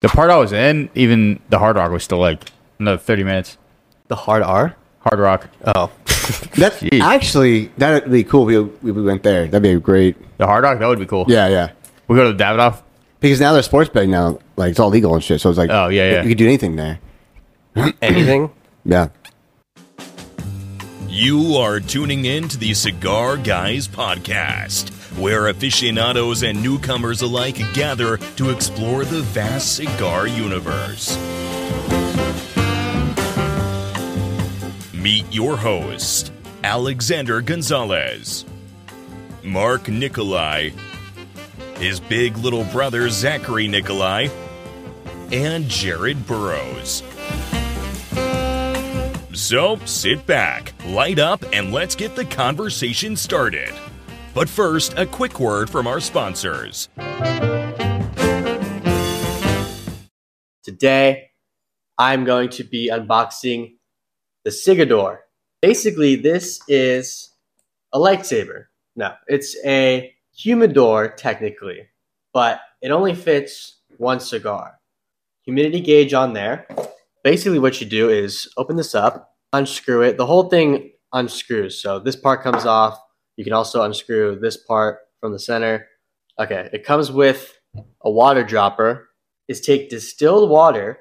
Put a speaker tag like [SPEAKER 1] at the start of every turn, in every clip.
[SPEAKER 1] The part I was in, even the hard rock was still like another thirty minutes.
[SPEAKER 2] The hard R.
[SPEAKER 1] Hard rock,
[SPEAKER 2] Oh, that's
[SPEAKER 1] Jeez.
[SPEAKER 2] actually that'd be cool. If we, if we went there. That'd be great.
[SPEAKER 1] the hard rock, that would be cool.
[SPEAKER 2] Yeah, yeah.
[SPEAKER 1] we go to the Davidoff.
[SPEAKER 2] Because now there's sports betting now. Like it's all legal and shit. So it's like,
[SPEAKER 1] Oh, yeah, yeah.
[SPEAKER 2] you could do anything there.
[SPEAKER 3] Anything?
[SPEAKER 2] Yeah.
[SPEAKER 4] You are tuning in to the Cigar Guys podcast, where aficionados and newcomers alike gather to explore the vast cigar universe. Meet your host, Alexander Gonzalez, Mark Nikolai, his big little brother, Zachary Nikolai, and Jared Burrows. So sit back, light up, and let's get the conversation started. But first, a quick word from our sponsors.
[SPEAKER 5] Today, I'm going to be unboxing the Sigador. Basically, this is a lightsaber. No, it's a humidor technically, but it only fits one cigar. Humidity gauge on there. Basically, what you do is open this up, unscrew it. The whole thing unscrews. So this part comes off. You can also unscrew this part from the center. Okay, it comes with a water dropper is take distilled water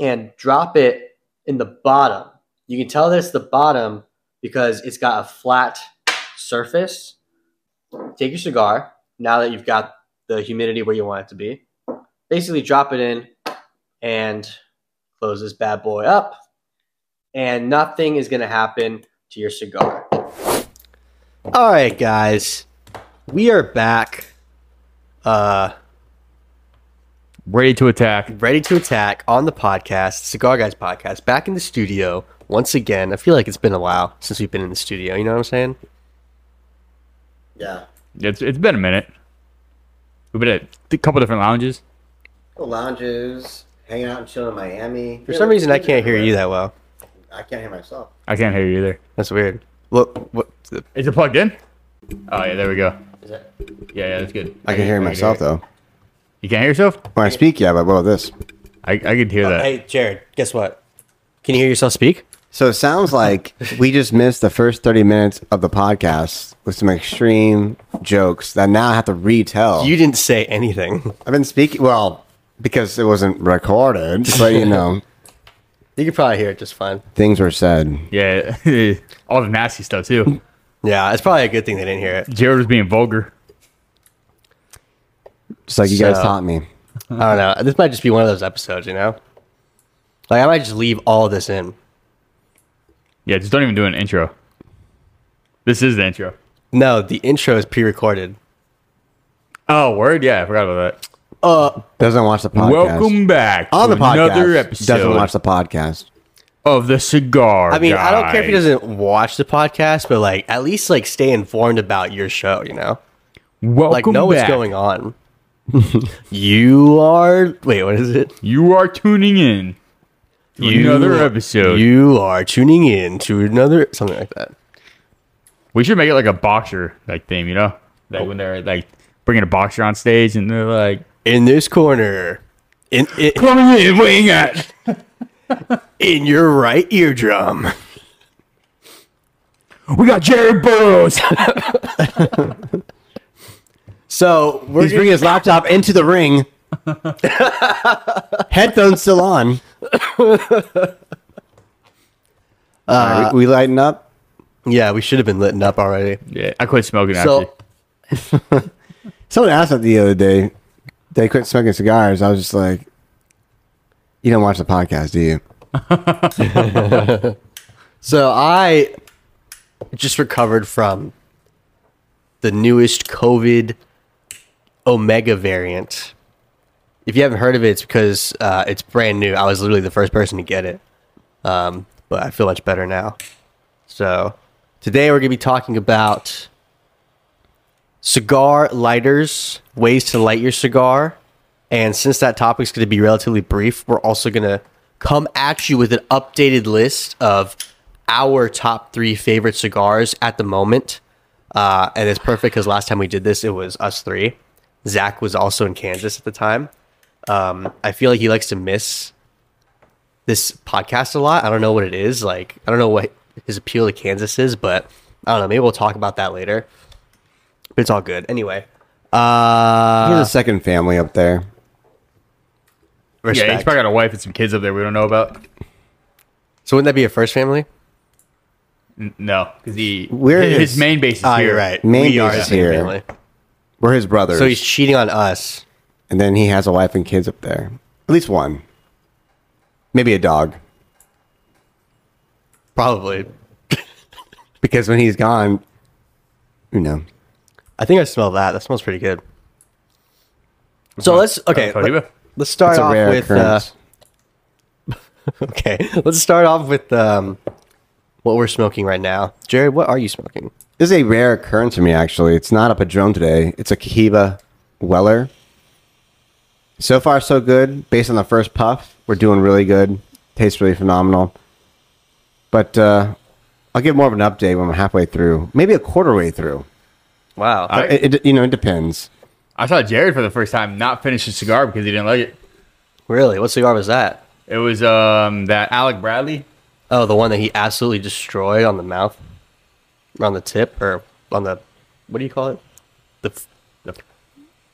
[SPEAKER 5] and drop it in the bottom. You can tell that it's the bottom because it's got a flat surface. Take your cigar, now that you've got the humidity where you want it to be, basically drop it in and close this bad boy up, and nothing is going to happen to your cigar. All right, guys, we are back. Uh,
[SPEAKER 1] Ready to attack.
[SPEAKER 5] ready to attack on the podcast, Cigar Guys podcast, back in the studio once again. I feel like it's been a while since we've been in the studio. You know what I'm saying? Yeah.
[SPEAKER 1] It's it's been a minute. We've been at a couple different lounges.
[SPEAKER 2] Lounges, hanging out and chilling in Miami.
[SPEAKER 5] For some reason, I can't hear you that well.
[SPEAKER 2] I can't hear myself.
[SPEAKER 1] I can't hear you either.
[SPEAKER 5] That's weird. Look, what? The,
[SPEAKER 1] Is it plugged in? Oh yeah, there we go. Yeah, yeah, that's good.
[SPEAKER 2] I can hear myself though.
[SPEAKER 1] You can't hear yourself?
[SPEAKER 2] When I speak, yeah, but what about this?
[SPEAKER 1] I, I could hear that.
[SPEAKER 5] hey, Jared, guess what? Can you hear yourself speak?
[SPEAKER 2] So it sounds like we just missed the first 30 minutes of the podcast with some extreme jokes that now I have to retell.
[SPEAKER 5] You didn't say anything.
[SPEAKER 2] I've been speaking, well, because it wasn't recorded, but you know,
[SPEAKER 5] You could probably hear it just fine.
[SPEAKER 2] things were said.
[SPEAKER 1] Yeah, all the nasty stuff too.
[SPEAKER 5] Yeah, it's probably a good thing they didn't hear it.
[SPEAKER 1] Jared was being vulgar.
[SPEAKER 2] Just like you guys
[SPEAKER 5] So-
[SPEAKER 2] taught me.
[SPEAKER 5] I don't know. This might just be one of those episodes, you know? Like, I might just leave all this in.
[SPEAKER 1] Yeah, just don't even do an intro. This is the intro.
[SPEAKER 5] No, the intro is pre recorded.
[SPEAKER 1] Oh, word! Yeah, I forgot about that.
[SPEAKER 2] Doesn't watch the podcast.
[SPEAKER 1] Welcome back
[SPEAKER 2] On the
[SPEAKER 1] to
[SPEAKER 2] podcast.
[SPEAKER 1] another episode
[SPEAKER 2] Doesn't watch the podcast.
[SPEAKER 1] of the cigar.
[SPEAKER 5] I mean, I don't care if he
[SPEAKER 1] Guy.
[SPEAKER 5] doesn't watch the podcast, but like at least like stay informed about your show, you know?
[SPEAKER 1] Welcome
[SPEAKER 5] Like know
[SPEAKER 1] back.
[SPEAKER 5] what's going on. you are wait, what is it?
[SPEAKER 1] You are tuning in to another
[SPEAKER 2] Oh.
[SPEAKER 1] episode.
[SPEAKER 5] You are tuning in to another something like that.
[SPEAKER 1] we should make it like a boxer like theme, you know, like when they're like bringing a boxer on stage and they're like
[SPEAKER 5] In this corner. In in,
[SPEAKER 1] coming in, weighing at
[SPEAKER 5] in your right eardrum.
[SPEAKER 1] we got Jared Burrows.
[SPEAKER 5] So we're
[SPEAKER 2] He's bringing his laptop into the ring. Headphones still on.
[SPEAKER 5] Uh,
[SPEAKER 2] All right, we, we lighten up.
[SPEAKER 5] yeah, we should have been lit up already.
[SPEAKER 1] yeah, I quit smoking after.
[SPEAKER 5] So
[SPEAKER 2] Someone asked that the other day. They quit smoking cigars. I was just like, "You don't watch the podcast, do you?"
[SPEAKER 5] So I just recovered from the newest COVID Omega variant. If you haven't heard of it, it's because uh, it's brand new. I was literally the first person to get it, um, but I feel much better now. So today we're going to be talking about cigar lighters, ways to light your cigar. And since that topic's going to be relatively brief, we're also going to come at you with an updated list of our top three favorite cigars at the moment. Uh, and it's perfect because last time we did this, it was us three. Zach was also in Kansas at the time. Um, I feel like he likes to miss this podcast a lot. I don't know what it is. Like, I don't know what his appeal to Kansas is, but I don't know. Maybe we'll talk about that later. But it's all good. Anyway,
[SPEAKER 2] He's
[SPEAKER 5] uh,
[SPEAKER 2] a second family up there.
[SPEAKER 5] respect.
[SPEAKER 1] Yeah, he's probably got a wife and some kids up there we don't know about.
[SPEAKER 5] so wouldn't that be a first family?
[SPEAKER 1] N- No, because he
[SPEAKER 2] Where
[SPEAKER 1] his,
[SPEAKER 2] is-
[SPEAKER 1] his main base is
[SPEAKER 5] Ah,
[SPEAKER 1] here.
[SPEAKER 5] you're right.
[SPEAKER 2] Main
[SPEAKER 5] we are
[SPEAKER 2] base
[SPEAKER 5] the
[SPEAKER 2] is
[SPEAKER 5] same
[SPEAKER 2] here.
[SPEAKER 5] family.
[SPEAKER 2] We're his brothers.
[SPEAKER 5] So he's cheating on us.
[SPEAKER 2] and then he has a wife and kids up there. At least one. Maybe a dog.
[SPEAKER 5] Probably.
[SPEAKER 2] Because when he's gone, you know.
[SPEAKER 5] I think I smell that. That smells pretty good. So let's okay.
[SPEAKER 1] Cody, well,
[SPEAKER 5] Let, us
[SPEAKER 2] It's
[SPEAKER 5] start
[SPEAKER 2] a
[SPEAKER 5] off
[SPEAKER 2] rare
[SPEAKER 5] with uh,
[SPEAKER 2] occurrence.
[SPEAKER 5] okay. Let's start off with um, what we're smoking right now. Jared, what are you smoking?
[SPEAKER 2] This is a rare occurrence for me, actually. It's not a Padron today. It's a Kiva Weller. So far, so good. Based on the first puff, we're doing really good. Tastes really phenomenal. But uh, I'll give more of an update when I'm halfway through, maybe a quarter way through.
[SPEAKER 5] Wow.
[SPEAKER 1] I-
[SPEAKER 2] It, it, you know, it depends.
[SPEAKER 1] I saw Jared for the first time not finish his cigar because he didn't like it.
[SPEAKER 5] really? What cigar was that?
[SPEAKER 1] It was um that Alec Bradley.
[SPEAKER 5] Oh, the one that he absolutely destroyed on the mouth, on the tip, or on the what do you call it? The f- the,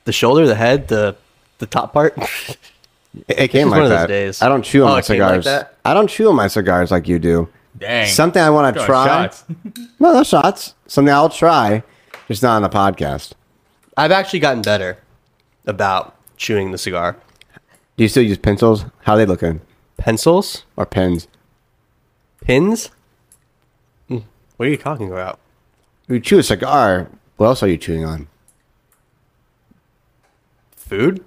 [SPEAKER 5] the shoulder, the head, the the top part.
[SPEAKER 2] It, it came
[SPEAKER 5] is
[SPEAKER 2] like
[SPEAKER 5] one of those
[SPEAKER 2] that.
[SPEAKER 5] days.
[SPEAKER 2] I don't chew on
[SPEAKER 5] Oh,
[SPEAKER 2] my
[SPEAKER 5] it came like
[SPEAKER 2] cigars.
[SPEAKER 5] that?
[SPEAKER 2] I don't chew on my cigars like you do.
[SPEAKER 1] Dang.
[SPEAKER 2] Something I want to
[SPEAKER 1] Going
[SPEAKER 2] try.
[SPEAKER 1] shots.
[SPEAKER 2] No, no shots. Something I'll try, just not on the podcast.
[SPEAKER 5] I've actually gotten better about chewing the cigar.
[SPEAKER 2] Do you still use pencils? How are they looking?
[SPEAKER 5] Pencils,
[SPEAKER 2] Or pens?
[SPEAKER 5] pins. Mm, What are you talking about?
[SPEAKER 2] You chew a cigar. What else are you chewing on?
[SPEAKER 5] Food?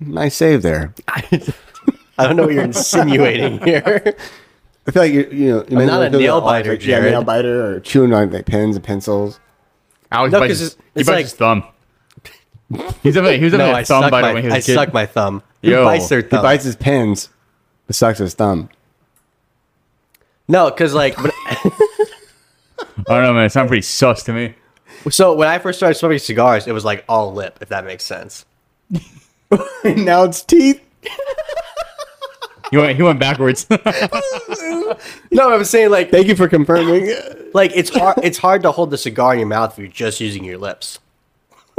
[SPEAKER 2] Nice save there.
[SPEAKER 5] I don't know what you're insinuating here.
[SPEAKER 2] I feel like you you know you're
[SPEAKER 5] not a nail biter,
[SPEAKER 2] Yeah,
[SPEAKER 5] Jared.
[SPEAKER 2] nail biter or chewing on like pens and pencils.
[SPEAKER 1] Alex
[SPEAKER 5] No,
[SPEAKER 1] bites
[SPEAKER 5] 'cause
[SPEAKER 1] his,
[SPEAKER 5] it's-
[SPEAKER 1] he
[SPEAKER 5] it's
[SPEAKER 1] bites
[SPEAKER 5] like-
[SPEAKER 1] his thumb. He's definitely he was
[SPEAKER 5] No,
[SPEAKER 1] definitely
[SPEAKER 5] I
[SPEAKER 1] a thumb
[SPEAKER 5] suck
[SPEAKER 1] biter
[SPEAKER 5] my
[SPEAKER 1] when he was
[SPEAKER 5] I
[SPEAKER 1] a kid.
[SPEAKER 5] suck my thumb.
[SPEAKER 1] Yo.
[SPEAKER 5] Who bites their
[SPEAKER 1] He
[SPEAKER 2] He
[SPEAKER 5] thumb?
[SPEAKER 2] bites his pens, but sucks his thumb.
[SPEAKER 5] no, because like, but,
[SPEAKER 1] I don't know, man. It sounded pretty sus to me.
[SPEAKER 5] so when I first started smoking cigars, it was like all lip, if that makes sense.
[SPEAKER 2] now it's teeth.
[SPEAKER 1] He went he went backwards.
[SPEAKER 5] No, I'm saying like,
[SPEAKER 2] Thank you for confirming.
[SPEAKER 5] like it's hard. It's hard to hold the cigar in your mouth if you're just using your lips.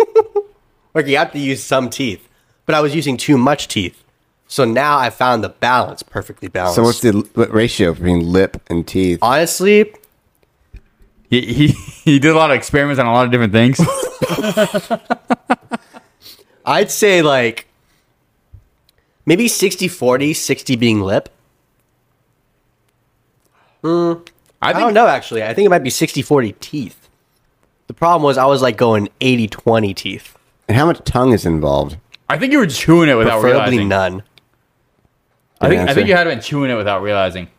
[SPEAKER 5] like you have to use some teeth, but I was using too much teeth, so now I found the balance, perfectly balanced.
[SPEAKER 2] so what's the what ratio between lip and teeth?
[SPEAKER 5] honestly?
[SPEAKER 1] he, he he did a lot of experiments on a lot of different things.
[SPEAKER 5] I'd say like maybe 60 40, 60 being lip.
[SPEAKER 1] I
[SPEAKER 5] I
[SPEAKER 1] Hmm. think
[SPEAKER 5] don't know actually. I think it might be 60 40 teeth. The problem was I was like going 80 20 teeth,
[SPEAKER 2] And how much tongue is involved?
[SPEAKER 1] I think you were chewing it without
[SPEAKER 5] preferably
[SPEAKER 1] realizing.
[SPEAKER 5] none.
[SPEAKER 1] I think I
[SPEAKER 2] answer.
[SPEAKER 1] think you had been chewing it without realizing.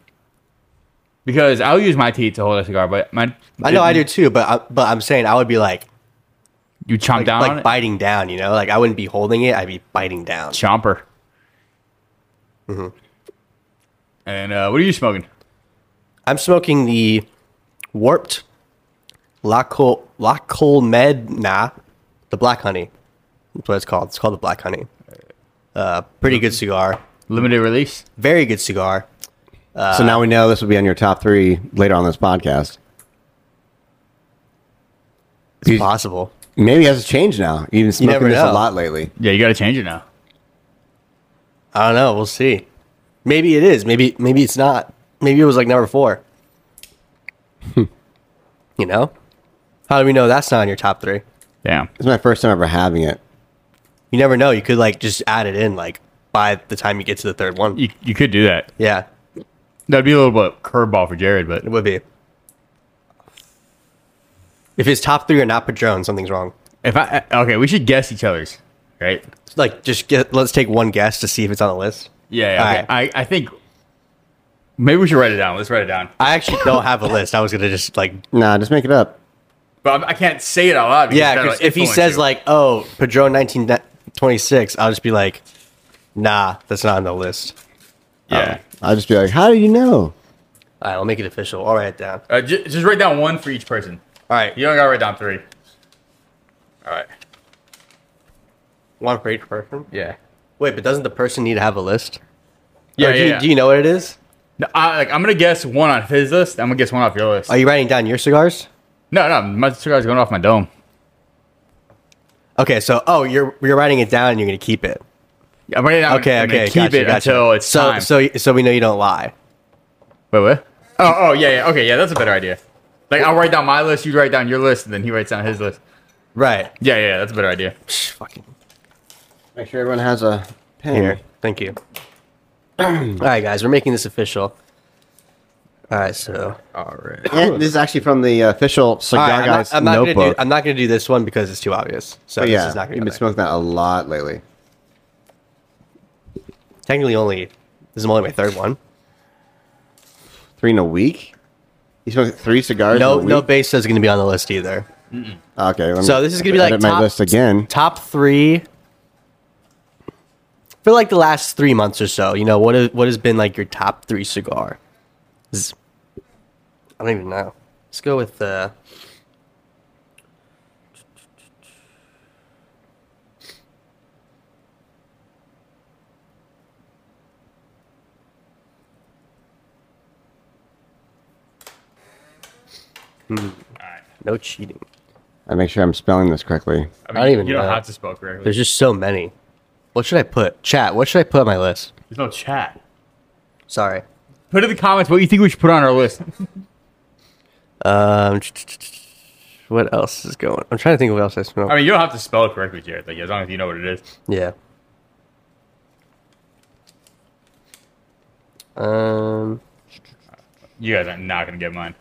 [SPEAKER 1] Because I'll use my teeth to hold a cigar, but my
[SPEAKER 5] I know I do too, but I, but I'm saying I would be like
[SPEAKER 1] You chomp down on
[SPEAKER 5] like
[SPEAKER 1] it.
[SPEAKER 5] biting down, you know? Like I wouldn't be holding it, I'd be biting down.
[SPEAKER 1] Chomper.
[SPEAKER 5] Mm-hmm.
[SPEAKER 1] And uh, what are you smoking?
[SPEAKER 5] I'm smoking the warped La Col La Col Med nah, the black honey. That's what it's called. It's called the black honey. Uh, pretty good cigar.
[SPEAKER 1] Limited release.
[SPEAKER 5] Very good cigar.
[SPEAKER 2] so now we know this will be on your top three later on this podcast.
[SPEAKER 5] It's
[SPEAKER 2] You-
[SPEAKER 5] possible.
[SPEAKER 2] Maybe it has changed now. You've been smoking
[SPEAKER 5] never
[SPEAKER 2] this a
[SPEAKER 5] know.
[SPEAKER 2] lot lately.
[SPEAKER 1] Yeah, you got to change it now.
[SPEAKER 5] I don't know. We'll see. Maybe it is. Maybe maybe it's not. Maybe it was like number four. you know? How do we know that's not on your top three?
[SPEAKER 1] Damn.
[SPEAKER 2] It's my first time ever having it.
[SPEAKER 5] You never know. You could like just add it in like by the time you get to the third one.
[SPEAKER 1] You, you could do that.
[SPEAKER 5] Yeah,
[SPEAKER 1] That'd be a little bit curveball for Jared, but
[SPEAKER 5] it would be. If his top three are not Padron, something's wrong.
[SPEAKER 1] if I okay, we should guess each other's, right?
[SPEAKER 5] Like just get let's take one guess to see if it's on the list.
[SPEAKER 1] Yeah. yeah, okay. I I think maybe we should write it down. Let's write it down.
[SPEAKER 5] I actually don't have a list. I was gonna just like
[SPEAKER 2] Nah, just make it up.
[SPEAKER 1] But I, I can't say it out loud. because
[SPEAKER 5] Yeah,
[SPEAKER 1] that'll
[SPEAKER 5] 'cause if he
[SPEAKER 1] influence
[SPEAKER 5] says
[SPEAKER 1] you.
[SPEAKER 5] like, "Oh, Padron 1926," I'll just be like, "Nah, that's not on the list."
[SPEAKER 1] yeah,
[SPEAKER 2] I'll just be like, how do you know?
[SPEAKER 5] All right, I'll make it official. I'll write it down.
[SPEAKER 1] uh, ju- just write down one for each person.
[SPEAKER 5] All right,
[SPEAKER 1] You don't got to write down three. All right.
[SPEAKER 5] One for each person.
[SPEAKER 1] Yeah.
[SPEAKER 5] Wait, but doesn't the person need to have a list?
[SPEAKER 1] Yeah,
[SPEAKER 5] Or do,
[SPEAKER 1] yeah,
[SPEAKER 5] you,
[SPEAKER 1] yeah.
[SPEAKER 5] do you know what it is?
[SPEAKER 1] No, I, like, I'm gonna guess one on his list. I'm gonna guess one off your list.
[SPEAKER 5] Are you writing down your cigars?
[SPEAKER 1] no, no, my cigar's going off my dome.
[SPEAKER 5] Okay, so oh, you're you're writing it down and you're gonna keep it.
[SPEAKER 1] Yeah, I'm gonna, I'm gonna
[SPEAKER 5] Okay, okay,
[SPEAKER 1] keep
[SPEAKER 5] gotcha,
[SPEAKER 1] it
[SPEAKER 5] gotcha.
[SPEAKER 1] until it's
[SPEAKER 5] so
[SPEAKER 1] time.
[SPEAKER 5] so so we know you don't lie.
[SPEAKER 1] wait, what? Oh, oh, yeah, yeah. Okay, yeah, that's a better idea. Like, I'll write down my list, you write down your list, and then he writes down his list.
[SPEAKER 5] Right.
[SPEAKER 1] Yeah, yeah, that's a better idea.
[SPEAKER 5] Psh, fucking
[SPEAKER 2] Make sure everyone has a pen.
[SPEAKER 5] here. Thank you. All right, guys, we're making this official. All right, so
[SPEAKER 1] All right.
[SPEAKER 2] Yeah, this is actually from the official
[SPEAKER 5] All
[SPEAKER 2] cigar
[SPEAKER 5] right, I'm,
[SPEAKER 2] guys
[SPEAKER 5] not, I'm not
[SPEAKER 2] notebook.
[SPEAKER 5] gonna do I'm not gonna do this one because it's too obvious. So
[SPEAKER 2] But
[SPEAKER 5] this
[SPEAKER 2] yeah,
[SPEAKER 5] is not gonna
[SPEAKER 2] you've
[SPEAKER 5] go
[SPEAKER 2] been
[SPEAKER 5] back.
[SPEAKER 2] smoking that a lot lately.
[SPEAKER 5] technically only this is only my third one.
[SPEAKER 2] Three in a week. You smoked three cigars.
[SPEAKER 5] No,
[SPEAKER 2] in a
[SPEAKER 5] no
[SPEAKER 2] week?
[SPEAKER 5] base is gonna be on the list either.
[SPEAKER 2] Okay, let me
[SPEAKER 5] So this is gonna be like
[SPEAKER 2] edit my
[SPEAKER 5] top-
[SPEAKER 2] list again.
[SPEAKER 5] top three for like the last three months or so. You know what? Is, what has been like your top three cigar? Z- I don't even know. Let's go with uh, Hmm. No cheating.
[SPEAKER 2] I make sure I'm spelling this correctly.
[SPEAKER 1] I,
[SPEAKER 5] I don't even
[SPEAKER 1] You don't
[SPEAKER 5] know.
[SPEAKER 1] have to spell correctly.
[SPEAKER 5] There's
[SPEAKER 1] There's,
[SPEAKER 5] just so many. What should I put? Chat. What should I put on my list?
[SPEAKER 1] no chat.
[SPEAKER 5] Sorry.
[SPEAKER 1] Put in the comments what you think we should put on our list.
[SPEAKER 5] Um, what else is going? I'm trying to think of what else I smoked.
[SPEAKER 1] I mean, you don't have to spell it correctly, Jared. Like, as long as you know what it is.
[SPEAKER 5] Yeah. Um,
[SPEAKER 1] You guys are not gonna get mine.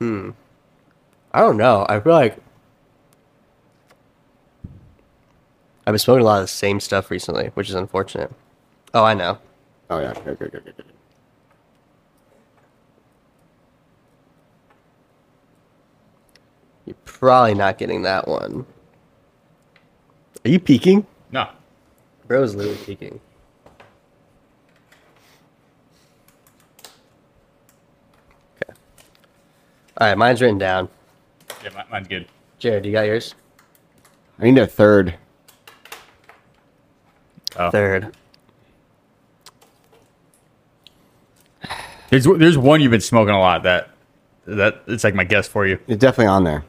[SPEAKER 5] I don't know. I feel like I've been smoking a lot of the same stuff recently, which is unfortunate. Oh, I know.
[SPEAKER 2] Oh yeah, good, good, good, good, good.
[SPEAKER 5] You're probably not getting that one. Are you peeking?
[SPEAKER 1] No.
[SPEAKER 5] Bro's literally peeking. Okay. All right, mine's written down.
[SPEAKER 1] Yeah, mi- mine's good.
[SPEAKER 5] Jared, you got yours?
[SPEAKER 2] I need a third.
[SPEAKER 1] Oh.
[SPEAKER 5] Third.
[SPEAKER 1] There's there's one you've been smoking a lot that that it's like my guess for you.
[SPEAKER 2] It's definitely on there.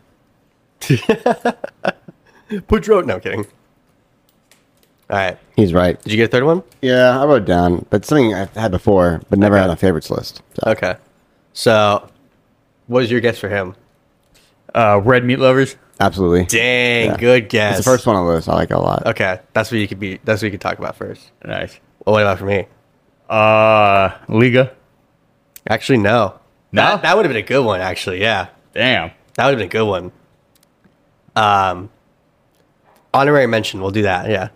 [SPEAKER 5] Pudro. No kidding. All right.
[SPEAKER 2] He's right.
[SPEAKER 5] Did you get a third one?
[SPEAKER 2] Yeah, I wrote down, but something I've had before, but never had on favorites list. So,
[SPEAKER 5] Okay. So, what is your guess for him?
[SPEAKER 1] Uh, red meat lovers.
[SPEAKER 2] absolutely,
[SPEAKER 5] Dang,
[SPEAKER 2] Yeah.
[SPEAKER 5] good
[SPEAKER 2] it's
[SPEAKER 5] guess.
[SPEAKER 2] the first one on the list. I like it a lot.
[SPEAKER 5] Okay, that's what you could be. That's what you could talk about first.
[SPEAKER 1] Nice.
[SPEAKER 5] Well, what about for me?
[SPEAKER 1] Uh, Liga.
[SPEAKER 5] Actually, no.
[SPEAKER 1] No?
[SPEAKER 5] That, that would have been a good one. Actually, yeah.
[SPEAKER 1] Damn.
[SPEAKER 5] That would have been a good one. Um, honorary mention. We'll do that. Yeah.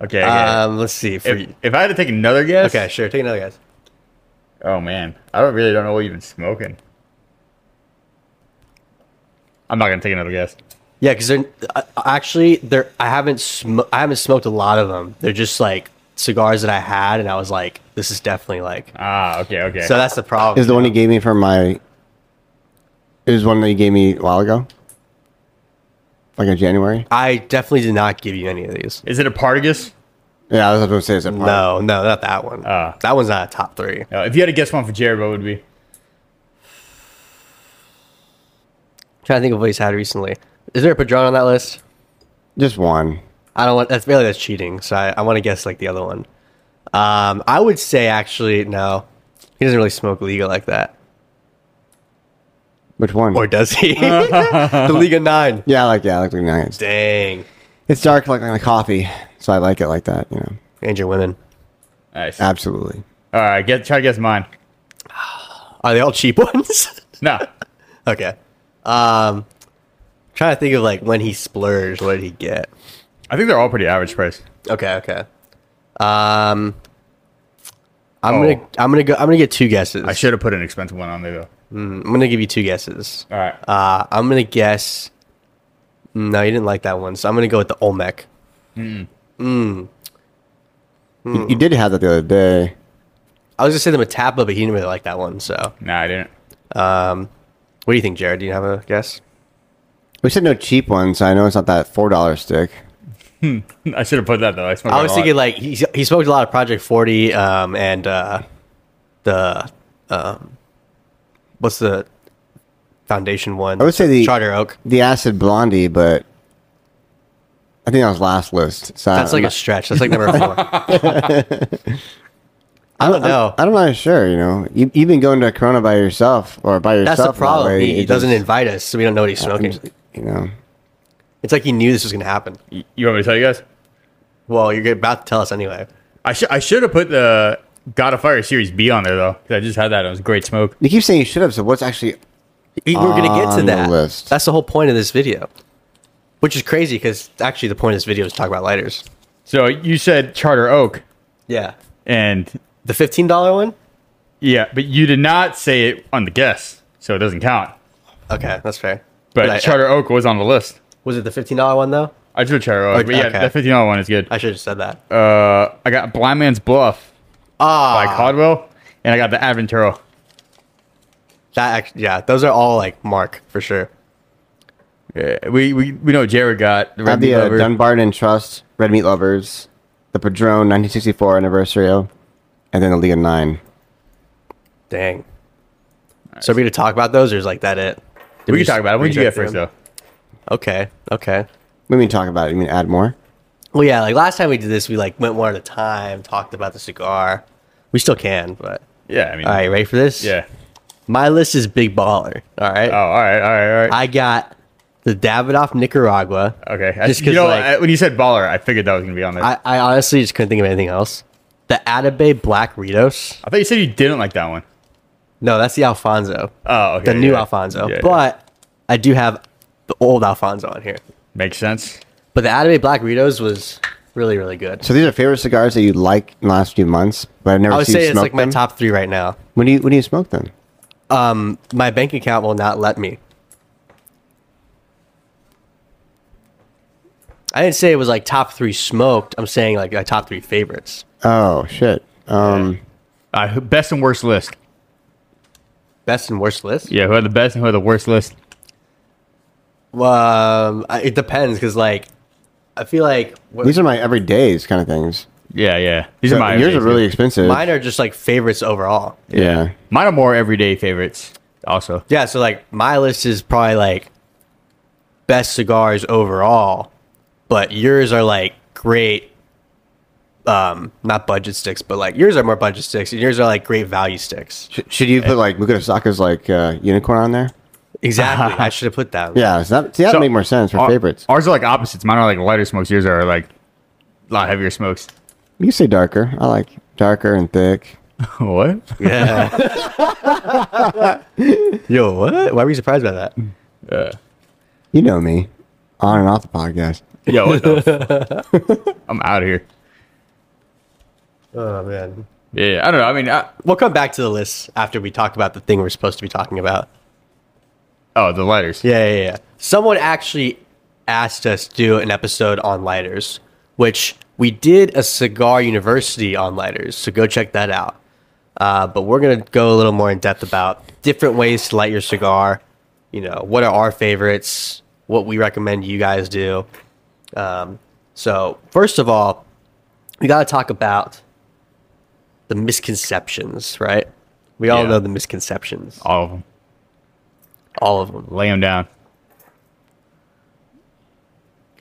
[SPEAKER 1] Okay. okay.
[SPEAKER 5] Um, let's see. For
[SPEAKER 1] if, if I had to take another guess.
[SPEAKER 5] okay, sure. Take another guess.
[SPEAKER 1] Oh man, I don't really don't know what you've been smoking. I'm not gonna take another guess.
[SPEAKER 5] Yeah, because they're uh, actually they're I haven't sm- I haven't smoked a lot of them. They're just like cigars that I had, and I was like, this is definitely like.
[SPEAKER 1] Ah, okay, okay.
[SPEAKER 5] So that's the problem.
[SPEAKER 2] Is the one you gave me for my? Is one that you gave me a while ago, like in January.
[SPEAKER 5] I definitely did not give you any of these.
[SPEAKER 1] is it a Partagas?
[SPEAKER 2] Yeah, I was going to say it's a part.
[SPEAKER 5] No, no, not that one.
[SPEAKER 1] Ah.
[SPEAKER 5] that one's not a top three.
[SPEAKER 1] No, if you had to guess one for Jared, what would it be?
[SPEAKER 5] trying to think of what he's had recently. Is there a Padron on that list?
[SPEAKER 2] just one.
[SPEAKER 5] I don't want. That's really that's cheating. So I, I want to guess like the other one. Um, I would say actually no. He doesn't really smoke legal like that,
[SPEAKER 2] Which one?
[SPEAKER 5] or does he? the League of Nine.
[SPEAKER 2] yeah, I like yeah, I like the nice.
[SPEAKER 5] Dang,
[SPEAKER 2] It's dark like like coffee, so I like it like that. You know,
[SPEAKER 5] and your women.
[SPEAKER 1] Nice.
[SPEAKER 5] Uh,
[SPEAKER 1] All
[SPEAKER 2] absolutely.
[SPEAKER 1] right, get try to guess mine.
[SPEAKER 5] Are they all cheap ones?
[SPEAKER 1] No,
[SPEAKER 5] okay. Um, trying to think of like when he splurged, what did he get?
[SPEAKER 1] I think they're all pretty average price.
[SPEAKER 5] Okay, okay. Um, I'm
[SPEAKER 1] Oh.
[SPEAKER 5] gonna I'm gonna go I'm gonna get two guesses.
[SPEAKER 1] I should have put an expensive one on there though.
[SPEAKER 5] I'm gonna give you two guesses.
[SPEAKER 1] All right,
[SPEAKER 5] Uh, I'm gonna guess. No, you didn't like that one, so I'm gonna go with the Olmec.
[SPEAKER 2] You, you
[SPEAKER 5] Hmm.
[SPEAKER 2] did have that the other day.
[SPEAKER 5] I was gonna say the Matapa, but he didn't really like that one. So,
[SPEAKER 1] nah, I didn't.
[SPEAKER 5] um, what do you think, Jared? Do you have a guess?
[SPEAKER 2] We said no cheap ones. I know it's not that four dollar stick.
[SPEAKER 1] I should have put that though. I, smoked
[SPEAKER 5] I
[SPEAKER 1] a
[SPEAKER 5] was
[SPEAKER 1] lot.
[SPEAKER 5] thinking like he he smoked a lot of Project Forty um, and uh, the um, what's the foundation one?
[SPEAKER 2] I would say the-
[SPEAKER 5] Charter Oak.
[SPEAKER 2] The acid blondie, but I think that was last list. So
[SPEAKER 5] That's
[SPEAKER 2] I'm
[SPEAKER 5] like a
[SPEAKER 2] not-
[SPEAKER 5] stretch. That's like number four.
[SPEAKER 2] I don't
[SPEAKER 5] know.
[SPEAKER 2] I'm, I'm not sure. You know, you, you've been going to Corona by yourself or by yourself.
[SPEAKER 5] That's the
[SPEAKER 2] that
[SPEAKER 5] problem.
[SPEAKER 2] way.
[SPEAKER 5] He, he
[SPEAKER 2] It
[SPEAKER 5] doesn't
[SPEAKER 2] just-
[SPEAKER 5] invite us, so we don't know what he's smoking.
[SPEAKER 2] You know,
[SPEAKER 5] It's like he knew this was gonna happen.
[SPEAKER 1] You- You want me to tell you guys?
[SPEAKER 5] Well, you're about to tell us anyway.
[SPEAKER 1] I should I should have put the God of Fire Series B on there though, 'cause I just had that. It was a great smoke.
[SPEAKER 2] you keep saying you should have. So what's actually?
[SPEAKER 5] We- We're gonna get
[SPEAKER 2] On
[SPEAKER 5] to
[SPEAKER 2] the
[SPEAKER 5] that.
[SPEAKER 2] list.
[SPEAKER 5] That's the whole point of this video, which is crazy because actually the point of this video is to talk about lighters.
[SPEAKER 1] So you said Charter Oak,
[SPEAKER 5] Yeah,
[SPEAKER 1] and
[SPEAKER 5] the fifteen dollar one.
[SPEAKER 1] yeah, but you did not say it on the guess, so it doesn't count.
[SPEAKER 5] Okay, that's fair.
[SPEAKER 1] But
[SPEAKER 5] I-
[SPEAKER 1] Charter Oak was on the list.
[SPEAKER 5] was it the fifteen dollar one though?
[SPEAKER 1] I drew Charter Oak,
[SPEAKER 5] Oh,
[SPEAKER 1] but yeah,
[SPEAKER 5] okay.
[SPEAKER 1] that fifteen dollar one is good.
[SPEAKER 5] I should have said that.
[SPEAKER 1] Uh, I got Blind Man's Bluff
[SPEAKER 5] Ah,
[SPEAKER 1] by Codwell, and I got the Aventuro.
[SPEAKER 5] that act- yeah, those are all like Mark for sure.
[SPEAKER 1] Yeah, Uh, we, we we know Jared got the
[SPEAKER 2] I have
[SPEAKER 1] Red
[SPEAKER 2] the
[SPEAKER 1] Meat
[SPEAKER 2] uh,
[SPEAKER 1] Lover.
[SPEAKER 2] Dunbarton Trust, Red Meat Lovers, the Padrone 1964 Anniversario, and then the League of Nine.
[SPEAKER 5] Dang. So are we gonna talk about those, or is like that it? Did
[SPEAKER 1] we can
[SPEAKER 5] just
[SPEAKER 1] talk about it. What did you
[SPEAKER 5] read
[SPEAKER 1] get
[SPEAKER 5] through
[SPEAKER 1] first
[SPEAKER 5] them?
[SPEAKER 1] though?
[SPEAKER 5] Okay, okay.
[SPEAKER 2] What do you mean talk about it? You mean add more?
[SPEAKER 5] Well, yeah, like last time we did this, we like went one at a time, talked about the cigar. We still can, but
[SPEAKER 1] Yeah, I mean,
[SPEAKER 5] all right, ready for this?
[SPEAKER 1] yeah.
[SPEAKER 5] My list is big baller. All right.
[SPEAKER 1] Oh, all right, all right, all right.
[SPEAKER 5] I got the Davidoff Nicaragua.
[SPEAKER 1] okay, I,
[SPEAKER 5] Just
[SPEAKER 1] you
[SPEAKER 5] 'cause,
[SPEAKER 1] know,
[SPEAKER 5] like-
[SPEAKER 1] I- when you said baller, I figured that was gonna be on there. I,
[SPEAKER 5] I, I honestly just couldn't think of anything else. The Atabey Black Ritos.
[SPEAKER 1] thought you said you didn't like that one.
[SPEAKER 5] No, that's the Alfonso.
[SPEAKER 1] Oh, okay,
[SPEAKER 5] the new
[SPEAKER 1] yeah.
[SPEAKER 5] Alfonso.
[SPEAKER 1] Yeah, yeah.
[SPEAKER 5] but I do have the old Alfonso on here.
[SPEAKER 1] Makes sense.
[SPEAKER 5] But the Atabey Black Ritos was really, really good.
[SPEAKER 2] So these are favorite cigars that you like in the last few months, but I've never
[SPEAKER 5] I would
[SPEAKER 2] seen
[SPEAKER 5] say
[SPEAKER 2] you
[SPEAKER 5] it's
[SPEAKER 2] smoke
[SPEAKER 5] like my
[SPEAKER 2] them.
[SPEAKER 5] top three right now.
[SPEAKER 2] When do you when do you smoke them?
[SPEAKER 5] Um, my bank account will not let me. I didn't say it was like top three smoked. I'm saying like my top three favorites.
[SPEAKER 2] Oh shit. Um,
[SPEAKER 1] Uh, best and worst list.
[SPEAKER 5] Best and worst list.
[SPEAKER 1] Yeah, who had the best and who had the worst list?
[SPEAKER 5] Um, I, it depends because like I feel like wh-
[SPEAKER 2] These are my everydays kind of things.
[SPEAKER 1] Yeah, yeah. These
[SPEAKER 2] So
[SPEAKER 1] are my
[SPEAKER 2] yours are
[SPEAKER 1] everyday
[SPEAKER 2] really
[SPEAKER 1] favorites.
[SPEAKER 2] expensive.
[SPEAKER 5] mine are just like favorites overall.
[SPEAKER 2] yeah.
[SPEAKER 1] mine are more everyday favorites. Also,
[SPEAKER 5] Yeah, so like my list is probably like best cigars overall, but yours are like great. Um, not budget sticks, but like yours are more budget sticks, and yours are like great value sticks.
[SPEAKER 2] Sh- should you put like Mukuta Saka's like uh, unicorn on there?
[SPEAKER 5] Exactly, I should have put that.
[SPEAKER 2] Yeah, so that see, that
[SPEAKER 1] So-
[SPEAKER 2] would make more sense for
[SPEAKER 1] Our-
[SPEAKER 2] favorites.
[SPEAKER 1] Ours are like opposites. Mine are like lighter smokes. Yours are like a lot heavier smokes.
[SPEAKER 2] You say darker. I like darker and thick.
[SPEAKER 1] what?
[SPEAKER 5] Yeah. Yo, what? Why were you surprised by that?
[SPEAKER 2] You know me, on and off the podcast.
[SPEAKER 1] Yo, what the? f- I'm out of here.
[SPEAKER 5] Oh man.
[SPEAKER 1] Yeah, I don't know. I mean, I,
[SPEAKER 5] We'll come back to the list after we talk about the thing we're supposed to be talking about.
[SPEAKER 1] oh, the lighters.
[SPEAKER 5] Yeah, yeah, yeah. Someone actually asked us to do an episode on lighters, which we did a Cigar University on lighters, so go check that out. Uh, but we're gonna go a little more in depth about different ways to light your cigar. You know, what are our favorites? What we recommend you guys do. Um, so first of all, we got to talk about the misconceptions, right? We all
[SPEAKER 1] Yeah.
[SPEAKER 5] know the misconceptions,
[SPEAKER 1] All of them.
[SPEAKER 5] all of them.
[SPEAKER 1] Lay them down.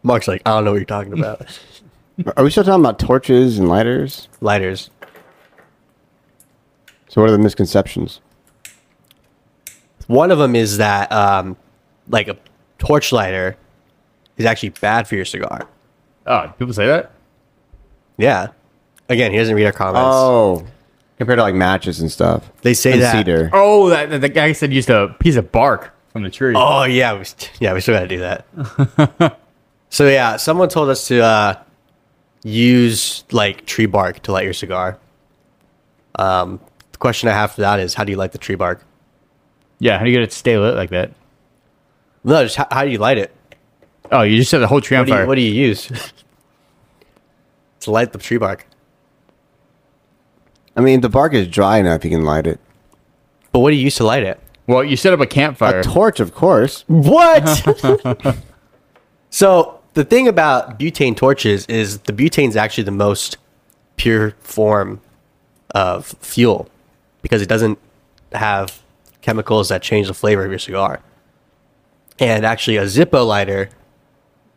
[SPEAKER 5] Mark's like, I don't know what you're talking about.
[SPEAKER 2] Are we still talking about torches and lighters?
[SPEAKER 5] lighters.
[SPEAKER 2] So what are the misconceptions?
[SPEAKER 5] One of them is that um, like a torch lighter is actually bad for your cigar.
[SPEAKER 1] Oh, people say that.
[SPEAKER 5] Yeah. Again, he doesn't read our comments.
[SPEAKER 2] Oh, compared to like matches and stuff.
[SPEAKER 5] They say
[SPEAKER 2] and
[SPEAKER 5] that.
[SPEAKER 2] cedar.
[SPEAKER 1] Oh, that, that, that guy said used a piece of bark from the tree.
[SPEAKER 5] Oh yeah, we, st- yeah, we still got to do that. so yeah, someone told us to uh, use like tree bark to light your cigar. Um, the question I have for that is, how do you light the tree bark?
[SPEAKER 1] Yeah, how do you get it to stay lit like that?
[SPEAKER 5] No, just how, how do you light it?
[SPEAKER 1] Oh, you just set the whole tree on
[SPEAKER 5] What do
[SPEAKER 1] fire.
[SPEAKER 5] you, what do you use to light the tree bark?
[SPEAKER 2] I mean, if the bark is dry enough, you can light it.
[SPEAKER 5] But what do you use to light it?
[SPEAKER 1] Well, you set up a campfire.
[SPEAKER 2] A torch, of course.
[SPEAKER 5] What? so the thing about butane torches is the butane is actually the most pure form of fuel because it doesn't have chemicals that change the flavor of your cigar. And actually, a Zippo lighter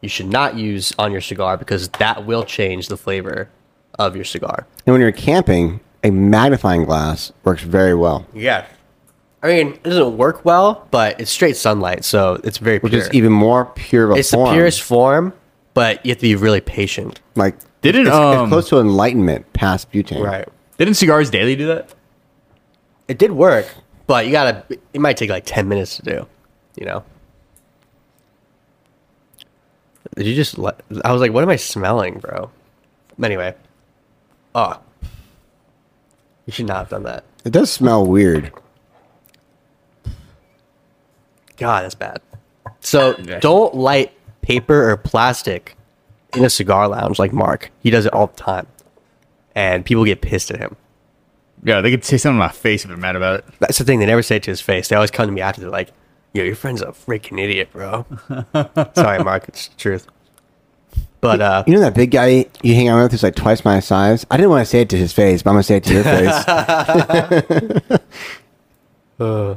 [SPEAKER 5] you should not use on your cigar because that will change the flavor of your cigar.
[SPEAKER 2] And when you're camping, a magnifying glass works very well,
[SPEAKER 5] Yeah. I mean, it doesn't work well, but it's straight sunlight, so it's very
[SPEAKER 2] which
[SPEAKER 5] pure.
[SPEAKER 2] is even more pure of a
[SPEAKER 5] It's
[SPEAKER 2] form.
[SPEAKER 5] the purest form, but you have to be really patient.
[SPEAKER 2] Like
[SPEAKER 1] Didn't,
[SPEAKER 2] it's,
[SPEAKER 1] um,
[SPEAKER 2] it's close to enlightenment past butane.
[SPEAKER 1] Didn't Cigars Daily do that?
[SPEAKER 5] It did work, but you gotta. It might take like ten minutes to do. You know. Did you just? Let, I was like, what am I smelling, bro? Anyway. Oh. You should not have done that.
[SPEAKER 2] It does smell weird.
[SPEAKER 5] God, that's bad. So
[SPEAKER 1] Yeah.
[SPEAKER 5] don't light paper or plastic in a cigar lounge like Mark. He does it all the time, and people get pissed at him.
[SPEAKER 1] Yeah, they could say something in my face if they're mad about it.
[SPEAKER 5] That's the thing they never say it to his face. They always come to me after. They're like, "Yo, your friend's a freaking idiot, bro." Sorry, Mark. It's the truth. But uh,
[SPEAKER 2] You know that big guy you hang out with who's like twice my size? I didn't want to say it to his face, but I'm going to say it to your face.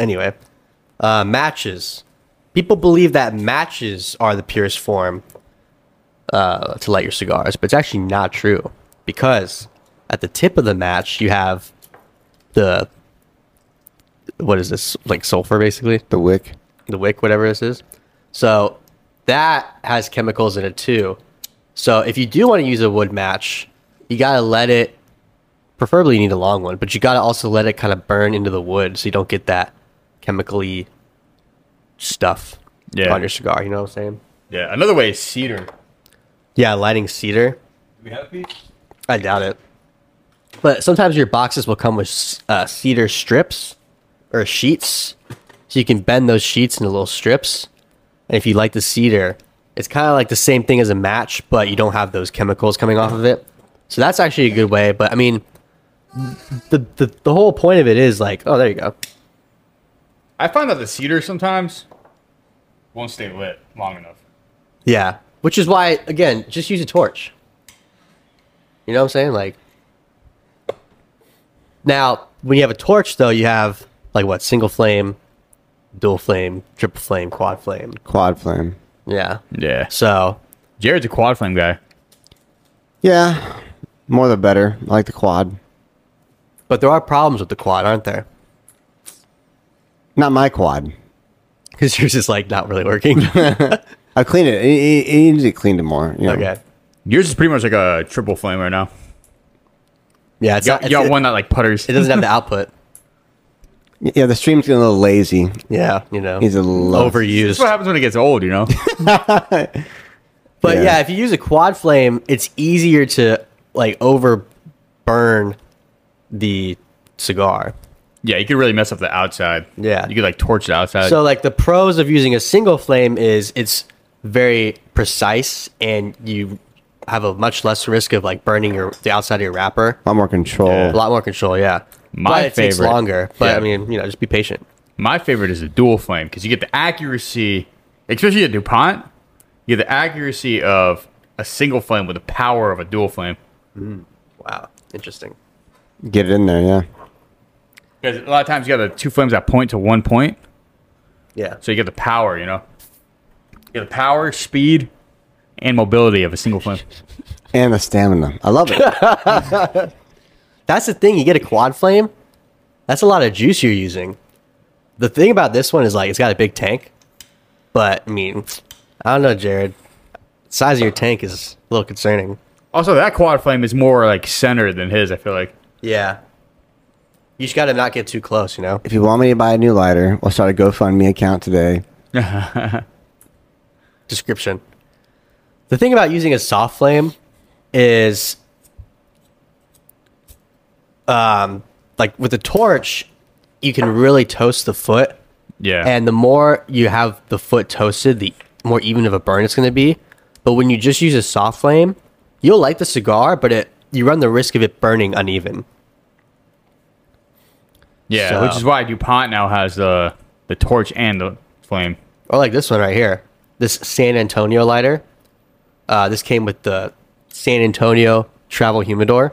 [SPEAKER 5] anyway, uh, matches. People believe that matches are the purest form uh, to light your cigars, but it's actually not true because at the tip of the match you have the what is this like sulfur basically
[SPEAKER 2] The wick.
[SPEAKER 5] the wick, whatever this is. So that has chemicals in it too. So if you do want to use a wood match, you gotta let it. Preferably, you need a long one, but you gotta also let it kind of burn into the wood, so you don't get that chemically stuff
[SPEAKER 1] Yeah.
[SPEAKER 5] on your cigar. You know what I'm saying?
[SPEAKER 1] Yeah, another way is cedar.
[SPEAKER 5] Yeah, lighting cedar.
[SPEAKER 1] Do we have these?
[SPEAKER 5] I doubt it. But sometimes your boxes will come with uh, cedar strips or sheets, so you can bend those sheets into little strips. And if you like the cedar, it's kind of like the same thing as a match, but you don't have those chemicals coming off of it. So that's actually a good way. But I mean, the the, the whole point of it is like, oh, there you go.
[SPEAKER 1] I find that the cedar sometimes won't stay lit long enough.
[SPEAKER 5] Yeah, which is why again, just use a torch. You know what I'm saying? Like now, when you have a torch, though, you have like what single flame, dual flame, triple flame, quad flame.
[SPEAKER 2] Quad flame.
[SPEAKER 5] Yeah.
[SPEAKER 1] Yeah.
[SPEAKER 5] So
[SPEAKER 1] Jared's a quad flame guy.
[SPEAKER 2] Yeah. More the better. I like the quad.
[SPEAKER 5] but there are problems with the quad, aren't there?
[SPEAKER 2] Not my quad.
[SPEAKER 5] Because yours is like not really working.
[SPEAKER 2] I cleaned it. It, it, it needs to be cleaned more. You know.
[SPEAKER 5] okay.
[SPEAKER 1] Yours is pretty much like a triple flame right now.
[SPEAKER 5] Yeah, it's
[SPEAKER 1] Y'all,
[SPEAKER 5] not, it's,
[SPEAKER 1] y'all
[SPEAKER 5] it,
[SPEAKER 1] one that like putters.
[SPEAKER 5] it doesn't have the output.
[SPEAKER 2] Yeah, the stream's getting a little lazy.
[SPEAKER 5] Yeah, you know,
[SPEAKER 2] He's a little
[SPEAKER 1] That's what
[SPEAKER 5] overused.
[SPEAKER 1] happens when it gets old, you know?
[SPEAKER 5] But
[SPEAKER 2] Yeah.
[SPEAKER 5] yeah. if you use a quad flame, it's easier to like over burn the cigar.
[SPEAKER 1] yeah, you could really mess up the outside.
[SPEAKER 5] Yeah.
[SPEAKER 1] You could like torch the outside.
[SPEAKER 5] So like the pros of using a single flame is it's very precise and you have a much less risk of like burning your the outside of your wrapper.
[SPEAKER 2] A lot more control.
[SPEAKER 1] Yeah.
[SPEAKER 5] A lot more control, yeah.
[SPEAKER 1] My
[SPEAKER 5] but it takes
[SPEAKER 1] favorite-
[SPEAKER 5] longer. But I
[SPEAKER 1] Yeah.
[SPEAKER 5] mean, you know, just be patient.
[SPEAKER 1] My favorite is the dual flame because you get the accuracy, especially at DuPont, you get the accuracy of a single flame with the power of a dual flame.
[SPEAKER 5] Wow, interesting.
[SPEAKER 2] Get it in there, yeah.
[SPEAKER 1] Because a lot of times you got the two flames that point to one point,
[SPEAKER 5] Yeah.
[SPEAKER 1] so you get the power, you know? You get the power, speed, and mobility of a single flame.
[SPEAKER 2] And the stamina. I love it.
[SPEAKER 5] That's the thing. You get a quad flame. That's a lot of juice you're using. The thing about this one is like it's got a big tank, but I mean, I don't know, Jared. Size of your tank is a little concerning.
[SPEAKER 1] Also, that quad flame is more like centered than his, I feel like.
[SPEAKER 5] Yeah. You just got to not get too close, you know.
[SPEAKER 2] if you want me to buy a new lighter, we'll start a GoFundMe account today.
[SPEAKER 5] Description. The thing about using a soft flame is um like with a torch, you can really toast the foot
[SPEAKER 1] Yeah.
[SPEAKER 5] And the more you have the foot toasted, the more even of a burn it's going to be. But when you just use a soft flame, you'll light the cigar, but it you run the risk of it burning uneven.
[SPEAKER 1] Yeah,
[SPEAKER 5] So-
[SPEAKER 1] which is why DuPont now has the the torch and the flame.
[SPEAKER 5] Or like this one right here, this San Antonio lighter. Uh, this came with the San Antonio travel humidor.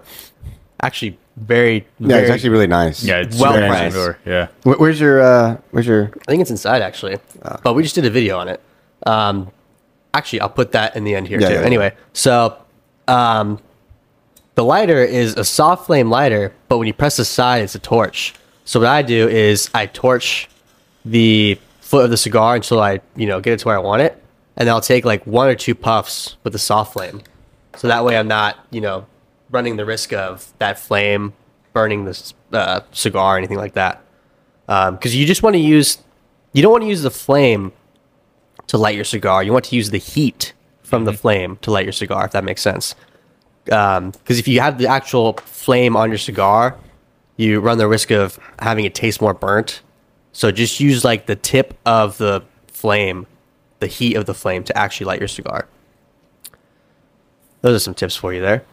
[SPEAKER 5] Actually, very,
[SPEAKER 2] Yeah,
[SPEAKER 5] very
[SPEAKER 2] it's actually really nice.
[SPEAKER 1] Yeah, it's
[SPEAKER 5] Well
[SPEAKER 1] very
[SPEAKER 5] priced.
[SPEAKER 1] similar, Yeah,
[SPEAKER 2] Where, where's your uh where's your
[SPEAKER 5] I think it's inside actually,
[SPEAKER 2] Ah.
[SPEAKER 5] but we just did a video on it. Um, actually, I'll put that in the end here
[SPEAKER 2] Yeah,
[SPEAKER 5] too.
[SPEAKER 2] yeah, yeah.
[SPEAKER 5] Anyway, so um, the lighter is a soft flame lighter, but when you press the side, it's a torch. So what I do is I torch the foot of the cigar until I you know get it to where I want it, and I'll take like one or two puffs with the soft flame. So that way I'm not you know running the risk of that flame burning the uh, cigar or anything like that because you just want to use you don't want to use the flame to light your cigar you want to use the heat from the flame to light your cigar if that makes sense because if you have the actual flame on your cigar you run the risk of having it taste more burnt so just use like the tip of the flame the heat of the flame to actually light your cigar those are some tips for you there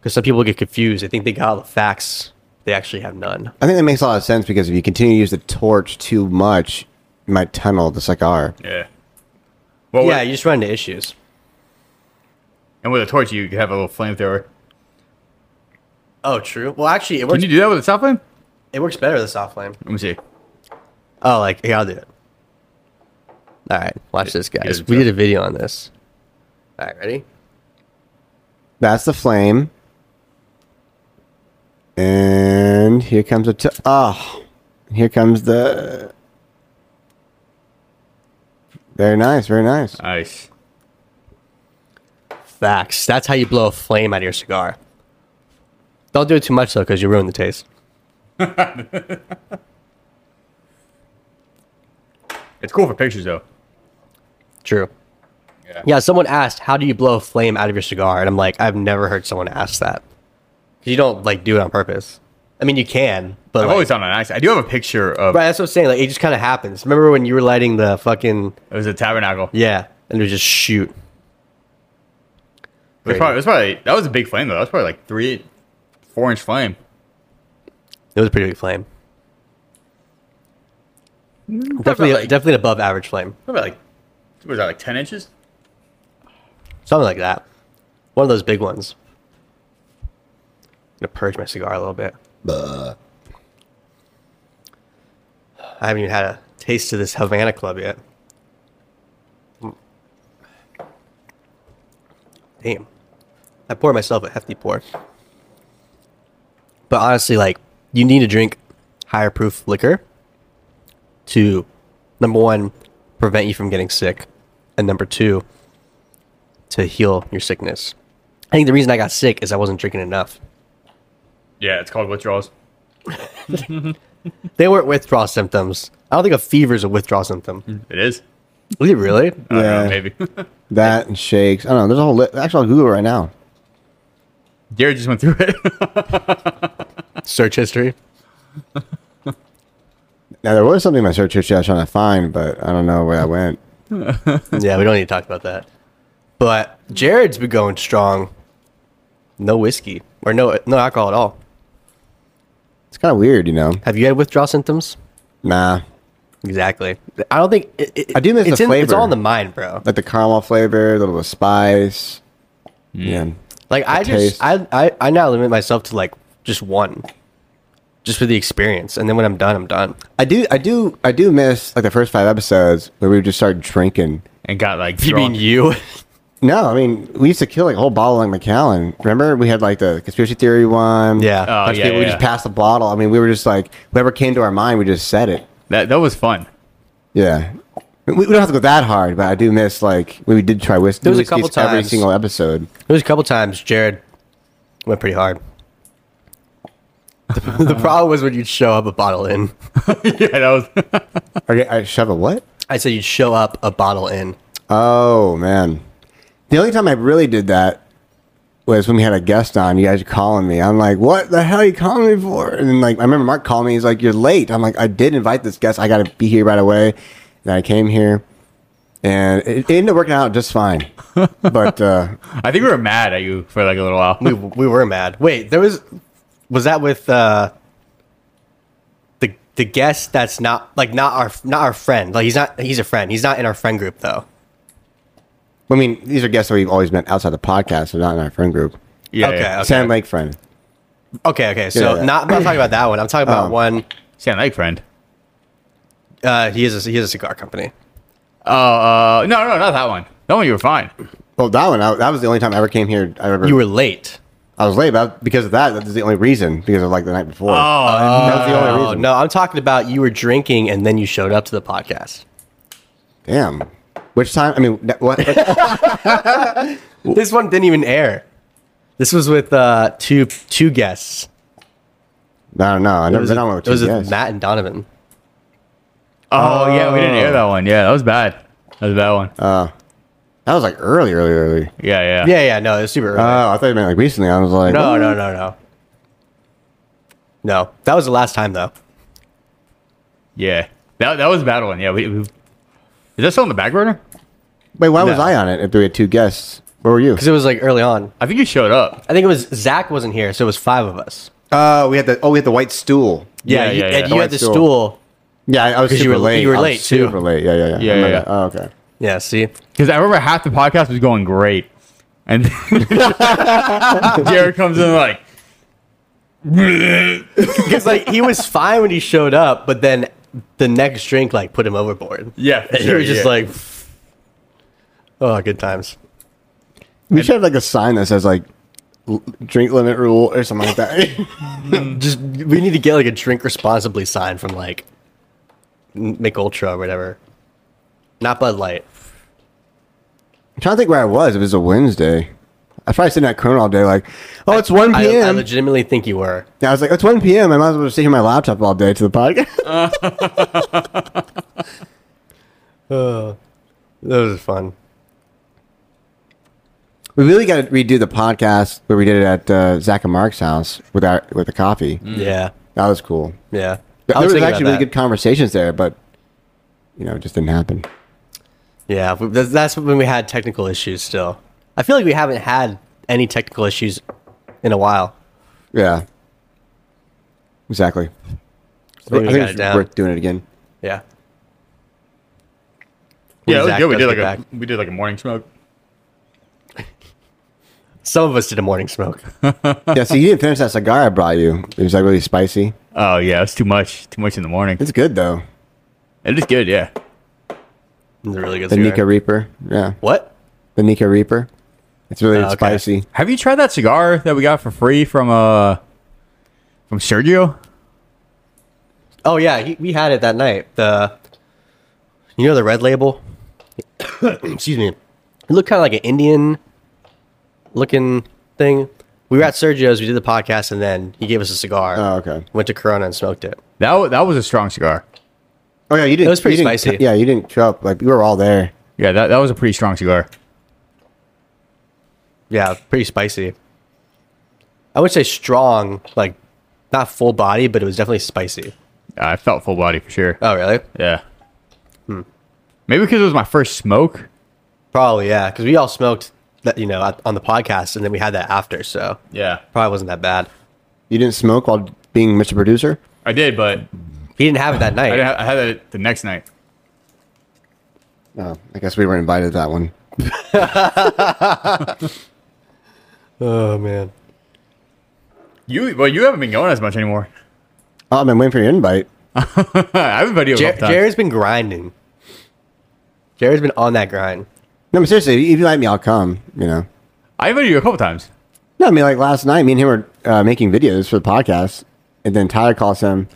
[SPEAKER 5] because some people get confused they think they got all the facts they actually have none
[SPEAKER 2] I think that makes a lot of sense because if you continue to use the torch too much, you might tunnel the cigar.
[SPEAKER 1] yeah. Well,
[SPEAKER 5] yeah,
[SPEAKER 1] with-
[SPEAKER 5] you just run into issues.
[SPEAKER 1] and with a torch, you have a little flamethrower.
[SPEAKER 5] Oh, true. Well, actually, it
[SPEAKER 1] Can
[SPEAKER 5] works.
[SPEAKER 1] you do that with a soft flame?
[SPEAKER 5] it works better with a soft flame.
[SPEAKER 1] Let me see.
[SPEAKER 5] Oh, like yeah, I'll do it. All right, watch this,
[SPEAKER 1] gives
[SPEAKER 5] guys.
[SPEAKER 1] it
[SPEAKER 5] We
[SPEAKER 1] to-
[SPEAKER 5] did a video on this. All right, ready?
[SPEAKER 2] That's the flame. And here comes a t- oh, here comes the. Very nice, very nice.
[SPEAKER 1] Nice.
[SPEAKER 5] Facts. That's how you blow a flame out of your cigar. Don't do it too much though, because you ruin the taste.
[SPEAKER 1] It's cool for pictures though.
[SPEAKER 5] True. Yeah. someone asked, "How do you blow a flame out of your cigar?" And I'm like, I've never heard someone ask that. 'Cause you don't like do it on purpose. I mean, you can, but
[SPEAKER 1] I've
[SPEAKER 5] like-
[SPEAKER 1] always done an accident. I do have a picture of
[SPEAKER 5] right. That's what I'm saying. Like, it just kind of happens. Remember when you were lighting the fucking
[SPEAKER 1] it was a tabernacle.
[SPEAKER 5] Yeah, and it would just shoot.
[SPEAKER 1] It was, probably, it was probably that was a big flame though. That was probably like three, four inch flame.
[SPEAKER 5] It was a pretty big flame. Definitely,
[SPEAKER 1] like-
[SPEAKER 5] definitely an above average flame,
[SPEAKER 1] What about like what was that like ten inches?
[SPEAKER 5] something like that. One of those big ones. I'm gonna purge my cigar a little bit. I haven't even had a taste of this Havana Club yet. Damn, I poured myself a hefty pour. But honestly, like you need to drink higher proof liquor to number one, prevent you from getting sick, and number two, to heal your sickness. I think the reason I got sick is I wasn't drinking enough.
[SPEAKER 1] Yeah, it's called withdrawals.
[SPEAKER 5] They weren't withdrawal symptoms. I don't think a fever is a withdrawal
[SPEAKER 2] Mm.
[SPEAKER 5] symptom.
[SPEAKER 1] It is.
[SPEAKER 5] Is it really?
[SPEAKER 1] I don't know,
[SPEAKER 2] Yeah.
[SPEAKER 1] maybe.
[SPEAKER 2] That and shakes. I don't know. There's a whole list. Actually, I'll Google it right now.
[SPEAKER 1] Jared just went through it.
[SPEAKER 5] Search history.
[SPEAKER 2] Now, there was something in my search history I was trying to find, but I don't know where I went.
[SPEAKER 5] yeah, we don't need to talk about that. But Jared's been going strong. No whiskey or no no alcohol at all.
[SPEAKER 2] It's kind of weird, you know?
[SPEAKER 5] Have you had withdrawal symptoms?
[SPEAKER 2] Nah.
[SPEAKER 5] Exactly. I don't think it, it-
[SPEAKER 2] I do miss
[SPEAKER 5] it's
[SPEAKER 2] the
[SPEAKER 5] in- It's
[SPEAKER 2] flavor.
[SPEAKER 5] all in the mind, bro.
[SPEAKER 2] Like the caramel flavor, a little bit of spice.
[SPEAKER 1] Mm.
[SPEAKER 2] Yeah.
[SPEAKER 5] Like I
[SPEAKER 2] taste.
[SPEAKER 5] just I, I I now limit myself to like just one, just for the experience, and then when I'm done, I'm done.
[SPEAKER 2] I do, I do, I do miss like the first five episodes where we would just start drinking.
[SPEAKER 1] and got like
[SPEAKER 5] You mean
[SPEAKER 1] drunk.
[SPEAKER 5] you?
[SPEAKER 2] No, I mean we used to kill like a whole bottle of Macallan. Remember we had like the conspiracy theory one.
[SPEAKER 5] Yeah.
[SPEAKER 1] Oh,
[SPEAKER 2] Bunch of
[SPEAKER 1] yeah,
[SPEAKER 2] people, we
[SPEAKER 1] yeah.
[SPEAKER 2] just passed the bottle. I mean, we were just like whoever came to our mind, we just said it.
[SPEAKER 1] that that was fun.
[SPEAKER 2] Yeah. We, we don't have to go that hard, but I do miss like when we did try whiskey.
[SPEAKER 5] There was a
[SPEAKER 2] whiskey
[SPEAKER 5] couple
[SPEAKER 2] every
[SPEAKER 5] times-
[SPEAKER 2] single episode.
[SPEAKER 5] There was a couple times Jared went pretty hard. The, the problem was when you'd show up a bottle in.
[SPEAKER 1] yeah, that was
[SPEAKER 2] Okay, I shove a what?
[SPEAKER 5] I said you'd show up a bottle in.
[SPEAKER 2] Oh man, the only time I really did that was when we had a guest on. You guys are calling me. I'm like, what the hell are you calling me for? And then, like, I remember Mark calling me. He's like, you're late. I'm like, I did invite this guest. I got to be here right away. And I came here, and it, it ended up working out just fine. But uh,
[SPEAKER 1] I think we were mad at you for like a little while.
[SPEAKER 5] We, we were mad. Wait, there was was that with uh the guest that's not like not our not our friend. Like he's not he's a friend. He's not in our friend group though.
[SPEAKER 2] I mean, these are guests that we've always met outside the podcast, so not in our friend group.
[SPEAKER 1] Yeah.
[SPEAKER 5] Okay,
[SPEAKER 1] yeah.
[SPEAKER 5] okay.
[SPEAKER 2] Sand Lake friend.
[SPEAKER 5] Okay, okay. So
[SPEAKER 2] Yeah, yeah.
[SPEAKER 5] not I'm not talking about that one. I'm talking about
[SPEAKER 2] Oh.
[SPEAKER 5] one.
[SPEAKER 1] Sound like friend.
[SPEAKER 5] Uh, he is a, he is a cigar company.
[SPEAKER 1] Uh, uh, no, no, not that one. That one you were fine.
[SPEAKER 2] Well, that one, I, that was the only time I ever came here. I remember
[SPEAKER 5] You were late.
[SPEAKER 2] I was late, but because of that, that's the only reason. Because of like the night before.
[SPEAKER 1] Oh,
[SPEAKER 2] that was the only
[SPEAKER 5] Oh
[SPEAKER 2] reason.
[SPEAKER 5] no, I'm talking about you were drinking and then you showed up to the podcast.
[SPEAKER 2] Damn. Which time? I mean, that- what?
[SPEAKER 5] This one didn't even air. This was with uh, two two guests.
[SPEAKER 2] I don't know. I
[SPEAKER 5] It
[SPEAKER 2] never
[SPEAKER 5] was,
[SPEAKER 2] been on one with
[SPEAKER 5] it was
[SPEAKER 2] two
[SPEAKER 5] with
[SPEAKER 2] guests.
[SPEAKER 5] Matt and Donovan.
[SPEAKER 1] oh, yeah. We didn't hear that one. Yeah, that was bad. That was a bad one.
[SPEAKER 2] That was like early, early, early.
[SPEAKER 1] yeah, yeah.
[SPEAKER 5] Yeah, yeah, no, it was super early.
[SPEAKER 1] Uh,
[SPEAKER 2] Oh, I thought you meant like recently. I was like,
[SPEAKER 1] oh.
[SPEAKER 5] no, no, no, no. No, that was the last time though.
[SPEAKER 1] Yeah. That, that was a bad one. Yeah. We, we, is that still on the back burner?
[SPEAKER 2] Wait, why was
[SPEAKER 5] No.
[SPEAKER 2] I on it? If we had two guests, where were you?
[SPEAKER 5] Because it was like early on.
[SPEAKER 1] I think you showed up.
[SPEAKER 5] I think it was Zach wasn't here, so it was five of us. uh,
[SPEAKER 2] Oh, we had the oh, we had the white stool.
[SPEAKER 1] Yeah,
[SPEAKER 5] you,
[SPEAKER 1] yeah, Oh, yeah.
[SPEAKER 5] And you
[SPEAKER 2] The
[SPEAKER 5] had the
[SPEAKER 2] white stool.
[SPEAKER 5] stool.
[SPEAKER 2] Yeah, I, I was
[SPEAKER 5] 'Cause you
[SPEAKER 2] super
[SPEAKER 5] were-
[SPEAKER 2] late.
[SPEAKER 5] you were
[SPEAKER 2] I was
[SPEAKER 5] late, too.
[SPEAKER 2] Super late. Yeah, yeah, yeah. I
[SPEAKER 1] Yeah,
[SPEAKER 2] remember
[SPEAKER 1] yeah.
[SPEAKER 2] that. Oh, okay.
[SPEAKER 5] Yeah, see?
[SPEAKER 1] Because I remember half the podcast was going great. And Jared comes in like,
[SPEAKER 5] Because like he was fine when he showed up, but then the next drink like put him overboard.
[SPEAKER 1] yeah. for
[SPEAKER 5] And he
[SPEAKER 1] sure,
[SPEAKER 5] was just
[SPEAKER 1] yeah.
[SPEAKER 5] like, oh, good times.
[SPEAKER 2] We should have like a sign that says like l- drink limit rule or something like that.
[SPEAKER 5] Just we need to get like a drink responsibly sign from like M- Mick Ultra or whatever. Not Bud Light.
[SPEAKER 2] I'm trying to think where I was. It was a Wednesday. I was probably sitting at Corona all day, like, oh, it's 1
[SPEAKER 5] I, I
[SPEAKER 2] p.m. I,
[SPEAKER 5] legitimately think you were.
[SPEAKER 2] was like, it's 1 p.m. I might as well just sit here on my laptop all day to the podcast.
[SPEAKER 5] Uh, That was fun.
[SPEAKER 2] we really got to redo the podcast where we did it at uh, Zach and Mark's house with our with the coffee.
[SPEAKER 5] Yeah.
[SPEAKER 2] That was cool.
[SPEAKER 5] Yeah.
[SPEAKER 2] There
[SPEAKER 5] Mm. I
[SPEAKER 2] was,
[SPEAKER 5] thinking about
[SPEAKER 2] actually really
[SPEAKER 5] that.
[SPEAKER 2] good conversations there, but you know, it just didn't happen.
[SPEAKER 5] Yeah, we- that's that's when we had technical issues. Still, I feel like we haven't had any technical issues in a while.
[SPEAKER 2] Yeah, exactly.
[SPEAKER 5] I think we got
[SPEAKER 2] it's
[SPEAKER 5] it down.
[SPEAKER 2] worth doing it again.
[SPEAKER 5] Yeah.
[SPEAKER 1] yeah, it was
[SPEAKER 5] Zach
[SPEAKER 1] good. We
[SPEAKER 5] does
[SPEAKER 1] did, like
[SPEAKER 5] get
[SPEAKER 1] a,
[SPEAKER 5] back.
[SPEAKER 1] we did like a morning smoke.
[SPEAKER 5] Some of us did a morning smoke.
[SPEAKER 2] yeah, so you didn't finish that cigar I brought you. It was like really spicy.
[SPEAKER 1] Oh, yeah. It's too much. Too much in the morning.
[SPEAKER 2] It's good though.
[SPEAKER 1] It is good. Yeah.
[SPEAKER 5] It was a really good.
[SPEAKER 2] The
[SPEAKER 5] cigar.
[SPEAKER 2] Nika Reaper. Yeah,
[SPEAKER 5] What?
[SPEAKER 2] the Nika Reaper. It's really
[SPEAKER 5] Oh, okay.
[SPEAKER 2] spicy.
[SPEAKER 1] Have you tried that cigar that we got for free from uh from Sergio?
[SPEAKER 5] Oh yeah, he, we had it that night. The, you know, the red label. Excuse me. It looked kind of like an Indian looking thing. We were at Sergio's. We did the podcast, and then he gave us a cigar.
[SPEAKER 2] Oh, okay.
[SPEAKER 5] Went to Corona and smoked it.
[SPEAKER 1] That wa- that was a strong cigar.
[SPEAKER 2] Oh yeah, you didn't.
[SPEAKER 5] was pretty
[SPEAKER 2] you didn't-
[SPEAKER 5] spicy.
[SPEAKER 2] yeah, you didn't show up. Like we were all there.
[SPEAKER 1] Yeah, that, that was a pretty strong cigar.
[SPEAKER 5] Yeah, pretty spicy. I would say strong, like not full body, but it was definitely spicy.
[SPEAKER 1] I felt full body for sure.
[SPEAKER 5] Oh, really?
[SPEAKER 1] Yeah. Maybe because it was my first smoke.
[SPEAKER 5] Probably, yeah. Because we all smoked that, you know, at- on the podcast, and then we had that after, so
[SPEAKER 1] Yeah,
[SPEAKER 5] probably wasn't that bad.
[SPEAKER 2] You didn't smoke while being Mr. Producer.
[SPEAKER 1] I did, but
[SPEAKER 5] He didn't have it that
[SPEAKER 1] I,
[SPEAKER 5] night.
[SPEAKER 1] didn't ha- I had it the next night.
[SPEAKER 2] Oh, I guess we were invited to that one.
[SPEAKER 5] oh man.
[SPEAKER 1] You well, you haven't been going as much anymore.
[SPEAKER 2] Oh, I've been waiting for your invite.
[SPEAKER 1] I've been video
[SPEAKER 5] Jer-
[SPEAKER 1] Jer-
[SPEAKER 5] Jared's been grinding. Jared's been on that grind.
[SPEAKER 2] No, but seriously, if you like me, I'll come. You know.
[SPEAKER 1] I videoed you a couple times.
[SPEAKER 2] No, I mean like last night, me and him were uh, making videos for the podcast, and then Tyler calls him,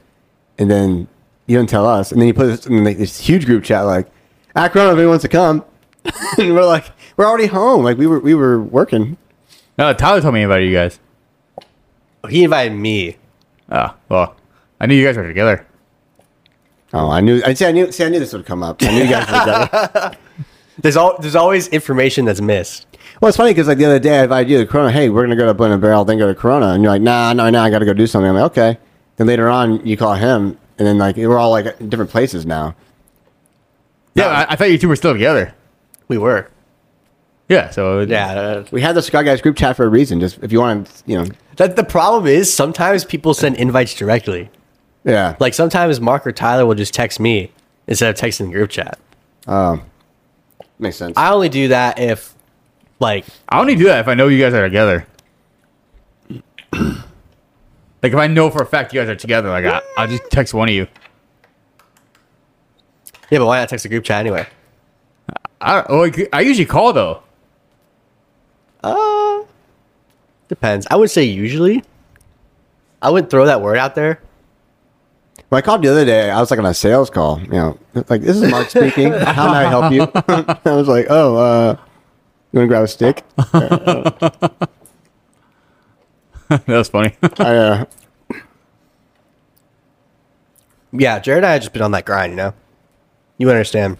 [SPEAKER 2] and then you don't tell us, and then you put this in like, this huge group chat like, "Akron, if anyone wants to come," and we're like, "We're already home. Like we were we were working."
[SPEAKER 1] No, Tyler told me about you guys.
[SPEAKER 5] He invited me.
[SPEAKER 1] Oh, well, I knew you guys were together.
[SPEAKER 2] Oh, I knew. I see. I knew. See, I knew this would come up. I knew you guys were together.
[SPEAKER 5] There's all there's always information that's missed.
[SPEAKER 2] Well, it's funny because like the other day I invited you to Corona. Hey, we're gonna go to Blend and Barrel, then go to Corona, and you're like, nah, no, no, I gotta go do something. I'm like, okay. Then later on, you call him, and then like we're all like in different places now.
[SPEAKER 1] Yeah, I, I thought you two were still together.
[SPEAKER 5] We were.
[SPEAKER 1] Yeah, so
[SPEAKER 5] Yeah. uh,
[SPEAKER 2] We had the Sky Guys group chat for a reason. Just if you want to, you know,
[SPEAKER 5] That the problem is sometimes people send invites directly.
[SPEAKER 2] Yeah.
[SPEAKER 5] Like sometimes Mark or Tyler will just text me instead of texting the group chat.
[SPEAKER 2] Makes sense.
[SPEAKER 5] I only do that if like
[SPEAKER 1] I only do that if I know you guys are together. like if I know for a fact you guys are together, like I, I'll just text one of you.
[SPEAKER 5] yeah, but why not text the group chat anyway?
[SPEAKER 1] I oh, I- I usually call though.
[SPEAKER 5] Uh depends. I would say usually. I wouldn't throw that word out there.
[SPEAKER 2] When I called the other day, I was like on a sales call. You know, like this is Mark speaking. How may I help you? I was like, oh, uh, you want to grab a stick?
[SPEAKER 1] that was funny.
[SPEAKER 2] I, uh,
[SPEAKER 5] Yeah, Jared and I have just been on that grind, you know? You understand.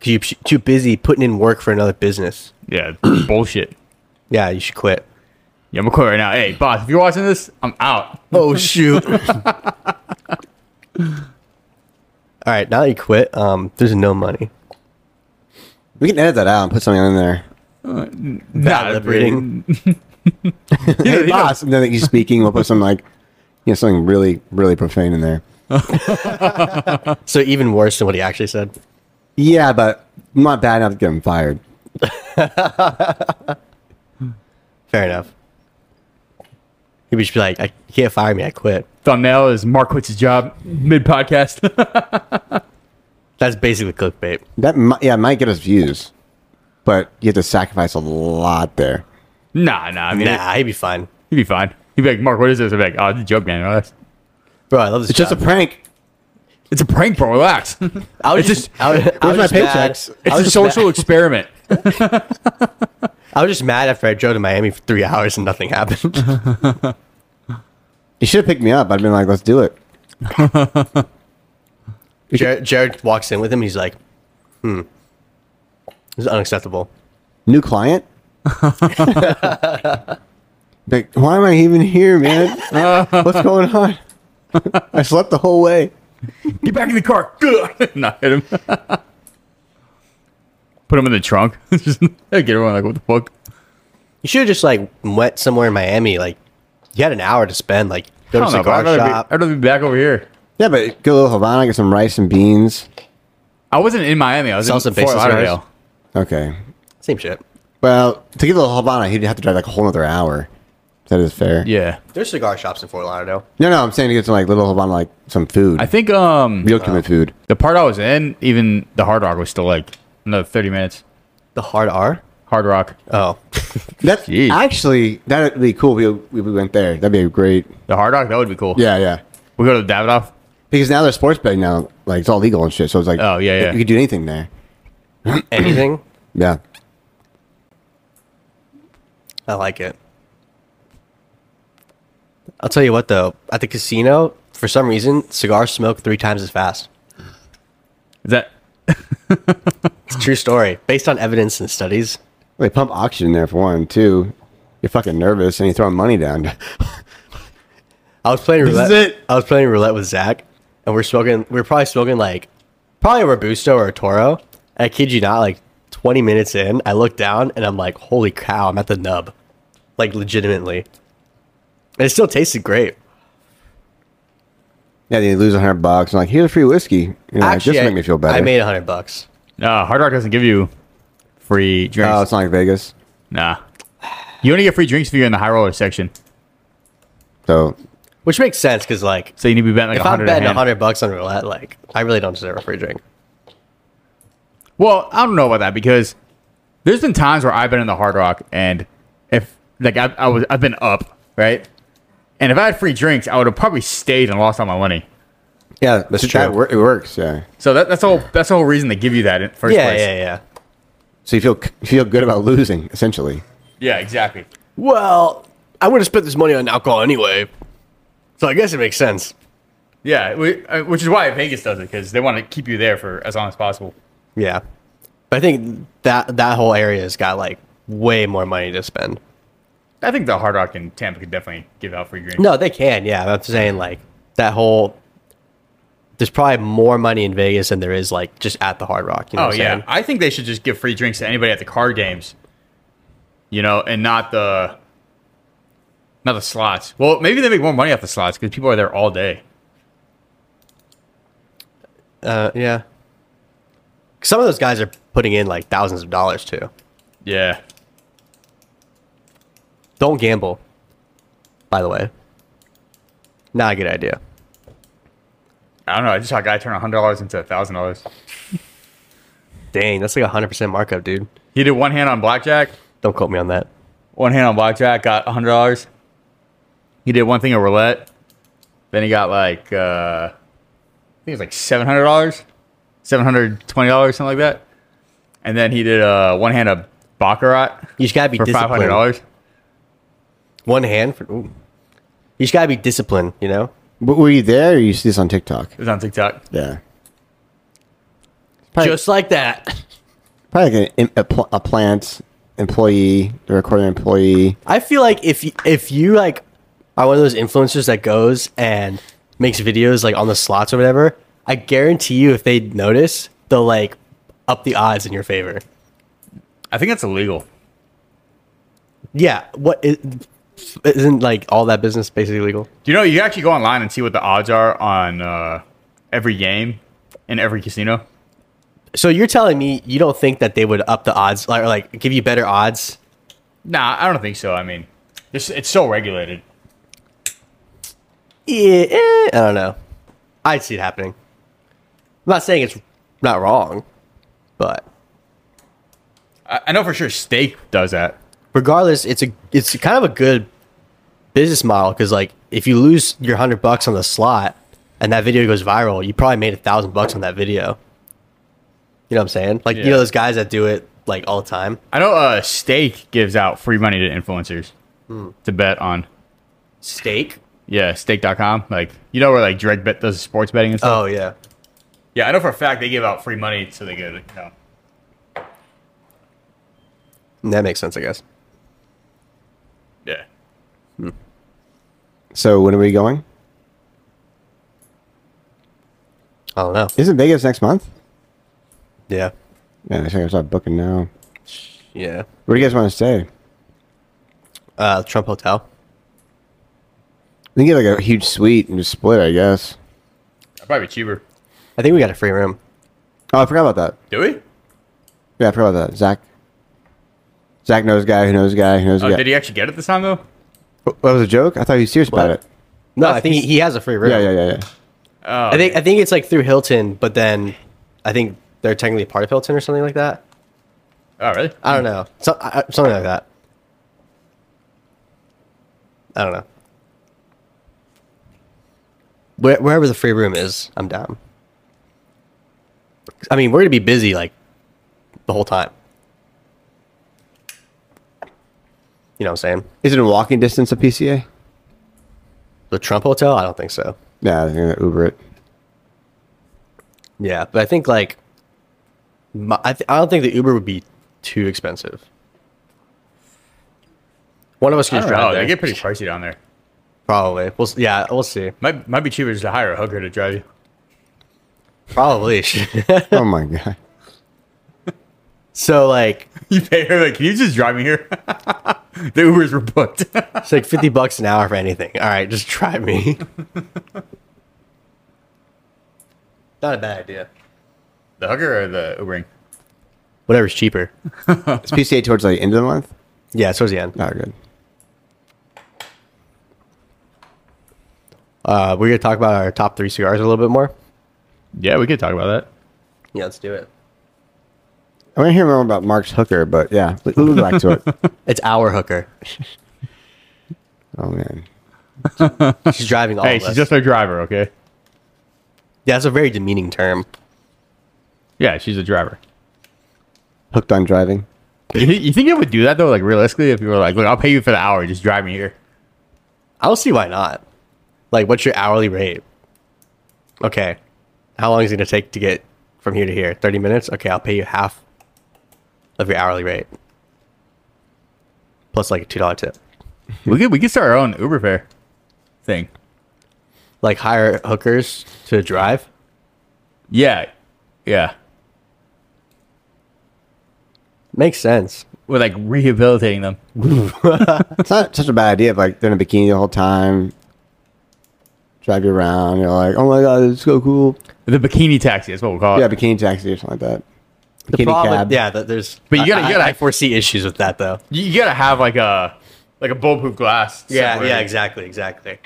[SPEAKER 5] 'Cause You're too busy putting in work for another business.
[SPEAKER 1] yeah, bullshit.
[SPEAKER 5] Yeah, you should quit.
[SPEAKER 1] Yeah, I'm gonna quit right now. Hey, boss, if you're watching this, I'm out.
[SPEAKER 5] Oh shoot! All right, now that you quit, um, there's no money.
[SPEAKER 2] we can edit that out and put something in there.
[SPEAKER 1] Not
[SPEAKER 5] liberating.
[SPEAKER 2] Hey, boss. And then he's speaking. We'll put something like, you know, something really, really profane in there.
[SPEAKER 5] So even worse than what he actually said.
[SPEAKER 2] Yeah, but not bad enough to get him fired.
[SPEAKER 5] Fair enough. He would just be like, "I you can't fire me. I quit."
[SPEAKER 1] Thumbnail is Mark quits his job mid podcast.
[SPEAKER 5] That's basically clickbait.
[SPEAKER 2] That might, yeah might get us views, but you have to sacrifice a lot there.
[SPEAKER 1] nah, nah. I mean,
[SPEAKER 5] Nah, he'd be fine,
[SPEAKER 1] he'd be fine. He'd be like, Mark, what is this? I'd be like, oh, it's a joke, man. Relax.
[SPEAKER 5] bro. I love this.
[SPEAKER 2] It's just a
[SPEAKER 5] job.
[SPEAKER 2] prank.
[SPEAKER 1] It's a prank, bro. Relax.
[SPEAKER 5] I was
[SPEAKER 1] it's
[SPEAKER 5] just,
[SPEAKER 1] just-
[SPEAKER 5] I was, I was
[SPEAKER 2] Where's my
[SPEAKER 5] just mad.
[SPEAKER 2] paychecks?
[SPEAKER 5] I
[SPEAKER 1] It's
[SPEAKER 5] was
[SPEAKER 1] a
[SPEAKER 5] just
[SPEAKER 1] social
[SPEAKER 5] mad-
[SPEAKER 1] experiment.
[SPEAKER 5] I was just mad after I drove to Miami for three hours and nothing happened.
[SPEAKER 2] You should have picked me up. I'd been like, let's do it.
[SPEAKER 5] Jared, Jared walks in with him. He's like, "Hmm, this is unacceptable."
[SPEAKER 2] New client. like, why am I even here, man? What's going on? I slept the whole way.
[SPEAKER 1] Get back in the car. nah, hit him. Put him in the trunk. just get everyone like, what the fuck?
[SPEAKER 5] You should have just like went somewhere in Miami. Like you had an hour to spend. Like go
[SPEAKER 1] I don't
[SPEAKER 5] to
[SPEAKER 1] know, but
[SPEAKER 5] cigar
[SPEAKER 1] I'd rather, be,
[SPEAKER 5] shop.
[SPEAKER 1] I'd rather be back over here.
[SPEAKER 2] Yeah, but go to little Havana, get some rice and beans.
[SPEAKER 1] I wasn't in Miami. I was
[SPEAKER 5] Salsa
[SPEAKER 1] in Fort
[SPEAKER 5] basis,
[SPEAKER 1] Lauderdale.
[SPEAKER 5] guys.
[SPEAKER 2] Okay.
[SPEAKER 5] Same shit.
[SPEAKER 2] Well, to get to little Havana, he'd have to drive like a whole other hour. That is fair.
[SPEAKER 1] Yeah,
[SPEAKER 5] There's cigar shops in Fort Lauderdale.
[SPEAKER 2] No, no, I'm saying to get some like little Havana, like some food,
[SPEAKER 1] I think um
[SPEAKER 2] real Cuban food.
[SPEAKER 1] the part I was in, even the Hard Rock was still like another thirty minutes.
[SPEAKER 5] The hard R.
[SPEAKER 1] Hard Rock,
[SPEAKER 5] Oh,
[SPEAKER 2] That's
[SPEAKER 1] Jeez.
[SPEAKER 2] actually that'd be cool. If we, we went there. That'd be a great.
[SPEAKER 1] the Hard Rock, that would be cool.
[SPEAKER 2] Yeah, yeah.
[SPEAKER 1] we go to the Davidoff.
[SPEAKER 2] Because now there's sports betting now, like it's all legal and shit. So it's like,
[SPEAKER 1] Oh, yeah, yeah.
[SPEAKER 2] you could do anything there.
[SPEAKER 5] anything.
[SPEAKER 2] Yeah,
[SPEAKER 5] I like it. I'll tell you what though. At the casino, for some reason, cigars smoke three times as fast.
[SPEAKER 1] Is that
[SPEAKER 5] It's a true story, based on evidence and studies.
[SPEAKER 2] they pump oxygen there for one, two. You're fucking nervous and you're throwing money down.
[SPEAKER 5] I was playing roulette.
[SPEAKER 2] is it.
[SPEAKER 5] I was playing roulette with Zach, and we're smoking. We are probably smoking like probably a robusto or a toro. And I kid you not, like twenty minutes in, I look down and I'm like, "Holy cow! I'm at the nub," like legitimately. And it still tasted great.
[SPEAKER 2] yeah, then you lose a hundred bucks. And like, here's a free whiskey. You know, like,
[SPEAKER 5] Actually,
[SPEAKER 2] just
[SPEAKER 5] I-
[SPEAKER 2] make me feel better.
[SPEAKER 5] I made a hundred bucks.
[SPEAKER 1] nah, Hard Rock doesn't give you free drinks?
[SPEAKER 2] oh, it's not like Vegas.
[SPEAKER 1] nah, you only get free drinks if you're in the high roller section.
[SPEAKER 2] So
[SPEAKER 5] Which makes sense because, like,
[SPEAKER 1] So you need to be betting like a
[SPEAKER 5] if I'm
[SPEAKER 1] hundred.
[SPEAKER 5] betting hundred bucks on roulette, like, I really don't deserve a free drink.
[SPEAKER 1] Well, I don't know about that because there's been times where I've been in the Hard Rock and if like I, I was I've been up right, and if I had free drinks, I would have probably stayed and lost all my money.
[SPEAKER 2] yeah, that's
[SPEAKER 5] true.
[SPEAKER 2] That, wor- it works. Yeah.
[SPEAKER 1] So that, that's all. That's the whole reason they give you that in first
[SPEAKER 5] yeah,
[SPEAKER 1] place.
[SPEAKER 5] yeah, yeah.
[SPEAKER 2] So you feel you feel good about losing essentially.
[SPEAKER 1] yeah, exactly.
[SPEAKER 5] Well, I would have spent this money on alcohol anyway, so I guess it makes sense.
[SPEAKER 1] Yeah, we, uh, which is why Vegas does it because they want to keep you there for as long as possible.
[SPEAKER 5] Yeah, but I think that that whole area's got like way more money to spend.
[SPEAKER 1] I think the Hard Rock in Tampa could definitely give out free drinks.
[SPEAKER 5] No, they can. Yeah, I'm saying like that whole. There's probably more money in Vegas than there is like just at the Hard Rock. You know
[SPEAKER 1] oh
[SPEAKER 5] what I'm
[SPEAKER 1] yeah,
[SPEAKER 5] saying?
[SPEAKER 1] I think they should just give free drinks to anybody at the card games. You know, and not the Not the slots. Well, maybe they make more money off the slots because people are there all day.
[SPEAKER 5] Uh, yeah. Some of those guys are putting in like thousands of dollars too.
[SPEAKER 1] Yeah.
[SPEAKER 5] Don't gamble. By the way, not a good idea.
[SPEAKER 1] I don't know. I just saw a guy turn hundred dollars into thousand dollars.
[SPEAKER 5] Dang, that's like a hundred percent markup, dude.
[SPEAKER 1] He did one hand on blackjack,
[SPEAKER 5] Don't quote me on that.
[SPEAKER 1] one hand on blackjack, got hundred dollars. He did one thing at roulette, then he got like uh, I think it was like seven hundred dollars, seven hundred twenty dollars, something like that. And then he did uh, one hand of baccarat
[SPEAKER 5] You just gotta be
[SPEAKER 1] for five hundred
[SPEAKER 5] disciplined.
[SPEAKER 1] dollars.
[SPEAKER 5] One hand for. Ooh. You just gotta be disciplined, you know.
[SPEAKER 2] But were you there or you see this on TikTok?
[SPEAKER 1] It was on TikTok.
[SPEAKER 2] Yeah. Probably,
[SPEAKER 5] Just like that.
[SPEAKER 2] probably like an, a, pl- a plant employee, the recording employee.
[SPEAKER 5] I feel like if you, if you like are one of those influencers that goes and makes videos like on the slots or whatever, I guarantee you if they notice, they'll like up the odds in your favor.
[SPEAKER 1] I think that's illegal.
[SPEAKER 5] Yeah, what is, isn't like all that business basically legal?
[SPEAKER 1] Do you know you can actually go online and see what the odds are on uh, every game in every casino?
[SPEAKER 5] So you're telling me you don't think that they would up the odds like, or like give you better odds?
[SPEAKER 1] Nah, I don't think so. I mean, it's, it's so regulated.
[SPEAKER 5] Yeah, eh, I don't know. I'd see it happening. I'm not saying it's not wrong, but
[SPEAKER 1] I, I know for sure Stake does that.
[SPEAKER 5] regardless, it's a it's kind of a good business model because like if you lose your hundred bucks on the slot and that video goes viral, you probably made a thousand bucks on that video. You know what I'm saying? Like you
[SPEAKER 1] Yeah.
[SPEAKER 5] know those guys that do it like all the time.
[SPEAKER 1] I know uh, Stake gives out free money to influencers to bet on.
[SPEAKER 5] Hmm. Stake.
[SPEAKER 1] Yeah, stake.com. Like, you know where like Dreg Bet does sports betting and stuff?
[SPEAKER 5] Oh yeah.
[SPEAKER 1] Yeah, I know for a fact they give out free money so they go to, you know.
[SPEAKER 5] That makes sense, I guess.
[SPEAKER 1] Yeah.
[SPEAKER 2] So when are we going?
[SPEAKER 5] I don't know.
[SPEAKER 2] Isn't Vegas next month?
[SPEAKER 5] Yeah.
[SPEAKER 2] Yeah, I think I start booking now.
[SPEAKER 5] Yeah.
[SPEAKER 2] Where do you guys want to stay?
[SPEAKER 5] Uh, Trump Hotel.
[SPEAKER 2] We can get like a huge suite and just split, I guess.
[SPEAKER 1] That'd probably be cheaper.
[SPEAKER 5] I think we got a free room.
[SPEAKER 2] Oh, I forgot about that.
[SPEAKER 1] Do we?
[SPEAKER 2] Yeah, I forgot about that. Zach. Zach knows guy who knows guy who knows
[SPEAKER 1] Oh,
[SPEAKER 2] guy.
[SPEAKER 1] Did he actually get it this time, though?
[SPEAKER 2] What was a joke? I thought he was serious about
[SPEAKER 5] What?
[SPEAKER 2] it.
[SPEAKER 5] No, I think he, he has a free room.
[SPEAKER 2] Yeah, yeah, yeah, yeah.
[SPEAKER 1] Oh,
[SPEAKER 5] I think I think it's like through Hilton, but then I think they're technically part of Hilton or something like that.
[SPEAKER 1] oh, really?
[SPEAKER 5] I don't know. So, I, I- something like that. I don't know. Where, wherever the free room is, I'm down. I mean, we're gonna be busy like the whole time. You know what I'm saying?
[SPEAKER 2] Is it in walking distance of PCA?
[SPEAKER 5] The Trump Hotel? I don't think so.
[SPEAKER 2] Yeah, they're gonna Uber it.
[SPEAKER 5] Yeah, but I think like my, I, th- I don't think the Uber would be too expensive. One of us
[SPEAKER 1] I
[SPEAKER 5] can
[SPEAKER 1] don't
[SPEAKER 5] just drive
[SPEAKER 1] know. Oh,
[SPEAKER 5] there.
[SPEAKER 1] They get pretty pricey down there.
[SPEAKER 5] Probably. We'll s- yeah, we'll see.
[SPEAKER 1] Might, might be cheaper just to hire a hooker to drive you.
[SPEAKER 5] Probably.
[SPEAKER 2] oh my god.
[SPEAKER 5] so like
[SPEAKER 1] You pay her like, can you just drive me here? the Ubers were booked.
[SPEAKER 5] it's like fifty bucks an hour for anything. All right, just try me. Not a bad idea.
[SPEAKER 1] the hooker or the Ubering?
[SPEAKER 5] Whatever's cheaper.
[SPEAKER 2] Is PCA towards like end of the month?
[SPEAKER 5] Yeah, towards the end.
[SPEAKER 2] Oh, good.
[SPEAKER 5] Uh, we're gonna talk about our top three cigars a little bit more.
[SPEAKER 1] Yeah, we could talk about that.
[SPEAKER 5] Yeah, let's do it.
[SPEAKER 2] I want to hear more about Mark's hooker, but yeah, we- we'll go back to it.
[SPEAKER 5] It's our hooker.
[SPEAKER 2] Oh man,
[SPEAKER 5] She's driving all
[SPEAKER 1] Hey,
[SPEAKER 5] of us.
[SPEAKER 1] she's just our driver, okay?
[SPEAKER 5] yeah, that's a very demeaning term.
[SPEAKER 1] Yeah, she's a driver.
[SPEAKER 2] hooked on driving.
[SPEAKER 1] You, thi- you think I would do that though? Like realistically, if you were like, "Look, I'll pay you for the hour, just drive me here."
[SPEAKER 5] I don't see why not. Like, what's your hourly rate? Okay. How long is it going to take to get from here to here? 30 minutes? Okay, I'll pay you half of your hourly rate. Plus, like, a $2 tip.
[SPEAKER 1] we could we could start our own Uber fare thing.
[SPEAKER 5] Like, hire hookers to drive.
[SPEAKER 1] Yeah, yeah.
[SPEAKER 5] Makes sense.
[SPEAKER 1] We're like rehabilitating them.
[SPEAKER 2] It's not such a bad idea. If, like they're in a bikini the whole time, drive you around. You're like, oh my god, it's so cool.
[SPEAKER 1] The bikini taxi. That's what we'll call it.
[SPEAKER 2] Yeah, bikini taxi or something like that. Bikini
[SPEAKER 5] Uh, The problem,
[SPEAKER 2] cab.
[SPEAKER 5] yeah, that there's.
[SPEAKER 1] But you gotta-
[SPEAKER 5] I,
[SPEAKER 1] you gotta-
[SPEAKER 5] I, I foresee issues with that though.
[SPEAKER 1] You, you gotta have like a like a bulletproof glass.
[SPEAKER 5] Yeah,
[SPEAKER 1] separator.
[SPEAKER 5] yeah, exactly, exactly.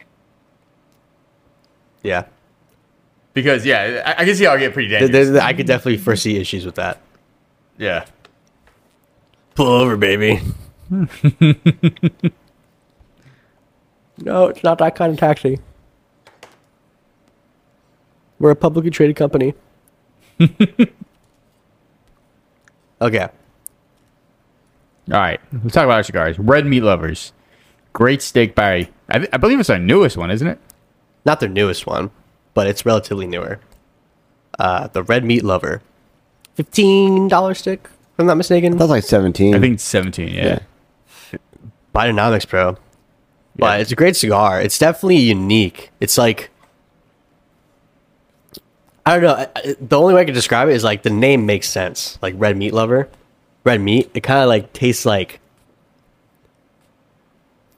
[SPEAKER 5] Yeah,
[SPEAKER 1] Because yeah, I, I can see how it get pretty
[SPEAKER 5] There-
[SPEAKER 1] dangerous.
[SPEAKER 5] there's, I could definitely foresee issues with that.
[SPEAKER 1] yeah.
[SPEAKER 5] Pull over, baby. no, it's not that kind of taxi. We're a publicly traded company. okay.
[SPEAKER 1] All right, let's talk about our cigars. Red Meat Lovers, great steak by. I, th- I believe it's our newest one, isn't it?
[SPEAKER 5] Not their newest one, but it's relatively newer. Uh, the Red Meat Lover. $15 stick, if I'm not mistaken.
[SPEAKER 2] That's like 17.
[SPEAKER 1] I think it's seventeen. Yeah.
[SPEAKER 2] Yeah.
[SPEAKER 5] Bidenomics, bro. But it's a great cigar. It's definitely unique. It's like I don't know. I- I- The only way I could describe it is like the name makes sense. Like red meat lover, red meat. It kind of like tastes like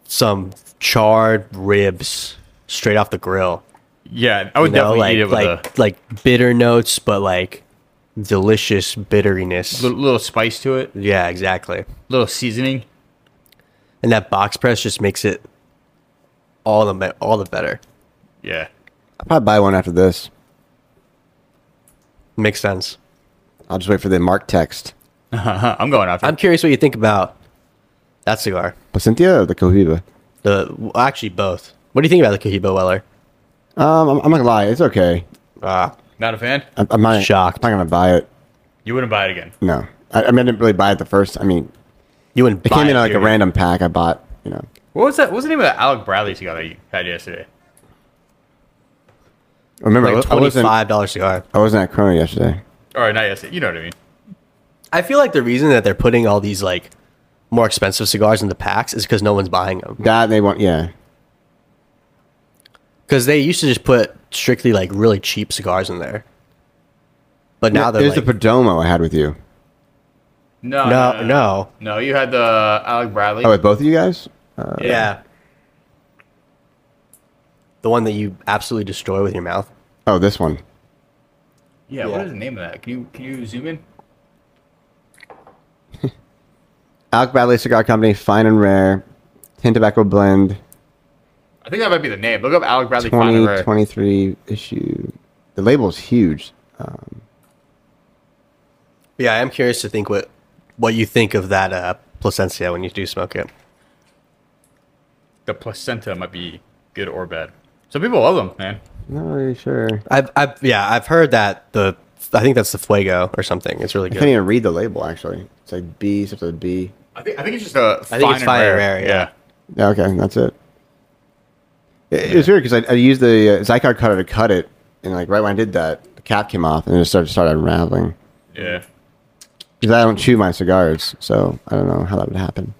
[SPEAKER 5] some charred ribs straight off the grill.
[SPEAKER 1] yeah, I would
[SPEAKER 5] You know,
[SPEAKER 1] definitely
[SPEAKER 5] like
[SPEAKER 1] eat it with
[SPEAKER 5] like
[SPEAKER 1] a
[SPEAKER 5] like bitter notes, but like delicious bitteriness.
[SPEAKER 1] little, little spice to it,
[SPEAKER 5] Yeah, exactly.
[SPEAKER 1] little seasoning.
[SPEAKER 5] And that box press just makes it all the me- all the better.
[SPEAKER 1] Yeah,
[SPEAKER 2] I'll probably buy one after this.
[SPEAKER 5] Makes sense.
[SPEAKER 2] I'll just wait for the mark text.
[SPEAKER 1] Uh, I'm going after.
[SPEAKER 5] I'm curious what you think about that cigar.
[SPEAKER 2] Placentia or the Cohiba?
[SPEAKER 5] The well, actually both. What do you think about the Cohiba Weller?
[SPEAKER 2] Um, I'm, I'm not gonna lie, it's okay.
[SPEAKER 5] Ah,
[SPEAKER 1] Not a fan.
[SPEAKER 2] I'm, I'm not
[SPEAKER 5] Shocked.
[SPEAKER 2] I'm not gonna buy it.
[SPEAKER 1] You wouldn't buy it again.
[SPEAKER 2] No, I, I, mean, I didn't really buy it the first. I mean,
[SPEAKER 5] you wouldn't
[SPEAKER 2] it
[SPEAKER 5] buy
[SPEAKER 2] came in
[SPEAKER 5] it,
[SPEAKER 2] like a
[SPEAKER 5] dude.
[SPEAKER 2] random pack I bought. You know,
[SPEAKER 1] What was that? What was the name of that Alec Bradley cigar that you had yesterday?
[SPEAKER 5] like
[SPEAKER 2] remember I wa- I
[SPEAKER 5] twenty
[SPEAKER 2] wasn't
[SPEAKER 5] five dollar cigar.
[SPEAKER 2] I wasn't at Corona yesterday.
[SPEAKER 1] Or not yesterday? You know what I mean?
[SPEAKER 5] I feel like the reason that they're putting all these like more expensive cigars in the packs is because no one's buying them.
[SPEAKER 2] That they want, yeah,
[SPEAKER 5] Because they used to just put strictly like really cheap cigars in there, but now they're
[SPEAKER 2] there's
[SPEAKER 5] like,
[SPEAKER 2] the Perdomo I had with you.
[SPEAKER 1] No,
[SPEAKER 5] no, no,
[SPEAKER 1] no. You had the Alec Bradley.
[SPEAKER 2] Oh, with both of you guys.
[SPEAKER 5] yeah. the one that you absolutely destroy with your mouth.
[SPEAKER 2] Oh, this one.
[SPEAKER 1] yeah.
[SPEAKER 5] yeah.
[SPEAKER 1] What is the name of that? Can you can you zoom in?
[SPEAKER 2] Alec Bradley Cigar Company, fine and rare, tin tobacco blend,
[SPEAKER 1] I think that might be the name. Look up Alec Bradley. Fine and Rare.
[SPEAKER 2] 2023 issue. The label's huge. Um,
[SPEAKER 5] Yeah, I am curious to think what what you think of that uh, Placencia when you do smoke it.
[SPEAKER 1] The placenta might be good or bad. Some people love them, man.
[SPEAKER 2] not really sure.
[SPEAKER 5] I've, I've yeah, I've heard that the I think that's the Fuego or something. It's really
[SPEAKER 2] I
[SPEAKER 5] good.
[SPEAKER 2] can't even read the label actually. It's like B, something with B.
[SPEAKER 1] I think I think it's just a fine,
[SPEAKER 5] it's
[SPEAKER 1] and
[SPEAKER 5] fine
[SPEAKER 1] rare.
[SPEAKER 5] and rare, yeah.
[SPEAKER 2] Yeah, okay, that's it. It, it was weird because I, I used the uh, Zycar cutter to cut it, and like right when I did that, the cap came off and it started started unraveling.
[SPEAKER 1] yeah, yeah,
[SPEAKER 2] Because I don't chew my cigars, so I don't know how that would happen.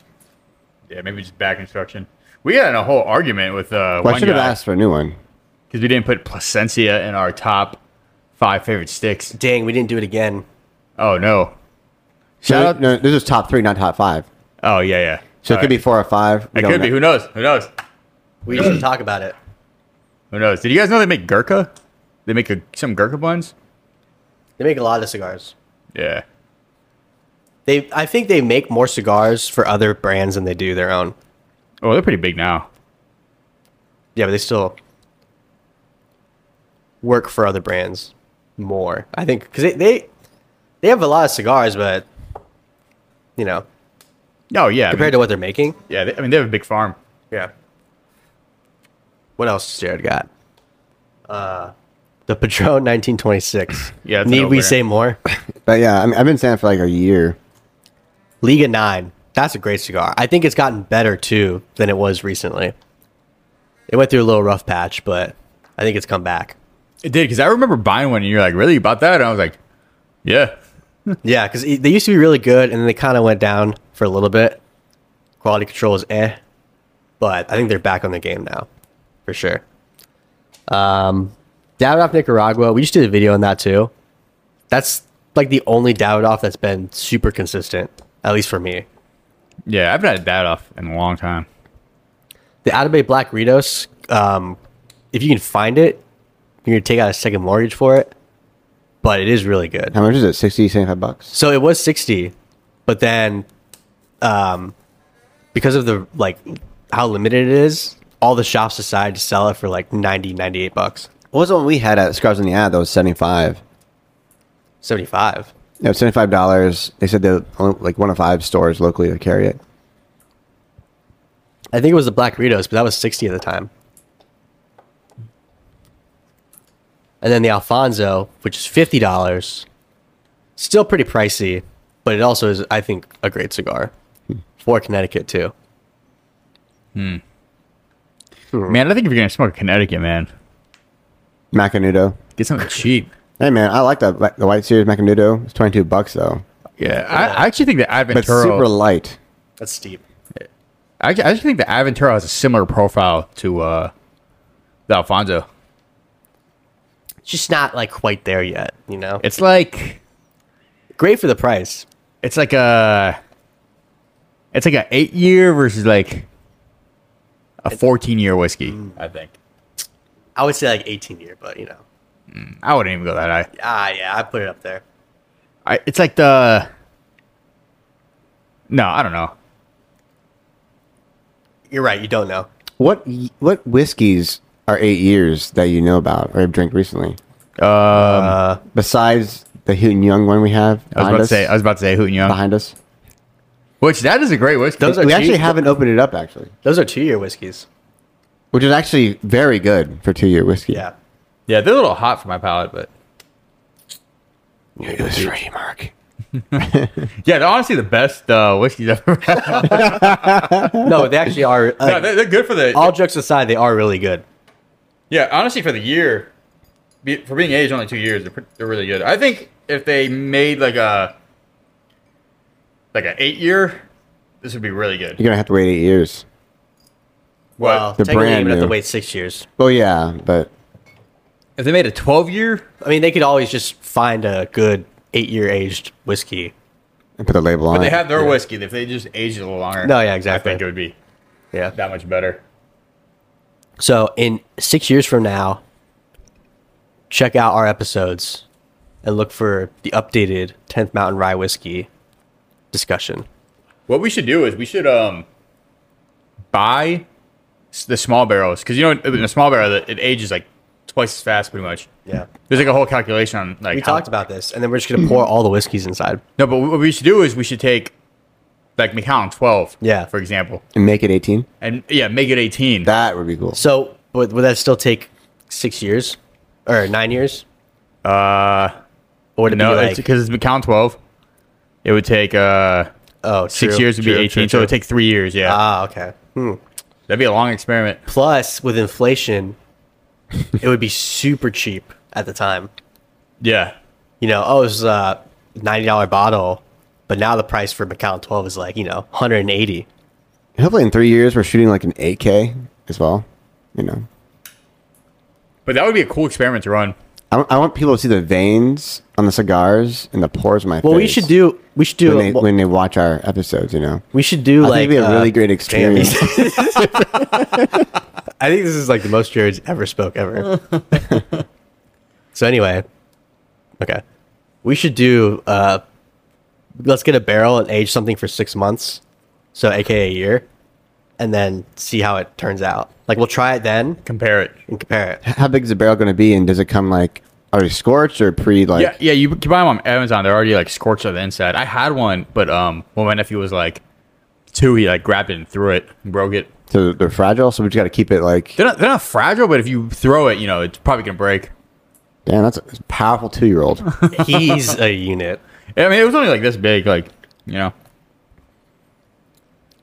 [SPEAKER 1] Yeah, Maybe just back instruction. We had a whole argument with uh,
[SPEAKER 2] Well, I
[SPEAKER 1] one
[SPEAKER 2] should have
[SPEAKER 1] guy
[SPEAKER 2] asked for a new one.
[SPEAKER 1] because we didn't put placencia in our top five favorite sticks.
[SPEAKER 5] Dang, we didn't do it again.
[SPEAKER 1] Oh no! Shout
[SPEAKER 2] No,
[SPEAKER 1] out.
[SPEAKER 2] no, this is top three, not top five.
[SPEAKER 1] Oh yeah, yeah.
[SPEAKER 2] So it could be four or five. We
[SPEAKER 1] It
[SPEAKER 2] don't
[SPEAKER 1] could be.
[SPEAKER 2] know.
[SPEAKER 1] Who knows? Who knows?
[SPEAKER 5] We didn't talk about it.
[SPEAKER 1] Who knows? Did you guys know they make Gurkha? They make a, some Gurkha buns.
[SPEAKER 5] They make a lot of cigars.
[SPEAKER 1] Yeah.
[SPEAKER 5] They I think they make more cigars for other brands than they do their own.
[SPEAKER 1] Oh, they're pretty big now.
[SPEAKER 5] Yeah, but they still work for other brands more. I think because they, they they have a lot of cigars, but you know
[SPEAKER 1] Oh yeah. I
[SPEAKER 5] compared
[SPEAKER 1] mean,
[SPEAKER 5] to what they're making,
[SPEAKER 1] yeah, they, I mean they have a big farm.
[SPEAKER 5] Yeah. What else has Jared got? Uh, the Patron 1926.
[SPEAKER 1] Yeah, that's a
[SPEAKER 5] Need we
[SPEAKER 1] no-brainer.
[SPEAKER 5] say more?
[SPEAKER 2] But yeah, I mean, I've been saying it for like a year.
[SPEAKER 5] Liga 9. That's a great cigar. I think it's gotten better too than it was recently. It went through a little rough patch, but I think it's come back.
[SPEAKER 1] It did because I remember buying one and you're like, really? You bought that? And I was like, yeah.
[SPEAKER 5] Yeah, because they used to be really good and then they kind of went down for a little bit. Quality control is eh, but I think they're back on the game now for sure. Um, Davidoff Nicaragua, we just did a video on that too. That's like the only Davidoff that's been super consistent. at least for me.
[SPEAKER 1] Yeah, I've not had that off in a long time.
[SPEAKER 5] The Atabey Black Ritos, um, if you can find it, you're gonna take out a second mortgage for it, but it is really good.
[SPEAKER 2] How much is it? 60, 75 bucks?
[SPEAKER 5] So it was 60, but then um because of the like how limited it is, all the shops decided to sell it for like 90, 98 bucks.
[SPEAKER 2] What was the one we had at Scrubs in the Ad that was 75
[SPEAKER 5] 75.
[SPEAKER 2] Yeah, seventy-five dollars. They said that only like one of five stores locally would carry it.
[SPEAKER 5] I think it was the Black Ritos, but that was 60 at the time. And then the Alfonso, which is $50, still pretty pricey, but it also is, I think, a great cigar for Connecticut, too.
[SPEAKER 1] Man, I think if you're gonna smoke Connecticut, man,
[SPEAKER 2] Macanudo.
[SPEAKER 1] get something cheap.
[SPEAKER 2] Hey man, I like that the White Series Macanudo. It's twenty-two bucks though,
[SPEAKER 1] Yeah, I, I actually think that
[SPEAKER 2] but it's super
[SPEAKER 1] Aventuro.
[SPEAKER 2] light.
[SPEAKER 5] That's steep.
[SPEAKER 1] I, actu- I actually think that Aventuro has a similar profile to uh, the Alfonso.
[SPEAKER 5] It's just not like quite there yet, you know?
[SPEAKER 1] It's like
[SPEAKER 5] great for the price.
[SPEAKER 1] it's like a it's like an eight year versus like a fourteen year whiskey.
[SPEAKER 2] Mm.
[SPEAKER 1] I think
[SPEAKER 5] I would say like 18 year, but you know.
[SPEAKER 1] I wouldn't even go that high.
[SPEAKER 5] Ah, yeah, I put it up there.
[SPEAKER 1] I, it's like the no, I don't know.
[SPEAKER 5] You're right, you don't know.
[SPEAKER 2] What y- what whiskeys are eight years that you know about or have drank recently? Um,
[SPEAKER 5] Uh,
[SPEAKER 2] Besides the Houghton Young one we have
[SPEAKER 1] I was
[SPEAKER 2] behind
[SPEAKER 1] about to
[SPEAKER 2] us-
[SPEAKER 1] say uh, I was about to say Hooten Young,
[SPEAKER 2] behind us.
[SPEAKER 1] which that is a great whiskey.
[SPEAKER 5] Those are
[SPEAKER 2] we
[SPEAKER 5] cheap.
[SPEAKER 2] actually haven't opened it up actually,
[SPEAKER 5] Those are two year whiskeys.
[SPEAKER 2] which is actually very good for two-year whiskey.
[SPEAKER 5] Yeah.
[SPEAKER 1] yeah, they're a little hot for my palate, but
[SPEAKER 2] it was free, Mark.
[SPEAKER 1] yeah, they're honestly the best uh, whiskeys I've ever had.
[SPEAKER 5] No, they actually are.
[SPEAKER 1] No,
[SPEAKER 5] Like,
[SPEAKER 1] they're, they're good for the
[SPEAKER 5] all jokes aside, they are really good.
[SPEAKER 1] Yeah, honestly, for the year, be, for being aged only two years, they're, pre- they're really good. I think if they made like a like an eight year, this would be really good.
[SPEAKER 2] You're gonna have to wait eight years.
[SPEAKER 5] Well,
[SPEAKER 1] Well,
[SPEAKER 2] They're
[SPEAKER 5] technically, you
[SPEAKER 2] brand
[SPEAKER 5] would have to
[SPEAKER 2] new.
[SPEAKER 5] wait six years.
[SPEAKER 2] Well, yeah, but
[SPEAKER 1] if they made a twelve year,
[SPEAKER 5] I mean, they could always just find a good eight year aged whiskey.
[SPEAKER 2] and put the label on.
[SPEAKER 1] but they
[SPEAKER 2] it.
[SPEAKER 1] have their whiskey. If they just aged it a little longer,
[SPEAKER 5] No, yeah, exactly.
[SPEAKER 1] I think it would be
[SPEAKER 5] Yeah.
[SPEAKER 1] that much better.
[SPEAKER 5] So, in six years from now, check out our episodes and look for the updated 10th Mountain Rye Whiskey discussion.
[SPEAKER 1] What we should do is we should um buy s- the small barrels because you know in a small barrel it it ages like twice as fast, pretty much.
[SPEAKER 5] Yeah.
[SPEAKER 1] There's like a whole calculation on like
[SPEAKER 5] We
[SPEAKER 1] how-
[SPEAKER 5] talked about this, and then we're just going to pour all the whiskeys inside.
[SPEAKER 1] No, but what we should do is we should take like McAllen 12,
[SPEAKER 5] Yeah.
[SPEAKER 1] for example,
[SPEAKER 2] and make it eighteen.
[SPEAKER 1] and yeah, make it 18.
[SPEAKER 2] That would be cool.
[SPEAKER 5] So, would, would that still take six years or nine years?
[SPEAKER 1] uh,
[SPEAKER 5] Or would it
[SPEAKER 1] no,
[SPEAKER 5] be
[SPEAKER 1] it's
[SPEAKER 5] like,
[SPEAKER 1] because it's McAllen 12. It would take uh
[SPEAKER 5] oh,
[SPEAKER 1] six
[SPEAKER 5] true,
[SPEAKER 1] years would be
[SPEAKER 5] true,
[SPEAKER 1] 18,
[SPEAKER 5] true,
[SPEAKER 1] so it would
[SPEAKER 5] true.
[SPEAKER 1] take three years. Yeah,
[SPEAKER 5] Ah, okay. Hmm.
[SPEAKER 1] that'd be a long experiment.
[SPEAKER 5] Plus, with inflation, it would be super cheap at the time.
[SPEAKER 1] Yeah,
[SPEAKER 5] You know, oh, it was a ninety dollar bottle, but now the price for Macallan Twelve is like you know one hundred and eighty.
[SPEAKER 2] Hopefully, in three years, we're shooting like an 8K as well. You know,
[SPEAKER 1] but that would be a cool experiment to run.
[SPEAKER 2] I, want- I want people to see the veins on the cigars and the pores of my face.
[SPEAKER 5] Well, we should do we should do
[SPEAKER 2] when they,
[SPEAKER 5] well,
[SPEAKER 2] when they watch our episodes. You know,
[SPEAKER 5] we should do
[SPEAKER 2] I
[SPEAKER 5] like
[SPEAKER 2] think it'd be a
[SPEAKER 5] uh,
[SPEAKER 2] really great experience.
[SPEAKER 5] I think this is like the most Jared's ever spoke ever. so anyway, okay, we should do. uh Let's get a barrel and age something for six months, so AKA a year, and then see how it turns out. Like we'll try it then
[SPEAKER 1] Compare it.
[SPEAKER 5] and compare it.
[SPEAKER 2] How big is the barrel going to be, and does it come like already scorched or pre like?
[SPEAKER 1] yeah, yeah, you can buy them on Amazon. They're already like scorched on the inside. I had one, but um, when my nephew was like two, he like grabbed it and threw it and broke it.
[SPEAKER 2] So they're fragile, so we just got to keep it like.
[SPEAKER 1] They're not, they're not fragile, but if you throw it, you know, it's probably gonna break.
[SPEAKER 2] Damn, that's a that's a powerful two-year-old.
[SPEAKER 5] He's a unit.
[SPEAKER 1] I mean, it was only like this big, like you know.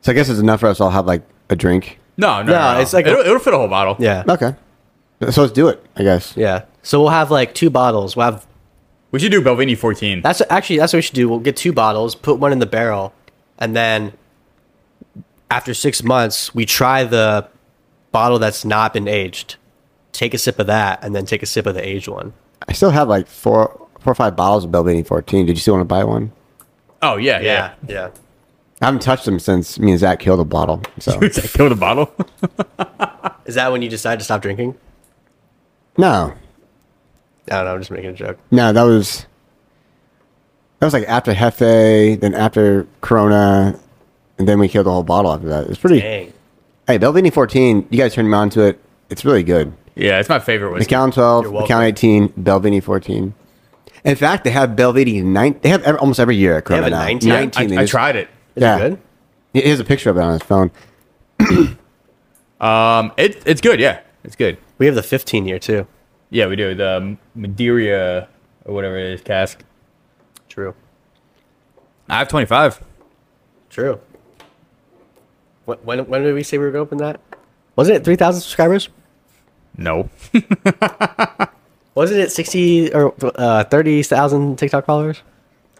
[SPEAKER 2] so I guess it's enough for us all to have like a drink.
[SPEAKER 1] No, no,
[SPEAKER 5] No, it's like
[SPEAKER 1] it'll,
[SPEAKER 5] a-
[SPEAKER 1] it'll fit a whole bottle.
[SPEAKER 5] Yeah.
[SPEAKER 2] Okay, so let's do it. I guess.
[SPEAKER 5] Yeah. So we'll have like two bottles. We'll have
[SPEAKER 1] we should do Belvini fourteen.
[SPEAKER 5] that's actually that's what we should do. We'll get two bottles, put one in the barrel, and then after six months, we try the bottle that's not been aged. Take a sip of that, and then take a sip of the aged one.
[SPEAKER 2] I still have like four, four or five bottles of Belvedere 14. Did you still want to buy one?
[SPEAKER 1] oh yeah, yeah,
[SPEAKER 5] yeah.
[SPEAKER 2] I haven't touched them since me and Zach killed a bottle. So
[SPEAKER 1] Dude, I killed a bottle.
[SPEAKER 5] Is that when you decide to stop drinking?
[SPEAKER 2] no,
[SPEAKER 5] I don't know. I'm just making a joke.
[SPEAKER 2] no, that was that was like after Hefe, then after Corona, and then we killed a whole bottle after that. It's pretty.
[SPEAKER 5] Dang.
[SPEAKER 2] Hey, Belvini 14, you guys turned me on to it. It's really good.
[SPEAKER 1] yeah, it's my favorite whiskey.
[SPEAKER 2] McAllen 12,
[SPEAKER 5] You're welcome.
[SPEAKER 2] McAllen 18, Belvini 14. In fact, they have Belvini 9. They have ev- almost every year at
[SPEAKER 5] They have
[SPEAKER 2] Corona
[SPEAKER 5] a
[SPEAKER 2] now.
[SPEAKER 5] 19?
[SPEAKER 2] 19.
[SPEAKER 5] Yeah,
[SPEAKER 1] I,
[SPEAKER 2] they
[SPEAKER 1] I
[SPEAKER 2] just-
[SPEAKER 1] tried it.
[SPEAKER 5] Is
[SPEAKER 2] Yeah.
[SPEAKER 5] it good?
[SPEAKER 2] He has a picture of it on his phone.
[SPEAKER 1] Um, it, it's good. Yeah, it's good.
[SPEAKER 5] We have the 15 year too.
[SPEAKER 1] Yeah, we do the Madeira or whatever it is cask.
[SPEAKER 5] True.
[SPEAKER 1] I have twenty five.
[SPEAKER 5] True. When, when, when did we say we were going to open that? Wasn't it 3,000 subscribers?
[SPEAKER 1] No,
[SPEAKER 5] Wasn't it 60 or uh, 30,000 TikTok followers?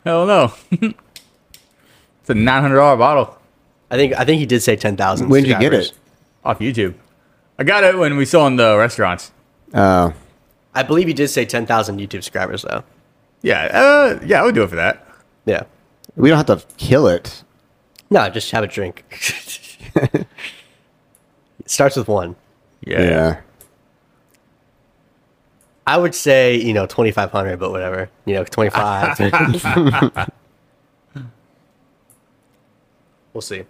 [SPEAKER 1] hell no. it's a nine hundred dollar bottle
[SPEAKER 5] I think I think he did say 10,000.
[SPEAKER 2] When did you get it?
[SPEAKER 5] subscribers.
[SPEAKER 1] off YouTube. I got it when we saw in the restaurants.
[SPEAKER 2] Uh,
[SPEAKER 5] I believe he did say 10,000 YouTube subscribers though.
[SPEAKER 1] Yeah, uh, yeah, I would do it for that.
[SPEAKER 5] Yeah.
[SPEAKER 2] we don't have to kill it.
[SPEAKER 5] No, just have a drink. it starts with one.
[SPEAKER 1] Yeah,
[SPEAKER 5] I would say, you know, 2,500, but whatever. You know, 25. we'll see.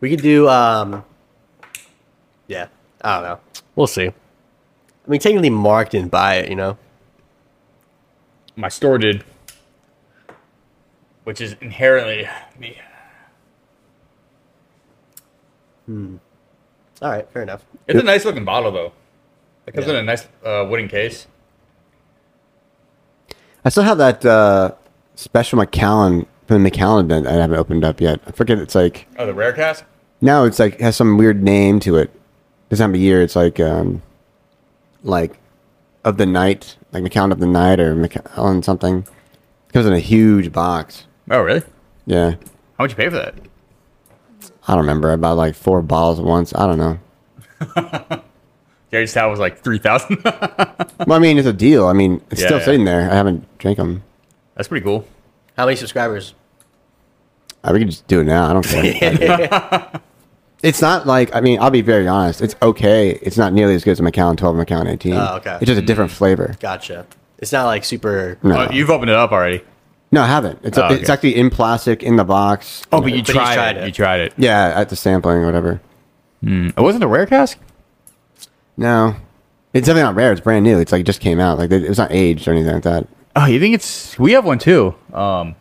[SPEAKER 5] We could do, um, yeah, I don't know. We'll see. I mean, technically, Mark didn't buy it, you know?
[SPEAKER 1] my store did, which is inherently me.
[SPEAKER 5] All right, fair enough.
[SPEAKER 1] It's a nice looking bottle though. It comes
[SPEAKER 5] Yeah.
[SPEAKER 1] in a nice uh, wooden case.
[SPEAKER 2] I still have that uh, special McAllen from the McAllen event I haven't opened up yet. I forget it's like
[SPEAKER 1] Oh, the rare cask.
[SPEAKER 2] now it's like has some weird name to it. This time of year it's like um, like of the night, like McAllen of the night or McAllen something. It comes in a huge box.
[SPEAKER 1] Oh, really?
[SPEAKER 2] Yeah.
[SPEAKER 1] How much you pay for that?
[SPEAKER 2] I don't remember. I bought like four bottles at once. I don't know.
[SPEAKER 1] Gary's towel was like three thousand.
[SPEAKER 2] Well, I mean, it's a deal. I mean, it's
[SPEAKER 1] Yeah,
[SPEAKER 2] still
[SPEAKER 1] yeah.
[SPEAKER 2] sitting there. I haven't drank them.
[SPEAKER 1] That's pretty cool.
[SPEAKER 5] How many subscribers?
[SPEAKER 2] I, Uh, we can just do it now. I don't care. it's not like I mean, I'll be very honest. It's okay. It's not nearly as good as a Macallan 12 and Macallan 18.
[SPEAKER 5] Oh, okay.
[SPEAKER 2] It's just a different flavor.
[SPEAKER 5] Gotcha. It's not like super.
[SPEAKER 2] No,
[SPEAKER 1] Mm. Oh, you've opened it up already.
[SPEAKER 2] no, I haven't. It's
[SPEAKER 1] Oh,
[SPEAKER 2] it's
[SPEAKER 1] okay.
[SPEAKER 2] actually in plastic in the box.
[SPEAKER 1] Oh, but you
[SPEAKER 5] But you
[SPEAKER 1] tried,
[SPEAKER 5] tried
[SPEAKER 1] it.
[SPEAKER 5] it.
[SPEAKER 1] You tried it.
[SPEAKER 2] Yeah, at the sampling or whatever.
[SPEAKER 1] It wasn't a rare cask.
[SPEAKER 2] No, it's definitely not rare. It's brand new. It's like it just came out. Like it was not aged or anything like that.
[SPEAKER 1] Oh, you think it's? We have one too. Um,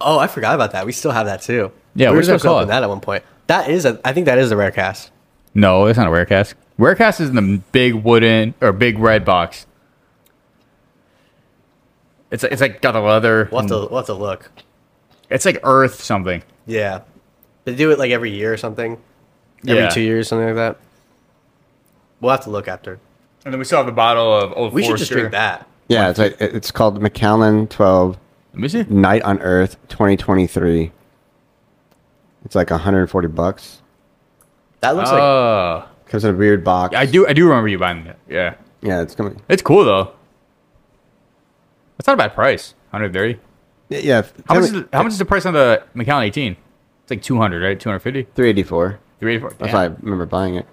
[SPEAKER 5] Oh, I forgot about that. We still have that too.
[SPEAKER 1] Yeah,
[SPEAKER 5] we
[SPEAKER 1] what
[SPEAKER 5] were
[SPEAKER 1] is that
[SPEAKER 5] supposed to open
[SPEAKER 1] called?
[SPEAKER 5] that at one point. That is, a, I think that is the rare cast.
[SPEAKER 1] no, it's not a rare cask. Rare cask is in the big wooden or big red box. It's it's like got the leather.
[SPEAKER 5] We'll have to, we'll have to look.
[SPEAKER 1] It's like earth something.
[SPEAKER 5] Yeah. They do it like every year or something. Every
[SPEAKER 1] Yeah.
[SPEAKER 5] two years, something like that. We'll have to look after.
[SPEAKER 1] And then we still have the bottle of Old
[SPEAKER 5] We should just drink that.
[SPEAKER 2] Yeah, it's like it's called Macallan 12
[SPEAKER 1] Let me see.
[SPEAKER 2] Night on Earth 2023. It's like 140 bucks.
[SPEAKER 5] That looks like
[SPEAKER 1] Uh,
[SPEAKER 2] Comes in a weird box.
[SPEAKER 1] I do I do remember you buying it. Yeah,
[SPEAKER 2] Yeah, it's coming.
[SPEAKER 1] it's cool though. That's not a bad price. Hundred thirty.
[SPEAKER 2] Yeah, Yeah.
[SPEAKER 1] How much? Is
[SPEAKER 2] coming-
[SPEAKER 1] the, how much is the price on the McAllen 18? It's like 200, right? 250,
[SPEAKER 2] 384.
[SPEAKER 1] 384.
[SPEAKER 2] That's why I remember buying it.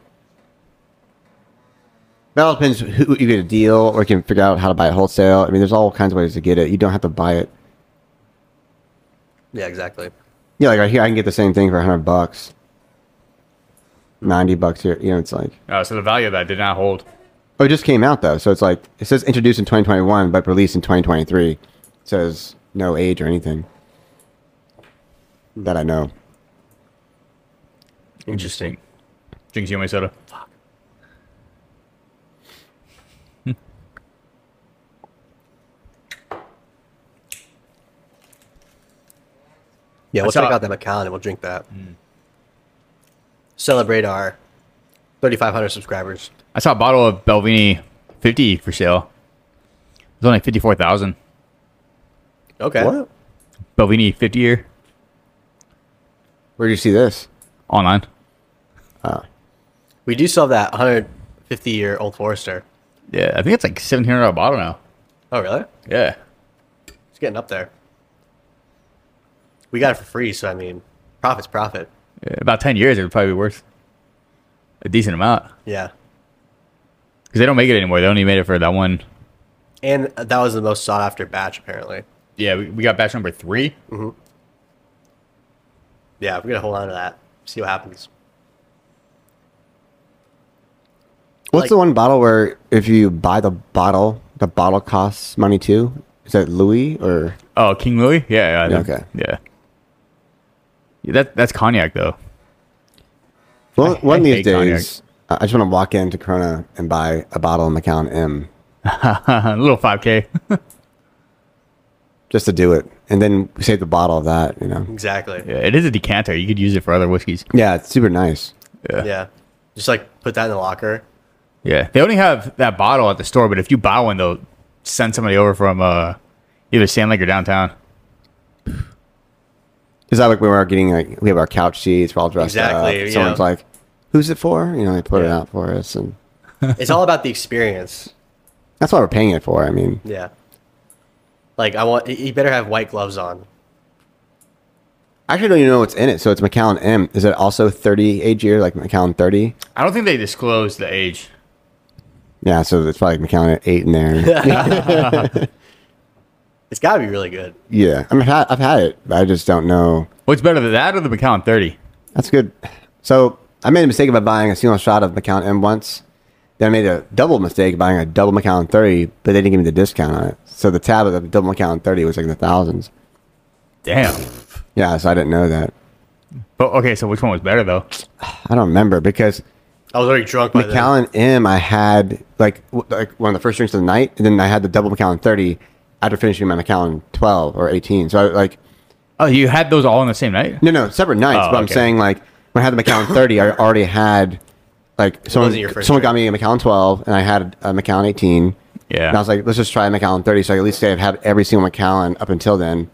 [SPEAKER 2] That all depends who you get a deal, or you can figure out how to buy it wholesale. I mean, there's all kinds of ways to get it. You don't have to buy it.
[SPEAKER 5] yeah, exactly.
[SPEAKER 2] Yeah, like right here, I can get the same thing for 100 bucks, 90 bucks here. You know, it's like
[SPEAKER 1] Damn. Oh, so the value of that did not hold.
[SPEAKER 2] oh, it just came out though, so it's like it says introduced in 2021, but released in 2023. It says no age or anything that I know.
[SPEAKER 1] Interesting. Drinks you my soda. Fuck.
[SPEAKER 5] Yeah, we'll
[SPEAKER 1] saw- Hmm.
[SPEAKER 5] check out that McAllen and we'll drink that. Celebrate our 3,500 subscribers.
[SPEAKER 1] I saw a bottle of Belvini 50 for sale. It's only 54,000.
[SPEAKER 5] Okay.
[SPEAKER 2] What?
[SPEAKER 1] Belvini 50 year
[SPEAKER 2] Where do you see this?
[SPEAKER 1] online.
[SPEAKER 5] We do still have that 150 year old Forester.
[SPEAKER 1] Yeah, I think it's like 1700 dollar bottle now.
[SPEAKER 5] Oh, really?
[SPEAKER 1] Yeah.
[SPEAKER 5] It's getting up there. We got it for free, so I mean, profit's profit.
[SPEAKER 1] Uh, About ten years, it would probably be worth a decent amount
[SPEAKER 5] Yeah.
[SPEAKER 1] because they don't make it anymore. They only made it for that one.
[SPEAKER 5] And that was the most sought after batch, apparently.
[SPEAKER 1] Yeah, we, we got batch number three.
[SPEAKER 5] Yeah, we're gonna hold on to that. See what happens.
[SPEAKER 2] What's
[SPEAKER 5] Like-
[SPEAKER 2] the one bottle where if you buy the bottle, the bottle costs money too? Is that Louis or
[SPEAKER 1] Oh, King Louis. Yeah. yeah I
[SPEAKER 2] Yeah,
[SPEAKER 1] think-
[SPEAKER 2] okay.
[SPEAKER 1] Yeah. yeah. That that's cognac though.
[SPEAKER 2] Well, one of
[SPEAKER 1] I
[SPEAKER 2] these
[SPEAKER 1] hate cognac.
[SPEAKER 2] days, I I just want to walk into Corona and buy a bottle of Macallan M
[SPEAKER 1] Uh-huh, a little five k.
[SPEAKER 2] just to do it, and then save the bottle of that. You know,
[SPEAKER 5] Exactly.
[SPEAKER 1] Yeah, it is a decanter. You could use it for other whiskeys.
[SPEAKER 2] yeah, it's super nice.
[SPEAKER 5] Yeah. Just like put that in the locker.
[SPEAKER 1] Yeah, they only have that bottle at the store, but if you buy one, they'll send somebody over from uh, either Sand Lake or downtown.
[SPEAKER 2] Is that like when we're getting like we have our couch seats, we're all dressed
[SPEAKER 5] Exactly,
[SPEAKER 2] up.
[SPEAKER 5] yeah.
[SPEAKER 2] Someone's like, "Who's it for?" You know, they put it
[SPEAKER 5] Yeah.
[SPEAKER 2] out for us, and
[SPEAKER 5] It's all about the experience.
[SPEAKER 2] that's what we're paying it for. I mean,
[SPEAKER 5] Yeah. Like I want you better have white gloves on.
[SPEAKER 2] I actually don't even know what's in it. So it's Macallan M. Is it also thirty age year, like Macallan thirty?
[SPEAKER 1] I don't think they disclose the age.
[SPEAKER 2] Yeah, so it's probably Macallan eight in there.
[SPEAKER 5] It's gotta be really good.
[SPEAKER 2] yeah, I mean, I've had- I've had it, but I just don't know.
[SPEAKER 1] What's better, that or the McAllen Thirty?
[SPEAKER 2] That's good. So I made a mistake about buying a single shot of McCown M once. Then I made a double mistake buying a double McCown 30, but they didn't give me the discount on it. So the tab of the double McCown 30 was like in the thousands.
[SPEAKER 1] Damn.
[SPEAKER 2] Yeah, so I didn't know that.
[SPEAKER 1] But okay, so which one was better though?
[SPEAKER 2] I don't remember because
[SPEAKER 5] I was already drunk by then.
[SPEAKER 2] McAllen M, I had like w- like one of the first drinks of the night, and then I had the double McAllen 30 after finishing my McAllen 12 or 18. So I like
[SPEAKER 1] Oh, you had those all on the same night?
[SPEAKER 2] No, no, separate nights.
[SPEAKER 1] Oh,
[SPEAKER 2] but I'm
[SPEAKER 1] okay.
[SPEAKER 2] saying like when I had the McAllen 30, I already had like someone
[SPEAKER 5] your first
[SPEAKER 2] someone got me a McAllen 12, and I had a McAllen 18.
[SPEAKER 1] Yeah.
[SPEAKER 2] and I was like, let's just try a McAllen 30, so I at least I've had every single McAllen up until then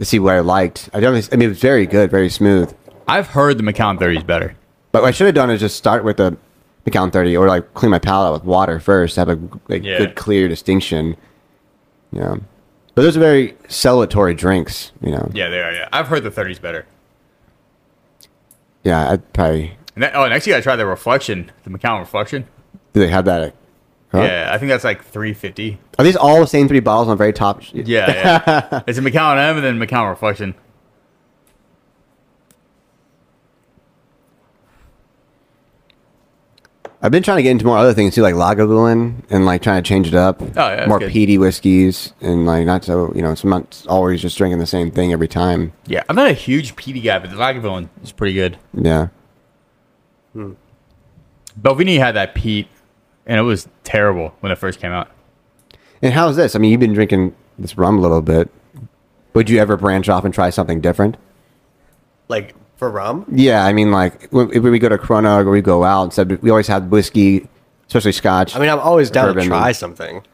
[SPEAKER 2] to see what I liked. I don't. I mean, it was very good, very smooth.
[SPEAKER 1] I've heard the McAllen Thirty is better.
[SPEAKER 2] But what I should have done is just start with the McAllen 30, or like clean my palate with water first, have a like,
[SPEAKER 1] Yeah.
[SPEAKER 2] good clear distinction. Yeah, but those are very celebratory drinks. You know.
[SPEAKER 1] Yeah, they are. Yeah, I've heard the Thirty's better.
[SPEAKER 2] Yeah, I'd probably.
[SPEAKER 1] And that, oh, next you gotta try the Reflection, the McAllen Reflection.
[SPEAKER 2] Do they have that? At, huh?
[SPEAKER 1] Yeah, I think that's like three fifty.
[SPEAKER 2] Are these all the same three bottles on the very top?
[SPEAKER 1] Yeah, yeah. it's a McAllen M and then McAllen Reflection.
[SPEAKER 2] I've been trying to get into more other things too, like Lagavulin, and like trying to change it up. Oh
[SPEAKER 1] yeah, that's
[SPEAKER 2] more
[SPEAKER 1] good.
[SPEAKER 2] peaty whiskeys, and like not so you know, it's not always just drinking the same thing every time.
[SPEAKER 1] Yeah, I'm not a huge PD guy, but the Lagavulin is pretty good.
[SPEAKER 2] Yeah,
[SPEAKER 1] Belvini had that peat, and it was terrible when it first came out.
[SPEAKER 2] and how's this? I mean, you've been drinking this rum a little bit. Would you ever branch off and try something different?
[SPEAKER 5] Like for rum?
[SPEAKER 2] Yeah, I mean, like when, if we go to Corona or we go out, instead we always have whiskey, especially Scotch.
[SPEAKER 5] I mean I'm always down
[SPEAKER 2] Bourbon.
[SPEAKER 5] to try something.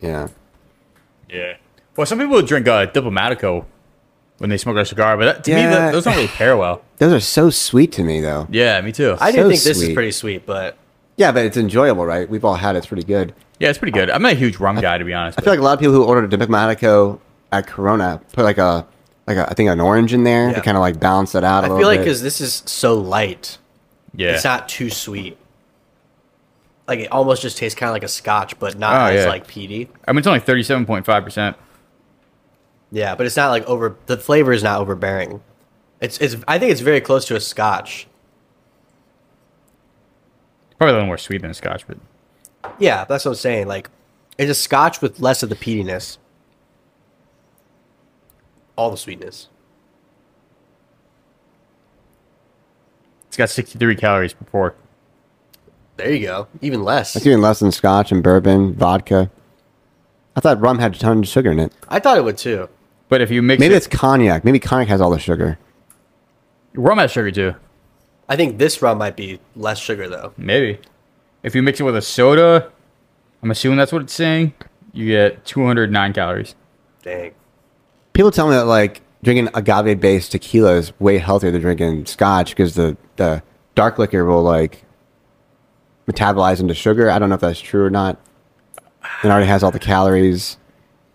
[SPEAKER 2] yeah,
[SPEAKER 1] Yeah. Well, some people drink uh, Diplomatico when they smoke their cigar, but that, to me,
[SPEAKER 2] Yeah.
[SPEAKER 1] that, those don't really pair well.
[SPEAKER 2] those are so sweet to me though.
[SPEAKER 1] Yeah, me too.
[SPEAKER 5] I do
[SPEAKER 2] So
[SPEAKER 5] think this
[SPEAKER 2] sweet.
[SPEAKER 5] is pretty sweet, but
[SPEAKER 2] Yeah, but it's enjoyable, right? We've all had it. It's pretty good.
[SPEAKER 1] yeah, it's pretty good. I'm not a huge rum guy, to be honest.
[SPEAKER 2] I feel like a lot of people who ordered a Diplomático at Corona put like a like a, I think an orange in there
[SPEAKER 5] Yeah.
[SPEAKER 2] to kind of like balance it out. I
[SPEAKER 5] I
[SPEAKER 2] little
[SPEAKER 5] feel like
[SPEAKER 2] bit.
[SPEAKER 5] because this is so light,
[SPEAKER 1] yeah.
[SPEAKER 5] it's not too sweet. Like it almost just tastes kind of like a scotch, but not
[SPEAKER 1] Oh,
[SPEAKER 5] as
[SPEAKER 1] yeah.
[SPEAKER 5] like peaty.
[SPEAKER 1] I mean, it's only 37.5%.
[SPEAKER 5] Yeah, but it's not like over. The flavor is not overbearing. It's it's. I think it's very close to a scotch.
[SPEAKER 1] Probably a little more sweet than a scotch, but
[SPEAKER 5] Yeah, that's what I'm saying. Like, it's a scotch with less of the peatiness, all the sweetness.
[SPEAKER 1] it's got 63 calories per pour.
[SPEAKER 5] There you go. Even less.
[SPEAKER 2] it's even less than Scotch and bourbon, vodka. I thought rum had a ton of sugar in it.
[SPEAKER 5] I thought it would too.
[SPEAKER 1] But if you mix
[SPEAKER 2] Maybe
[SPEAKER 1] it,
[SPEAKER 2] it's cognac. Maybe cognac has all the sugar.
[SPEAKER 1] rum has sugar too.
[SPEAKER 5] I think this rum might be less sugar though.
[SPEAKER 1] Maybe. If you mix it with a soda, I'm assuming that's what it's saying, you get 209 calories.
[SPEAKER 5] Dang.
[SPEAKER 2] People tell me that like drinking agave based tequila is way healthier than drinking Scotch because the the dark liquor will like metabolize into sugar. I don't know if that's true or not. It already has all the calories.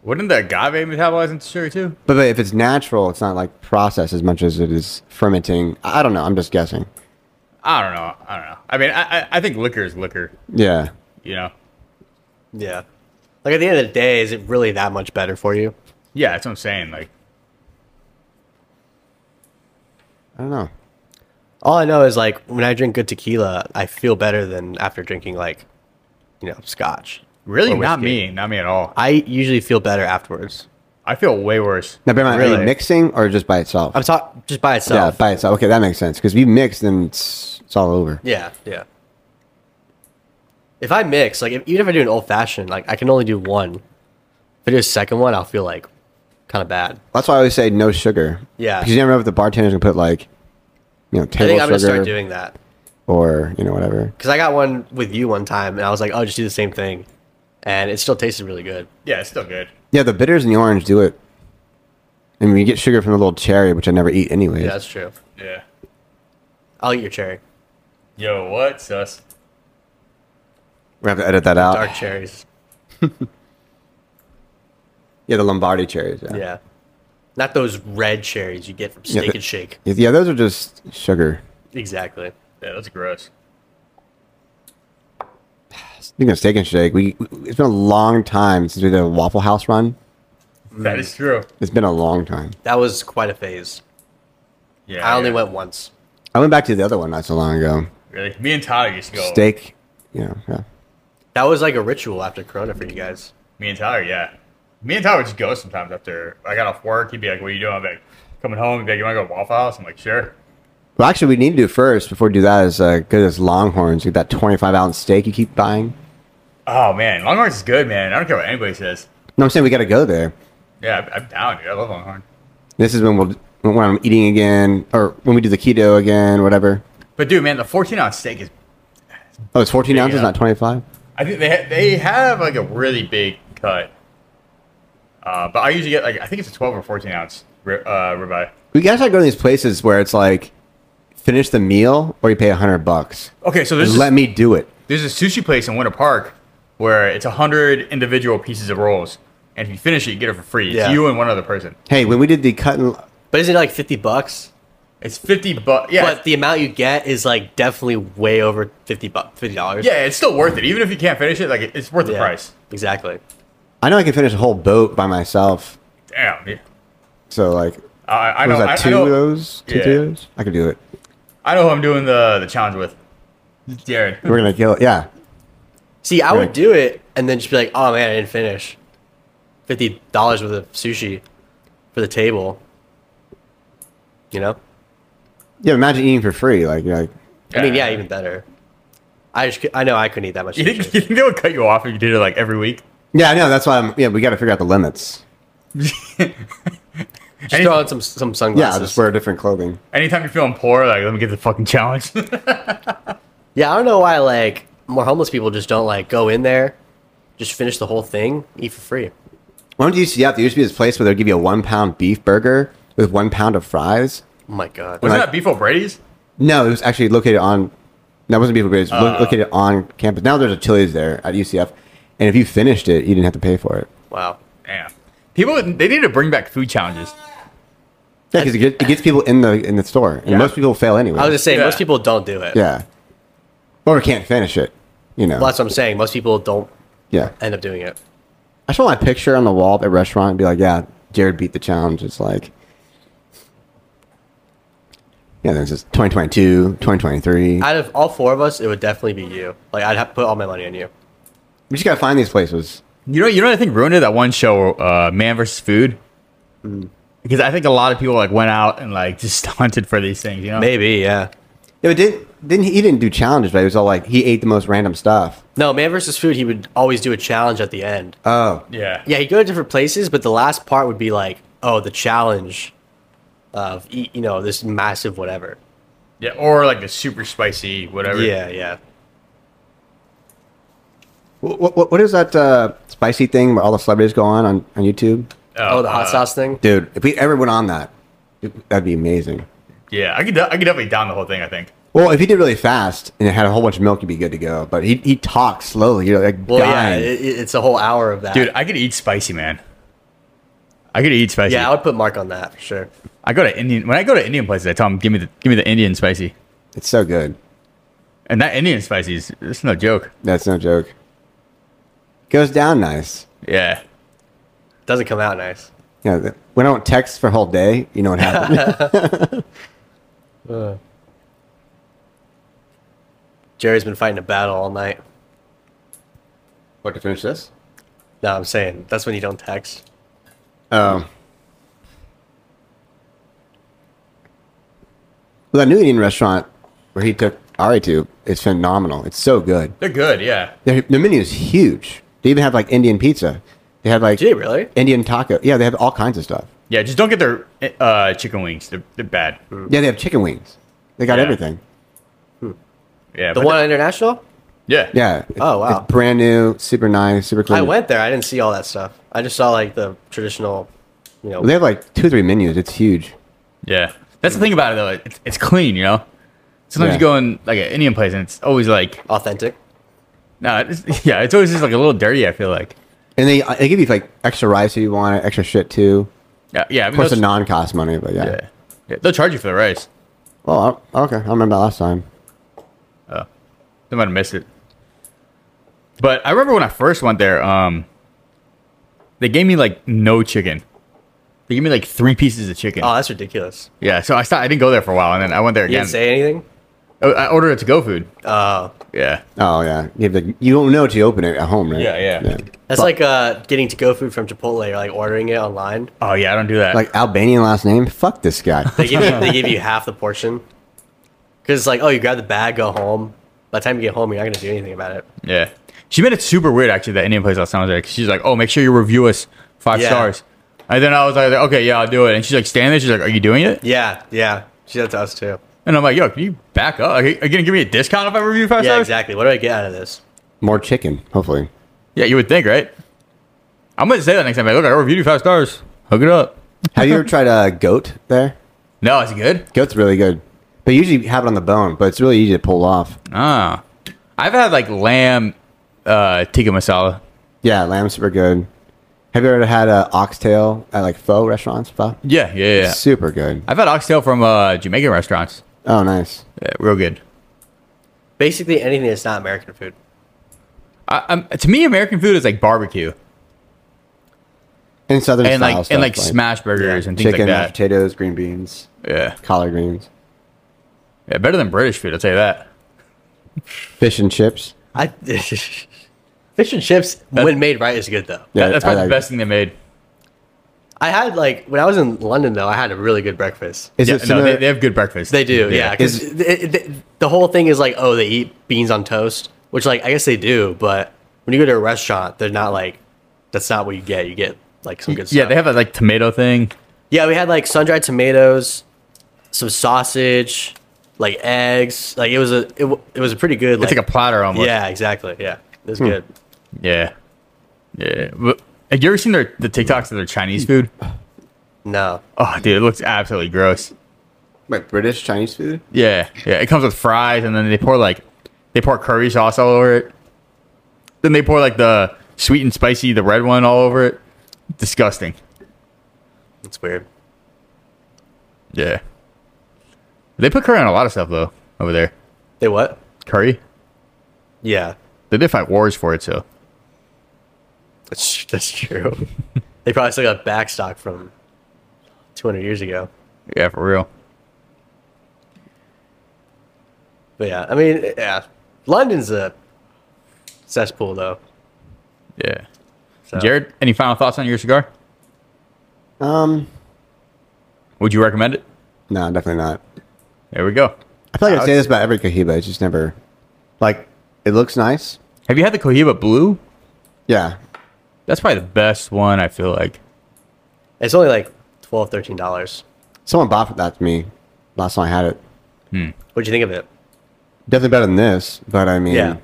[SPEAKER 1] Wouldn't the agave metabolize into sugar too?
[SPEAKER 2] But, but if it's natural, it's not like processed as much as it is fermenting. I I don't know. I'm just guessing.
[SPEAKER 1] I don't know. I don't know. I mean, I I, I think liquor is liquor.
[SPEAKER 2] Yeah.
[SPEAKER 1] You know.
[SPEAKER 5] Yeah. Like at the end of the day, is it really that much better for you?
[SPEAKER 1] Yeah, that's what I'm saying. Like,
[SPEAKER 2] I don't know.
[SPEAKER 5] All I know is like when I drink good tequila, I feel better than after drinking like, you know, scotch.
[SPEAKER 1] really,
[SPEAKER 5] Or
[SPEAKER 1] not
[SPEAKER 5] whiskey.
[SPEAKER 1] me. Not me at all.
[SPEAKER 5] I usually feel better afterwards.
[SPEAKER 1] I feel way worse.
[SPEAKER 2] Now, bear in mind, are
[SPEAKER 5] Really?
[SPEAKER 2] you mixing or just by itself?
[SPEAKER 5] I'm talking just by
[SPEAKER 2] yeah,
[SPEAKER 5] itself.
[SPEAKER 2] by itself. Okay, that makes sense. Because if you mix, then it's, it's all over.
[SPEAKER 5] Yeah, yeah. If I mix, like if, even if I do an old fashioned, like I can only do one. If I do a second one, I'll feel like kind of bad.
[SPEAKER 2] That's why I always say no sugar.
[SPEAKER 5] Yeah.
[SPEAKER 2] Because you never know if the bartender's going to put like, you know,
[SPEAKER 5] I
[SPEAKER 2] table
[SPEAKER 5] think I'm gonna
[SPEAKER 2] sugar
[SPEAKER 5] start doing that
[SPEAKER 2] or, you know, whatever.
[SPEAKER 5] because I got one with you one time, and I was like, "Oh, just do the same thing," and it still tasted really good.
[SPEAKER 1] Yeah, it's still good.
[SPEAKER 2] Yeah, the bitters and the orange do it. I mean, you get sugar from the little cherry, which I never eat anyways.
[SPEAKER 5] Yeah, that's true.
[SPEAKER 1] Yeah.
[SPEAKER 5] I'll eat your cherry,
[SPEAKER 1] Yo, what sus?
[SPEAKER 2] We have to edit that out.
[SPEAKER 5] dark cherries.
[SPEAKER 2] Yeah, the Lombardi cherries. Yeah.
[SPEAKER 5] Yeah, not those red cherries you get from
[SPEAKER 2] Yeah,
[SPEAKER 5] Steak
[SPEAKER 2] the-
[SPEAKER 5] and Shake.
[SPEAKER 2] Yeah, yeah, those are just sugar.
[SPEAKER 5] Exactly.
[SPEAKER 1] Yeah, that's gross.
[SPEAKER 2] Speaking of steak and shake, we we- it's been a long time since we did a Waffle House run.
[SPEAKER 1] That is true.
[SPEAKER 2] It's been a long time.
[SPEAKER 5] That was quite a phase.
[SPEAKER 1] Yeah.
[SPEAKER 5] I only
[SPEAKER 1] yeah.
[SPEAKER 5] went once.
[SPEAKER 2] I went back to the other one not so long ago.
[SPEAKER 1] Really, me and Tyler used to go.
[SPEAKER 2] Steak, you know, yeah.
[SPEAKER 5] That was like a ritual after Corona for you guys.
[SPEAKER 1] Me and Tyler, yeah. Me and Tyler would just go sometimes after I got off work. He'd be like, "What are you doing?" I'd be like, "Coming home." He'd be like, "You want to go to Waffle House?" I'm like, "Sure."
[SPEAKER 2] Well, actually, we need to do first before we do that is uh, good as Longhorns. Get that twenty-five ounce steak you keep buying.
[SPEAKER 1] Oh man, Longhorns is good, man. I don't care what anybody says.
[SPEAKER 2] No, I'm saying we got to go there.
[SPEAKER 1] Yeah, I- I'm down, dude. I love Longhorn.
[SPEAKER 2] This is when we'll when I'm eating again, or when we do the keto again, whatever.
[SPEAKER 1] But dude, man, the 14 ounce steak is.
[SPEAKER 2] Oh, it's fourteen ounces,
[SPEAKER 1] Yeah.
[SPEAKER 2] not twenty-five.
[SPEAKER 1] I think they ha- they have like a really big cut. Uh, but I usually get like I think it's a 12 or 14 ounce ri- uh, ribeye.
[SPEAKER 2] We guys gotta go to these places where it's like finish the meal or you pay a hundred bucks.
[SPEAKER 1] Okay, so there's
[SPEAKER 2] Just
[SPEAKER 1] this,
[SPEAKER 2] let me do it.
[SPEAKER 1] there's a sushi place in Winter Park where it's a hundred individual pieces of rolls, and if you finish it, you get it for free.
[SPEAKER 5] Yeah.
[SPEAKER 1] It's you and one other person.
[SPEAKER 2] Hey, when we did the cut and
[SPEAKER 5] But isn't it like 50 bucks?
[SPEAKER 1] It's 50 bucks. Yeah,
[SPEAKER 5] But the amount you get is like definitely way over 50 bucks, $50.
[SPEAKER 1] Yeah, it's still worth it. Even if you can't finish it, like it- it's worth the
[SPEAKER 5] Yeah,
[SPEAKER 1] price.
[SPEAKER 5] Exactly.
[SPEAKER 2] I know I can finish a whole boat by myself.
[SPEAKER 1] Damn. Yeah.
[SPEAKER 2] So like,
[SPEAKER 1] I, I
[SPEAKER 2] was
[SPEAKER 1] know. I,
[SPEAKER 2] that two
[SPEAKER 1] I
[SPEAKER 2] of
[SPEAKER 1] know.
[SPEAKER 2] those? Two
[SPEAKER 1] Yeah.
[SPEAKER 2] those? I could do it.
[SPEAKER 1] I know who I'm doing the the challenge with. It's Jared.
[SPEAKER 2] We're gonna kill it. Yeah,
[SPEAKER 5] See, I
[SPEAKER 2] Right.
[SPEAKER 5] would do it and then just be like, oh man, I didn't finish. $50 worth of sushi for the table. You know?
[SPEAKER 2] yeah. Imagine eating for free. Like, you're like
[SPEAKER 5] I mean, yeah,
[SPEAKER 1] Yeah.
[SPEAKER 5] even better. I just, cou- I know I couldn't eat that much
[SPEAKER 1] You think,
[SPEAKER 5] sushi.
[SPEAKER 1] you think they would cut you off if you did it like every week?
[SPEAKER 2] yeah, I know. That's why I'm. Yeah, we got to figure out the limits.
[SPEAKER 5] just throw on some, some
[SPEAKER 2] Yeah,
[SPEAKER 5] sunglasses.
[SPEAKER 2] just wear different clothing.
[SPEAKER 1] Anytime you're feeling poor, like let me get the fucking challenge.
[SPEAKER 5] Yeah, I don't know why like more homeless people just don't like go in there, just finish the whole thing, eat for free. Oh
[SPEAKER 2] Why don't you see out? There used to be this place where they'd give you a one pound beef burger with one pound of fries.
[SPEAKER 5] Oh my god.
[SPEAKER 1] Wasn't
[SPEAKER 2] Like-
[SPEAKER 1] that Beef O'Brady's?
[SPEAKER 2] No, it was actually located on. That wasn't beef burgers. It was
[SPEAKER 1] Uh.
[SPEAKER 2] lo- located on campus. Now there's a Chili's there at UCF, and if you finished it, you didn't have to pay for it.
[SPEAKER 5] Wow.
[SPEAKER 1] Damn. People, they need to bring back food challenges.
[SPEAKER 2] Yeah, because it, get- it gets people in the in the store, and
[SPEAKER 1] Yeah.
[SPEAKER 2] most people fail anyway.
[SPEAKER 5] I was just saying,
[SPEAKER 1] Yeah.
[SPEAKER 5] most people don't do it.
[SPEAKER 2] yeah, or can't finish it. You know.
[SPEAKER 5] Well, that's what I'm saying. Most people don't
[SPEAKER 2] yeah.
[SPEAKER 5] end up doing it.
[SPEAKER 2] I just want my picture on the wall at a restaurant and be like, yeah, Jared beat the challenge. It's like, yeah, there's this 2022, 2023.
[SPEAKER 5] Out of all four of us, it would definitely be you. Like I'd have to put all my money on you.
[SPEAKER 2] we just got to find these places.
[SPEAKER 1] You know, you know what I think ruined it? That one show, uh, Man vs. Food.
[SPEAKER 5] Mm.
[SPEAKER 1] Because I think a lot of people like went out and like just hunted for these things. You know,
[SPEAKER 5] Maybe, yeah.
[SPEAKER 2] Yeah, but didn't, didn't he, he didn't do challenges, right? It was all like, he ate the most random stuff.
[SPEAKER 5] No, man versus food, he would always do a challenge at the end.
[SPEAKER 2] Oh,
[SPEAKER 1] yeah,
[SPEAKER 5] Yeah, he'd go to different places, but the last part would be like, oh, the challenge of eat, you know, this massive whatever.
[SPEAKER 1] yeah, or like the super spicy whatever.
[SPEAKER 5] Yeah, yeah.
[SPEAKER 2] what, what, what is that uh, spicy thing where all the celebrities go on on, on YouTube?
[SPEAKER 5] Oh, the hot
[SPEAKER 1] uh,
[SPEAKER 5] sauce thing?
[SPEAKER 2] Dude, if we ever went on that, it- that'd be amazing.
[SPEAKER 1] Yeah, I could, de- I could definitely down the whole thing. I think.
[SPEAKER 2] Well, if he did really fast and it had a whole bunch of milk, he'd be good to go. But he, he talks slowly, you know, like
[SPEAKER 5] Well,
[SPEAKER 2] dying.
[SPEAKER 5] yeah, it, it- it's a whole hour of that.
[SPEAKER 1] Dude, I could eat spicy, man. I could eat spicy.
[SPEAKER 5] Yeah, I would put Mark on that for sure.
[SPEAKER 1] I go to Indian when I go to Indian places. I tell them give me the give me the Indian spicy,
[SPEAKER 2] It's so good.
[SPEAKER 1] and that Indian spicy is it's no joke.
[SPEAKER 2] That's no joke. Goes down nice.
[SPEAKER 1] Yeah,
[SPEAKER 5] Doesn't come out nice.
[SPEAKER 2] Yeah, th- when I don't text for a whole day, you know what happened.
[SPEAKER 5] Jerry's been fighting a battle all night.
[SPEAKER 2] what to finish this?
[SPEAKER 5] No, I'm saying that's when you don't text.
[SPEAKER 2] Um, well, that new Indian restaurant where he took Ari to is phenomenal. It's so good.
[SPEAKER 1] they're good. Yeah,
[SPEAKER 2] Their, their menu is huge. They even have like Indian pizza. They have like
[SPEAKER 5] Do they really?
[SPEAKER 2] Indian taco. Yeah, they have all kinds of stuff.
[SPEAKER 1] yeah. Just don't get their uh, chicken wings. They're, they're bad.
[SPEAKER 5] Mm.
[SPEAKER 2] Yeah, they have chicken wings. They got
[SPEAKER 1] Yeah.
[SPEAKER 2] everything.
[SPEAKER 1] Yeah,
[SPEAKER 5] The
[SPEAKER 1] but
[SPEAKER 5] one on international?
[SPEAKER 1] Yeah,
[SPEAKER 2] Yeah. it-
[SPEAKER 5] Oh, wow.
[SPEAKER 2] It's brand new, super nice, super clean.
[SPEAKER 5] I went there. I didn't see all that stuff. I just saw like the traditional, you know.
[SPEAKER 2] They have like two, three menus. It's huge.
[SPEAKER 1] Yeah, that's the thing about it though. It's, it's clean, you know. Sometimes
[SPEAKER 2] Yeah.
[SPEAKER 1] you go in like an Indian place and it's always like
[SPEAKER 5] authentic.
[SPEAKER 1] no, it's, yeah, it's always just like a little dirty. I feel like
[SPEAKER 2] And they uh, they give you like extra rice if you want it, extra shit too.
[SPEAKER 1] yeah, yeah. I mean,
[SPEAKER 2] Of course,
[SPEAKER 1] they'll-
[SPEAKER 2] the non cost money, but yeah.
[SPEAKER 1] yeah. yeah, they'll charge you for the rice.
[SPEAKER 2] Well, I- okay. I remember that last time.
[SPEAKER 1] They might have missed it. But I remember when I first went there, um, they gave me like no chicken. They gave me like three pieces of chicken.
[SPEAKER 5] Oh, that's ridiculous.
[SPEAKER 1] yeah, so I stopped, I didn't go there for a while, and then I went there
[SPEAKER 5] You
[SPEAKER 1] again.
[SPEAKER 5] didn't say anything.
[SPEAKER 1] Oh, I ordered it to go food.
[SPEAKER 5] Uh,
[SPEAKER 1] Yeah,
[SPEAKER 2] Oh, yeah. You, have the, you don't know until you open it at home, right?
[SPEAKER 1] Yeah, yeah.
[SPEAKER 5] that's like uh, getting to go food from Chipotle or like ordering it online.
[SPEAKER 1] Oh yeah, I don't do that.
[SPEAKER 2] Like Albanian last name? Fuck this guy.
[SPEAKER 5] They give you they give you half the portion because it's like oh you grab the bag go home. By the time you get home, you're not gonna do anything about it.
[SPEAKER 1] yeah, she made it super weird actually. That Indian place last time I was there, 'cause she's like, "Oh, make sure you review us five
[SPEAKER 5] Yeah.
[SPEAKER 1] stars." And then I was like, "Okay, yeah, I'll do it." And she's like, "Standing there," she's like, "Are you doing it?"
[SPEAKER 5] Yeah, yeah. She did that to us too.
[SPEAKER 1] And I'm like, "Yo, can you back up? Are you, are you gonna give me a discount if I review five
[SPEAKER 5] Yeah,
[SPEAKER 1] stars?"
[SPEAKER 5] exactly. What do I get out of this?
[SPEAKER 2] More chicken, hopefully.
[SPEAKER 1] Yeah, you would think, right? I'm gonna say that next time. Like, Look, I reviewed you five stars. Hook it up.
[SPEAKER 2] Have you ever tried a goat there?
[SPEAKER 1] No, it's good.
[SPEAKER 2] Goat's really good. They usually have it on the bone, but it's really easy to pull off.
[SPEAKER 1] Ah, I've had like lamb uh, tikka masala.
[SPEAKER 2] Yeah, lamb's super good. Have you ever had a oxtail at like faux restaurants? Pho?
[SPEAKER 1] Yeah, yeah, yeah.
[SPEAKER 2] Super good.
[SPEAKER 1] I've had oxtail from uh, Jamaican restaurants.
[SPEAKER 2] Oh, nice.
[SPEAKER 1] Yeah, real good.
[SPEAKER 5] Basically anything that's not American food.
[SPEAKER 1] I, I'm, to me, American food is like barbecue
[SPEAKER 2] And southern
[SPEAKER 1] and
[SPEAKER 2] style
[SPEAKER 1] like
[SPEAKER 2] stuff,
[SPEAKER 1] and like, smash burgers and things
[SPEAKER 2] chicken, mashed
[SPEAKER 1] like that.
[SPEAKER 2] potatoes, green beans,
[SPEAKER 1] Yeah.
[SPEAKER 2] collard greens,
[SPEAKER 1] yeah, better than British food. I'll tell you that.
[SPEAKER 2] fish and chips.
[SPEAKER 5] I fish and chips when made right is good though.
[SPEAKER 1] Yeah,
[SPEAKER 2] Yeah,
[SPEAKER 1] that's
[SPEAKER 2] I
[SPEAKER 1] probably the
[SPEAKER 2] like
[SPEAKER 1] best thing they made.
[SPEAKER 5] I had like when I was in London though, I had a really good breakfast.
[SPEAKER 2] Is
[SPEAKER 1] Yeah,
[SPEAKER 2] it
[SPEAKER 1] no,
[SPEAKER 2] similar?
[SPEAKER 1] they, they have good breakfast.
[SPEAKER 5] They do, yeah. Because
[SPEAKER 2] Is-
[SPEAKER 5] the whole thing is like, oh, they eat beans on toast, which like I guess they do, but when you go to a restaurant, they're not like that's not what you get. You get like some good stuff.
[SPEAKER 1] Yeah, they have a like tomato thing.
[SPEAKER 5] Yeah, we had like sun dried tomatoes, some sausage, like eggs. Like it was a it, wa- it was a pretty good.
[SPEAKER 1] It's like a platter almost.
[SPEAKER 5] yeah, exactly. Yeah, it
[SPEAKER 1] Hmm.
[SPEAKER 5] was good.
[SPEAKER 1] Yeah. Yeah. But have you ever seen their the TikToks of their Chinese
[SPEAKER 2] Mm.
[SPEAKER 1] food?
[SPEAKER 5] No,
[SPEAKER 1] Oh, dude, it looks absolutely gross.
[SPEAKER 2] Like British Chinese food?
[SPEAKER 1] Yeah. Yeah. It comes with fries and then they pour like they pour curry sauce all over it. Then they pour like the sweet and spicy, the red one all over it. Disgusting.
[SPEAKER 5] it's weird.
[SPEAKER 1] Yeah. They put curry on a lot of stuff though over there.
[SPEAKER 5] They what?
[SPEAKER 1] Curry.
[SPEAKER 5] Yeah,
[SPEAKER 1] They did fight wars for it, so
[SPEAKER 5] that's that's true. they probably still got backstock from two hundred years ago.
[SPEAKER 1] yeah, for real.
[SPEAKER 5] But yeah, I mean, yeah, London's a cesspool though.
[SPEAKER 1] Yeah.
[SPEAKER 5] So.
[SPEAKER 1] Uh, Jared, any final thoughts on your cigar?
[SPEAKER 2] Um,
[SPEAKER 1] Would you recommend it?
[SPEAKER 2] no, definitely not.
[SPEAKER 1] There we go.
[SPEAKER 2] I feel like I
[SPEAKER 1] Alex?
[SPEAKER 2] say this about every Cohiba. It's just never like it looks nice.
[SPEAKER 1] Have you had the Cohiba Blue?
[SPEAKER 2] Yeah,
[SPEAKER 1] That's probably the best one. I feel like.
[SPEAKER 5] It's only like twelve, thirteen dollars.
[SPEAKER 2] someone bought that to me last time I had it.
[SPEAKER 5] What'd you think of it?
[SPEAKER 2] Definitely better than this, but I
[SPEAKER 1] Hmm.
[SPEAKER 2] mean,
[SPEAKER 5] Yeah.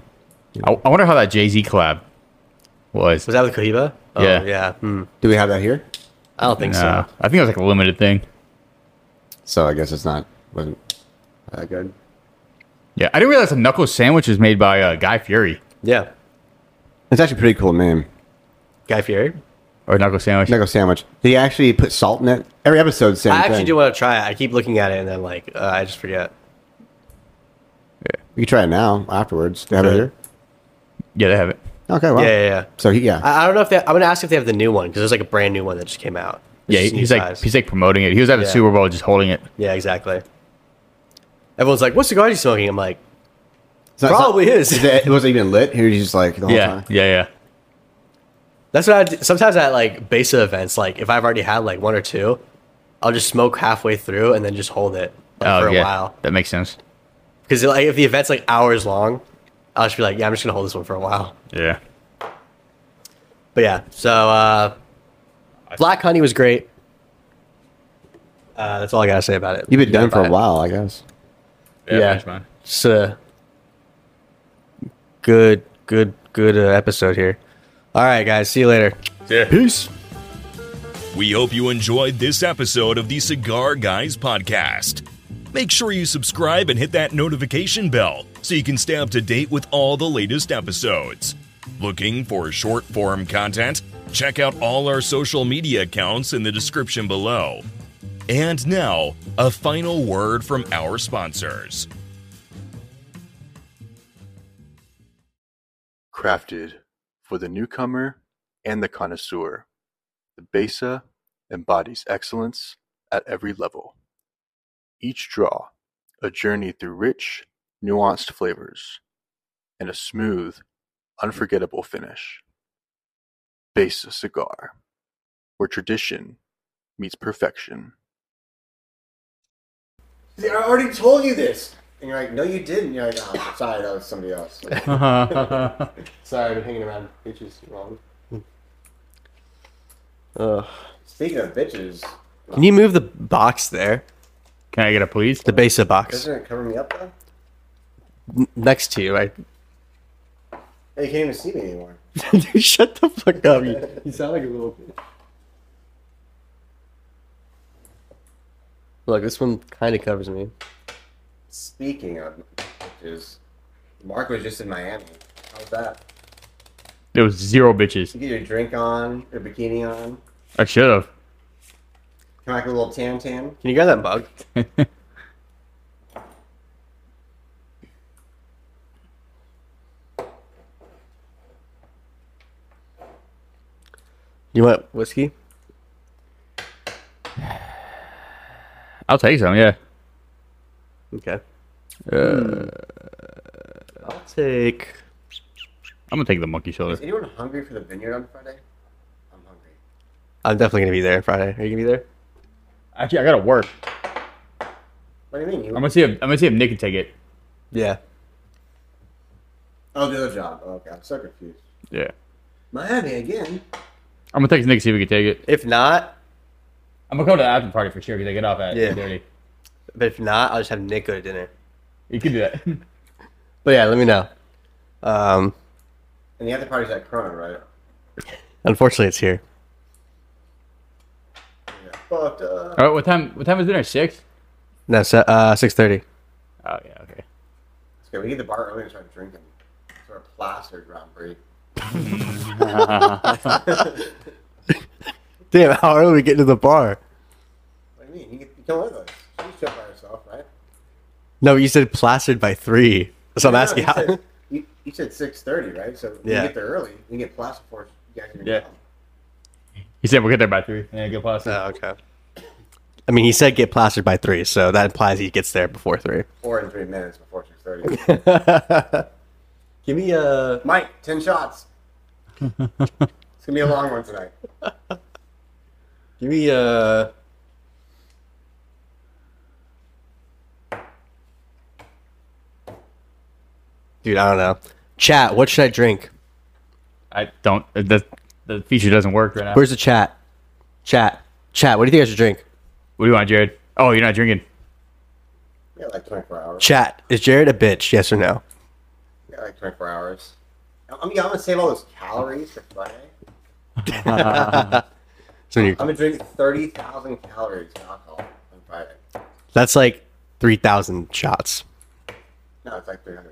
[SPEAKER 1] I, I wonder how that Jay Z collab was.
[SPEAKER 5] Was that with Cohiba? Oh,
[SPEAKER 1] Yeah.
[SPEAKER 5] yeah. Hmm.
[SPEAKER 2] do we have that here?
[SPEAKER 5] I don't think
[SPEAKER 1] Nah,
[SPEAKER 5] so.
[SPEAKER 1] I think it was like a limited thing.
[SPEAKER 2] So I guess it's not wasn't that good.
[SPEAKER 1] Yeah, I didn't realize the knuckles sandwich was made by uh, Guy Fury.
[SPEAKER 5] Yeah,
[SPEAKER 2] It's actually a pretty cool name.
[SPEAKER 5] Guy Fieri.
[SPEAKER 1] or knuckle sandwich.
[SPEAKER 2] Knuckle sandwich. Did he actually put salt in it? Every episode, same
[SPEAKER 5] I actually
[SPEAKER 2] thing.
[SPEAKER 5] do want to try it. I keep looking at it and then like uh, I just forget.
[SPEAKER 2] We can try it now afterwards. They have it
[SPEAKER 5] Sure.
[SPEAKER 2] here.
[SPEAKER 1] Yeah, they have it.
[SPEAKER 2] Okay, well.
[SPEAKER 5] Yeah, yeah, yeah.
[SPEAKER 2] So he, yeah.
[SPEAKER 5] I, I don't know if they. I'm gonna ask if they have the new one because there's like a brand new one that just came out. It's
[SPEAKER 1] Yeah,
[SPEAKER 5] just new
[SPEAKER 1] he's like
[SPEAKER 5] size.
[SPEAKER 1] he's like promoting it. He was at the
[SPEAKER 5] Yeah.
[SPEAKER 1] Super Bowl just holding it.
[SPEAKER 5] yeah, exactly. Everyone's like, "What cigar are you smoking?" I'm like,
[SPEAKER 2] It's not- it's not-
[SPEAKER 5] probably is.
[SPEAKER 2] It, it wasn't even lit. He was just like the whole
[SPEAKER 1] yeah,
[SPEAKER 2] time.
[SPEAKER 1] yeah, yeah.
[SPEAKER 5] "That's what I." Do. Sometimes at like basic events, like if I've already had like one or two, I'll just smoke halfway through and then just hold it like,
[SPEAKER 1] oh,
[SPEAKER 5] for a
[SPEAKER 1] yeah.
[SPEAKER 5] while.
[SPEAKER 1] That makes sense.
[SPEAKER 5] Because like if the event's like hours long, I'll just be like, "Yeah, I'm just gonna hold this one for a while."
[SPEAKER 1] Yeah.
[SPEAKER 5] But yeah, so uh, Black Honey was great. Uh, that's all I gotta say about it.
[SPEAKER 2] You've been done
[SPEAKER 5] gotta buy
[SPEAKER 2] for a
[SPEAKER 5] it.
[SPEAKER 2] while, I guess.
[SPEAKER 1] Yeah.
[SPEAKER 5] Yeah.
[SPEAKER 1] that's mine.
[SPEAKER 5] It's a good, good, good uh, episode here. All right, guys. See you later.
[SPEAKER 1] Yeah.
[SPEAKER 5] Peace.
[SPEAKER 4] We hope you enjoyed this episode of the Cigar Guys podcast. Make sure you subscribe and hit that notification bell so you can stay up to date with all the latest episodes. Looking for short form content? Check out all our social media accounts in the description below. And now, a final word from our sponsors.
[SPEAKER 6] crafted for the newcomer and the connoisseur. The Besa embodies excellence at every level. Each draw, a journey through rich, nuanced flavors, and a smooth, unforgettable finish. Besa Cigar, where tradition meets perfection.
[SPEAKER 2] I already told you this. And you're like, no, you didn't. You're like, oh, sorry, that was somebody else. sorry, I've been hanging around bitches wrong.
[SPEAKER 5] Ugh.
[SPEAKER 2] Speaking of bitches,
[SPEAKER 5] Can you move the box there?
[SPEAKER 1] Can I get a please?
[SPEAKER 5] The base of box
[SPEAKER 2] it cover me up though?
[SPEAKER 5] next to you, right?
[SPEAKER 2] Hey, you can't even see me anymore.
[SPEAKER 5] Dude, shut the fuck up. You, you sound like a little bitch. Look, this one kind of covers me.
[SPEAKER 2] Speaking of bitches, Mark was just in Miami. How was that?
[SPEAKER 1] There was zero bitches.
[SPEAKER 2] You get your drink on, your bikini on,
[SPEAKER 1] I should have.
[SPEAKER 2] come back with a little tan tan.
[SPEAKER 5] Can you grab that mug? you want whiskey?
[SPEAKER 1] I'll take some. Yeah.
[SPEAKER 5] Okay. Uh. I'll take.
[SPEAKER 1] I'm gonna take the monkey
[SPEAKER 2] Is
[SPEAKER 1] shoulder.
[SPEAKER 2] anyone hungry for the vineyard on Friday? I'm hungry.
[SPEAKER 5] I'm definitely gonna be there Friday. Are you gonna be there?
[SPEAKER 1] Actually, I gotta work.
[SPEAKER 2] What do you mean? You
[SPEAKER 1] I'm gonna see if I'm gonna see if Nick can take it.
[SPEAKER 5] Yeah.
[SPEAKER 2] Oh, the other job. Oh, okay, I'm so confused.
[SPEAKER 1] Yeah.
[SPEAKER 2] Miami again.
[SPEAKER 1] I'm gonna text Nick see if he can take it.
[SPEAKER 5] If not,
[SPEAKER 1] I'm gonna come to the after party for sure because I get off at
[SPEAKER 5] Yeah.
[SPEAKER 1] 30.
[SPEAKER 5] but if not, I'll just have Nick go to dinner.
[SPEAKER 1] You can do that.
[SPEAKER 5] But Oh, yeah, let me know. Um,
[SPEAKER 2] And the other party's at Corona, right?
[SPEAKER 5] unfortunately, it's here.
[SPEAKER 2] Yeah. Fucked up.
[SPEAKER 1] All right. What time? What time is dinner? Six.
[SPEAKER 5] No, so, uh, six thirty.
[SPEAKER 1] Oh yeah. Okay.
[SPEAKER 2] Okay, we get the bar early and start drinking. Sort of plastered round break.
[SPEAKER 5] Damn, how early we get to the bar?
[SPEAKER 2] What do you mean? You, get, you come with us. You show up by yourself, right?
[SPEAKER 5] No, you said plastered by three. So I'm
[SPEAKER 2] No,
[SPEAKER 5] asking
[SPEAKER 2] you
[SPEAKER 5] how.
[SPEAKER 2] Said, you, you said six thirty, right? So we
[SPEAKER 5] Yeah.
[SPEAKER 2] get there early. We get plastered before you guys even
[SPEAKER 1] Yeah.
[SPEAKER 2] come.
[SPEAKER 1] He said we'll get there by three. Yeah. Good plus.
[SPEAKER 5] Oh, okay. I mean, he said get plastered by three, so that implies he gets there before three.
[SPEAKER 2] Four and three minutes before six thirty.
[SPEAKER 5] Give me uh, a.
[SPEAKER 2] Mike, ten shots. it's gonna be a long one tonight.
[SPEAKER 5] Give me uh, a. Dude, I don't know. Chat, what should I drink?
[SPEAKER 1] I don't. The the feature doesn't work right now.
[SPEAKER 5] Where's the chat? Chat. Chat, what do you think I should drink?
[SPEAKER 1] what do you want, Jared? Oh, you're not drinking.
[SPEAKER 2] We got like twenty four hours.
[SPEAKER 5] Chat, is Jared a bitch? Yes or no?
[SPEAKER 2] We got like twenty four hours. I'm, I'm gonna save all those calories for Friday.
[SPEAKER 5] So you-
[SPEAKER 2] I'm gonna drink thirty thousand calories of alcohol on Friday.
[SPEAKER 5] that's like 3,000 shots.
[SPEAKER 2] No, it's like three hundred.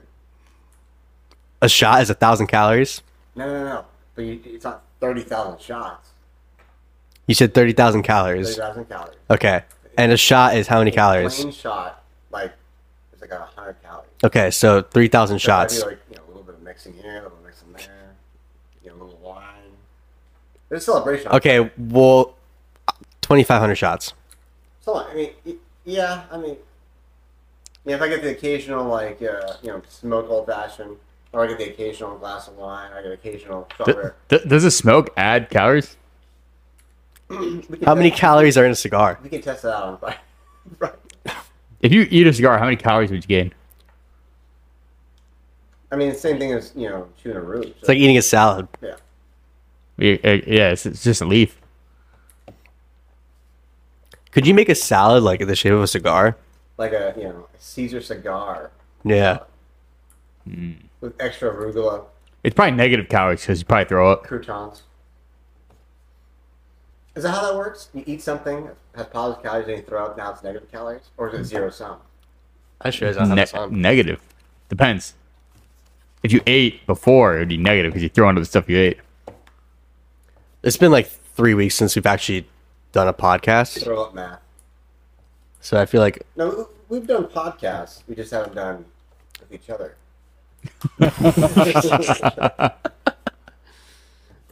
[SPEAKER 5] A shot is a 1,000 calories?
[SPEAKER 2] No, no, no. But you, it's not thirty thousand shots.
[SPEAKER 5] You said 30,000 calories.
[SPEAKER 2] calories.
[SPEAKER 5] Okay. And a shot is how many calories?
[SPEAKER 2] Plain shot, like it's like a hundred calories.
[SPEAKER 5] Okay, so 3,000
[SPEAKER 2] So that'd be
[SPEAKER 5] shots.
[SPEAKER 2] Like you know, a little bit of mixing here, a little mixing there. You know, a little wine. There's celebration.
[SPEAKER 5] Okay, well, 2,500 shots.
[SPEAKER 2] So I mean, y- yeah, I mean, yeah, if I get the occasional like uh, you know smoke old fashioned, or I get the occasional glass of wine, or I get occasional
[SPEAKER 1] Th-
[SPEAKER 2] shoulder.
[SPEAKER 1] th- does the smoke add calories?
[SPEAKER 2] We can
[SPEAKER 5] How many
[SPEAKER 2] test-
[SPEAKER 5] calories are in a cigar?
[SPEAKER 2] We can test that out on Friday.
[SPEAKER 1] If you eat a cigar, how many calories would you gain?
[SPEAKER 2] I mean, same thing as you know chewing a root.
[SPEAKER 5] It's like eating a salad.
[SPEAKER 2] yeah.
[SPEAKER 1] Y- uh, Yeah, it's, it's just a leaf.
[SPEAKER 5] Could you make a salad like in the shape of a cigar?
[SPEAKER 2] like a you know Caesar cigar
[SPEAKER 5] Yeah.
[SPEAKER 2] with extra arugula
[SPEAKER 1] It's probably negative calories because you probably throw up.
[SPEAKER 2] croutons. Is that how that works? You eat something has positive calories and you throw up. Now it's negative calories, or is it zero sum?
[SPEAKER 5] I sure is
[SPEAKER 1] Ne- negative. Depends. If you ate before, it would be negative because you throw into the stuff you ate.
[SPEAKER 5] It's been like three weeks since we've actually done a podcast.
[SPEAKER 2] Throw up math.
[SPEAKER 5] So I feel like
[SPEAKER 2] No, we- we've done podcasts. We just haven't done with each other.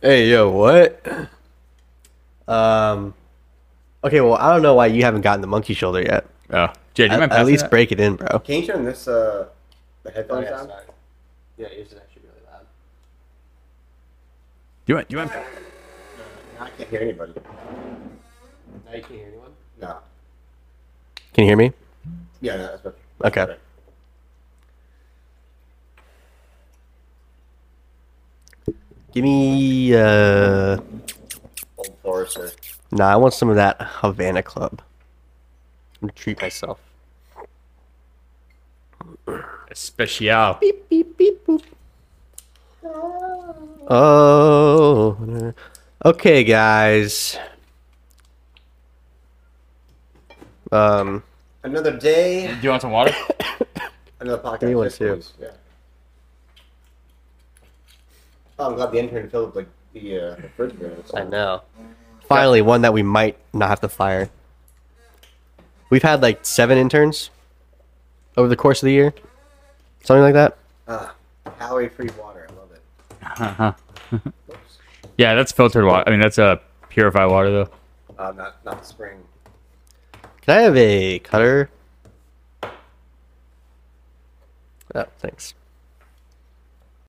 [SPEAKER 5] Hey, yo, what? Um, okay, well, I don't know why you haven't gotten the monkey shoulder yet.
[SPEAKER 1] Oh, Jay, do you
[SPEAKER 5] At,
[SPEAKER 1] mind
[SPEAKER 5] at
[SPEAKER 1] passing
[SPEAKER 5] least
[SPEAKER 1] that?
[SPEAKER 5] break it in, bro.
[SPEAKER 2] Can you turn this uh the headphones
[SPEAKER 7] yeah,
[SPEAKER 2] on?
[SPEAKER 7] sorry. Yeah, yours is actually really loud.
[SPEAKER 1] Do you mind? Do you mind?
[SPEAKER 2] I can't hear anybody.
[SPEAKER 7] Now you can't hear anyone.
[SPEAKER 2] No.
[SPEAKER 5] Can you hear me?
[SPEAKER 2] Yeah, no, that's what.
[SPEAKER 5] Okay. Give me, uh,
[SPEAKER 2] Old Forester.
[SPEAKER 5] nah, I want some of that Havana Club. I'm gonna treat myself.
[SPEAKER 1] Especial.
[SPEAKER 5] Oh, okay, guys. Um,
[SPEAKER 2] Another day,
[SPEAKER 1] Do you want some water?
[SPEAKER 2] another podcast.
[SPEAKER 5] me one
[SPEAKER 2] Yes,
[SPEAKER 5] too.
[SPEAKER 2] please. Yeah. Oh, I'm glad the intern filled the the uh, refrigerator. It's
[SPEAKER 5] I
[SPEAKER 2] all-
[SPEAKER 5] know. Finally, one that we might not have to fire. We've had like seven interns over the course of the year, something like that.
[SPEAKER 2] Ah, calorie free water. I love it. Oops.
[SPEAKER 1] Yeah, that's filtered water. I mean, that's uh, purified water though.
[SPEAKER 2] Uh, not not spring.
[SPEAKER 5] Can I have a cutter? Oh, thanks.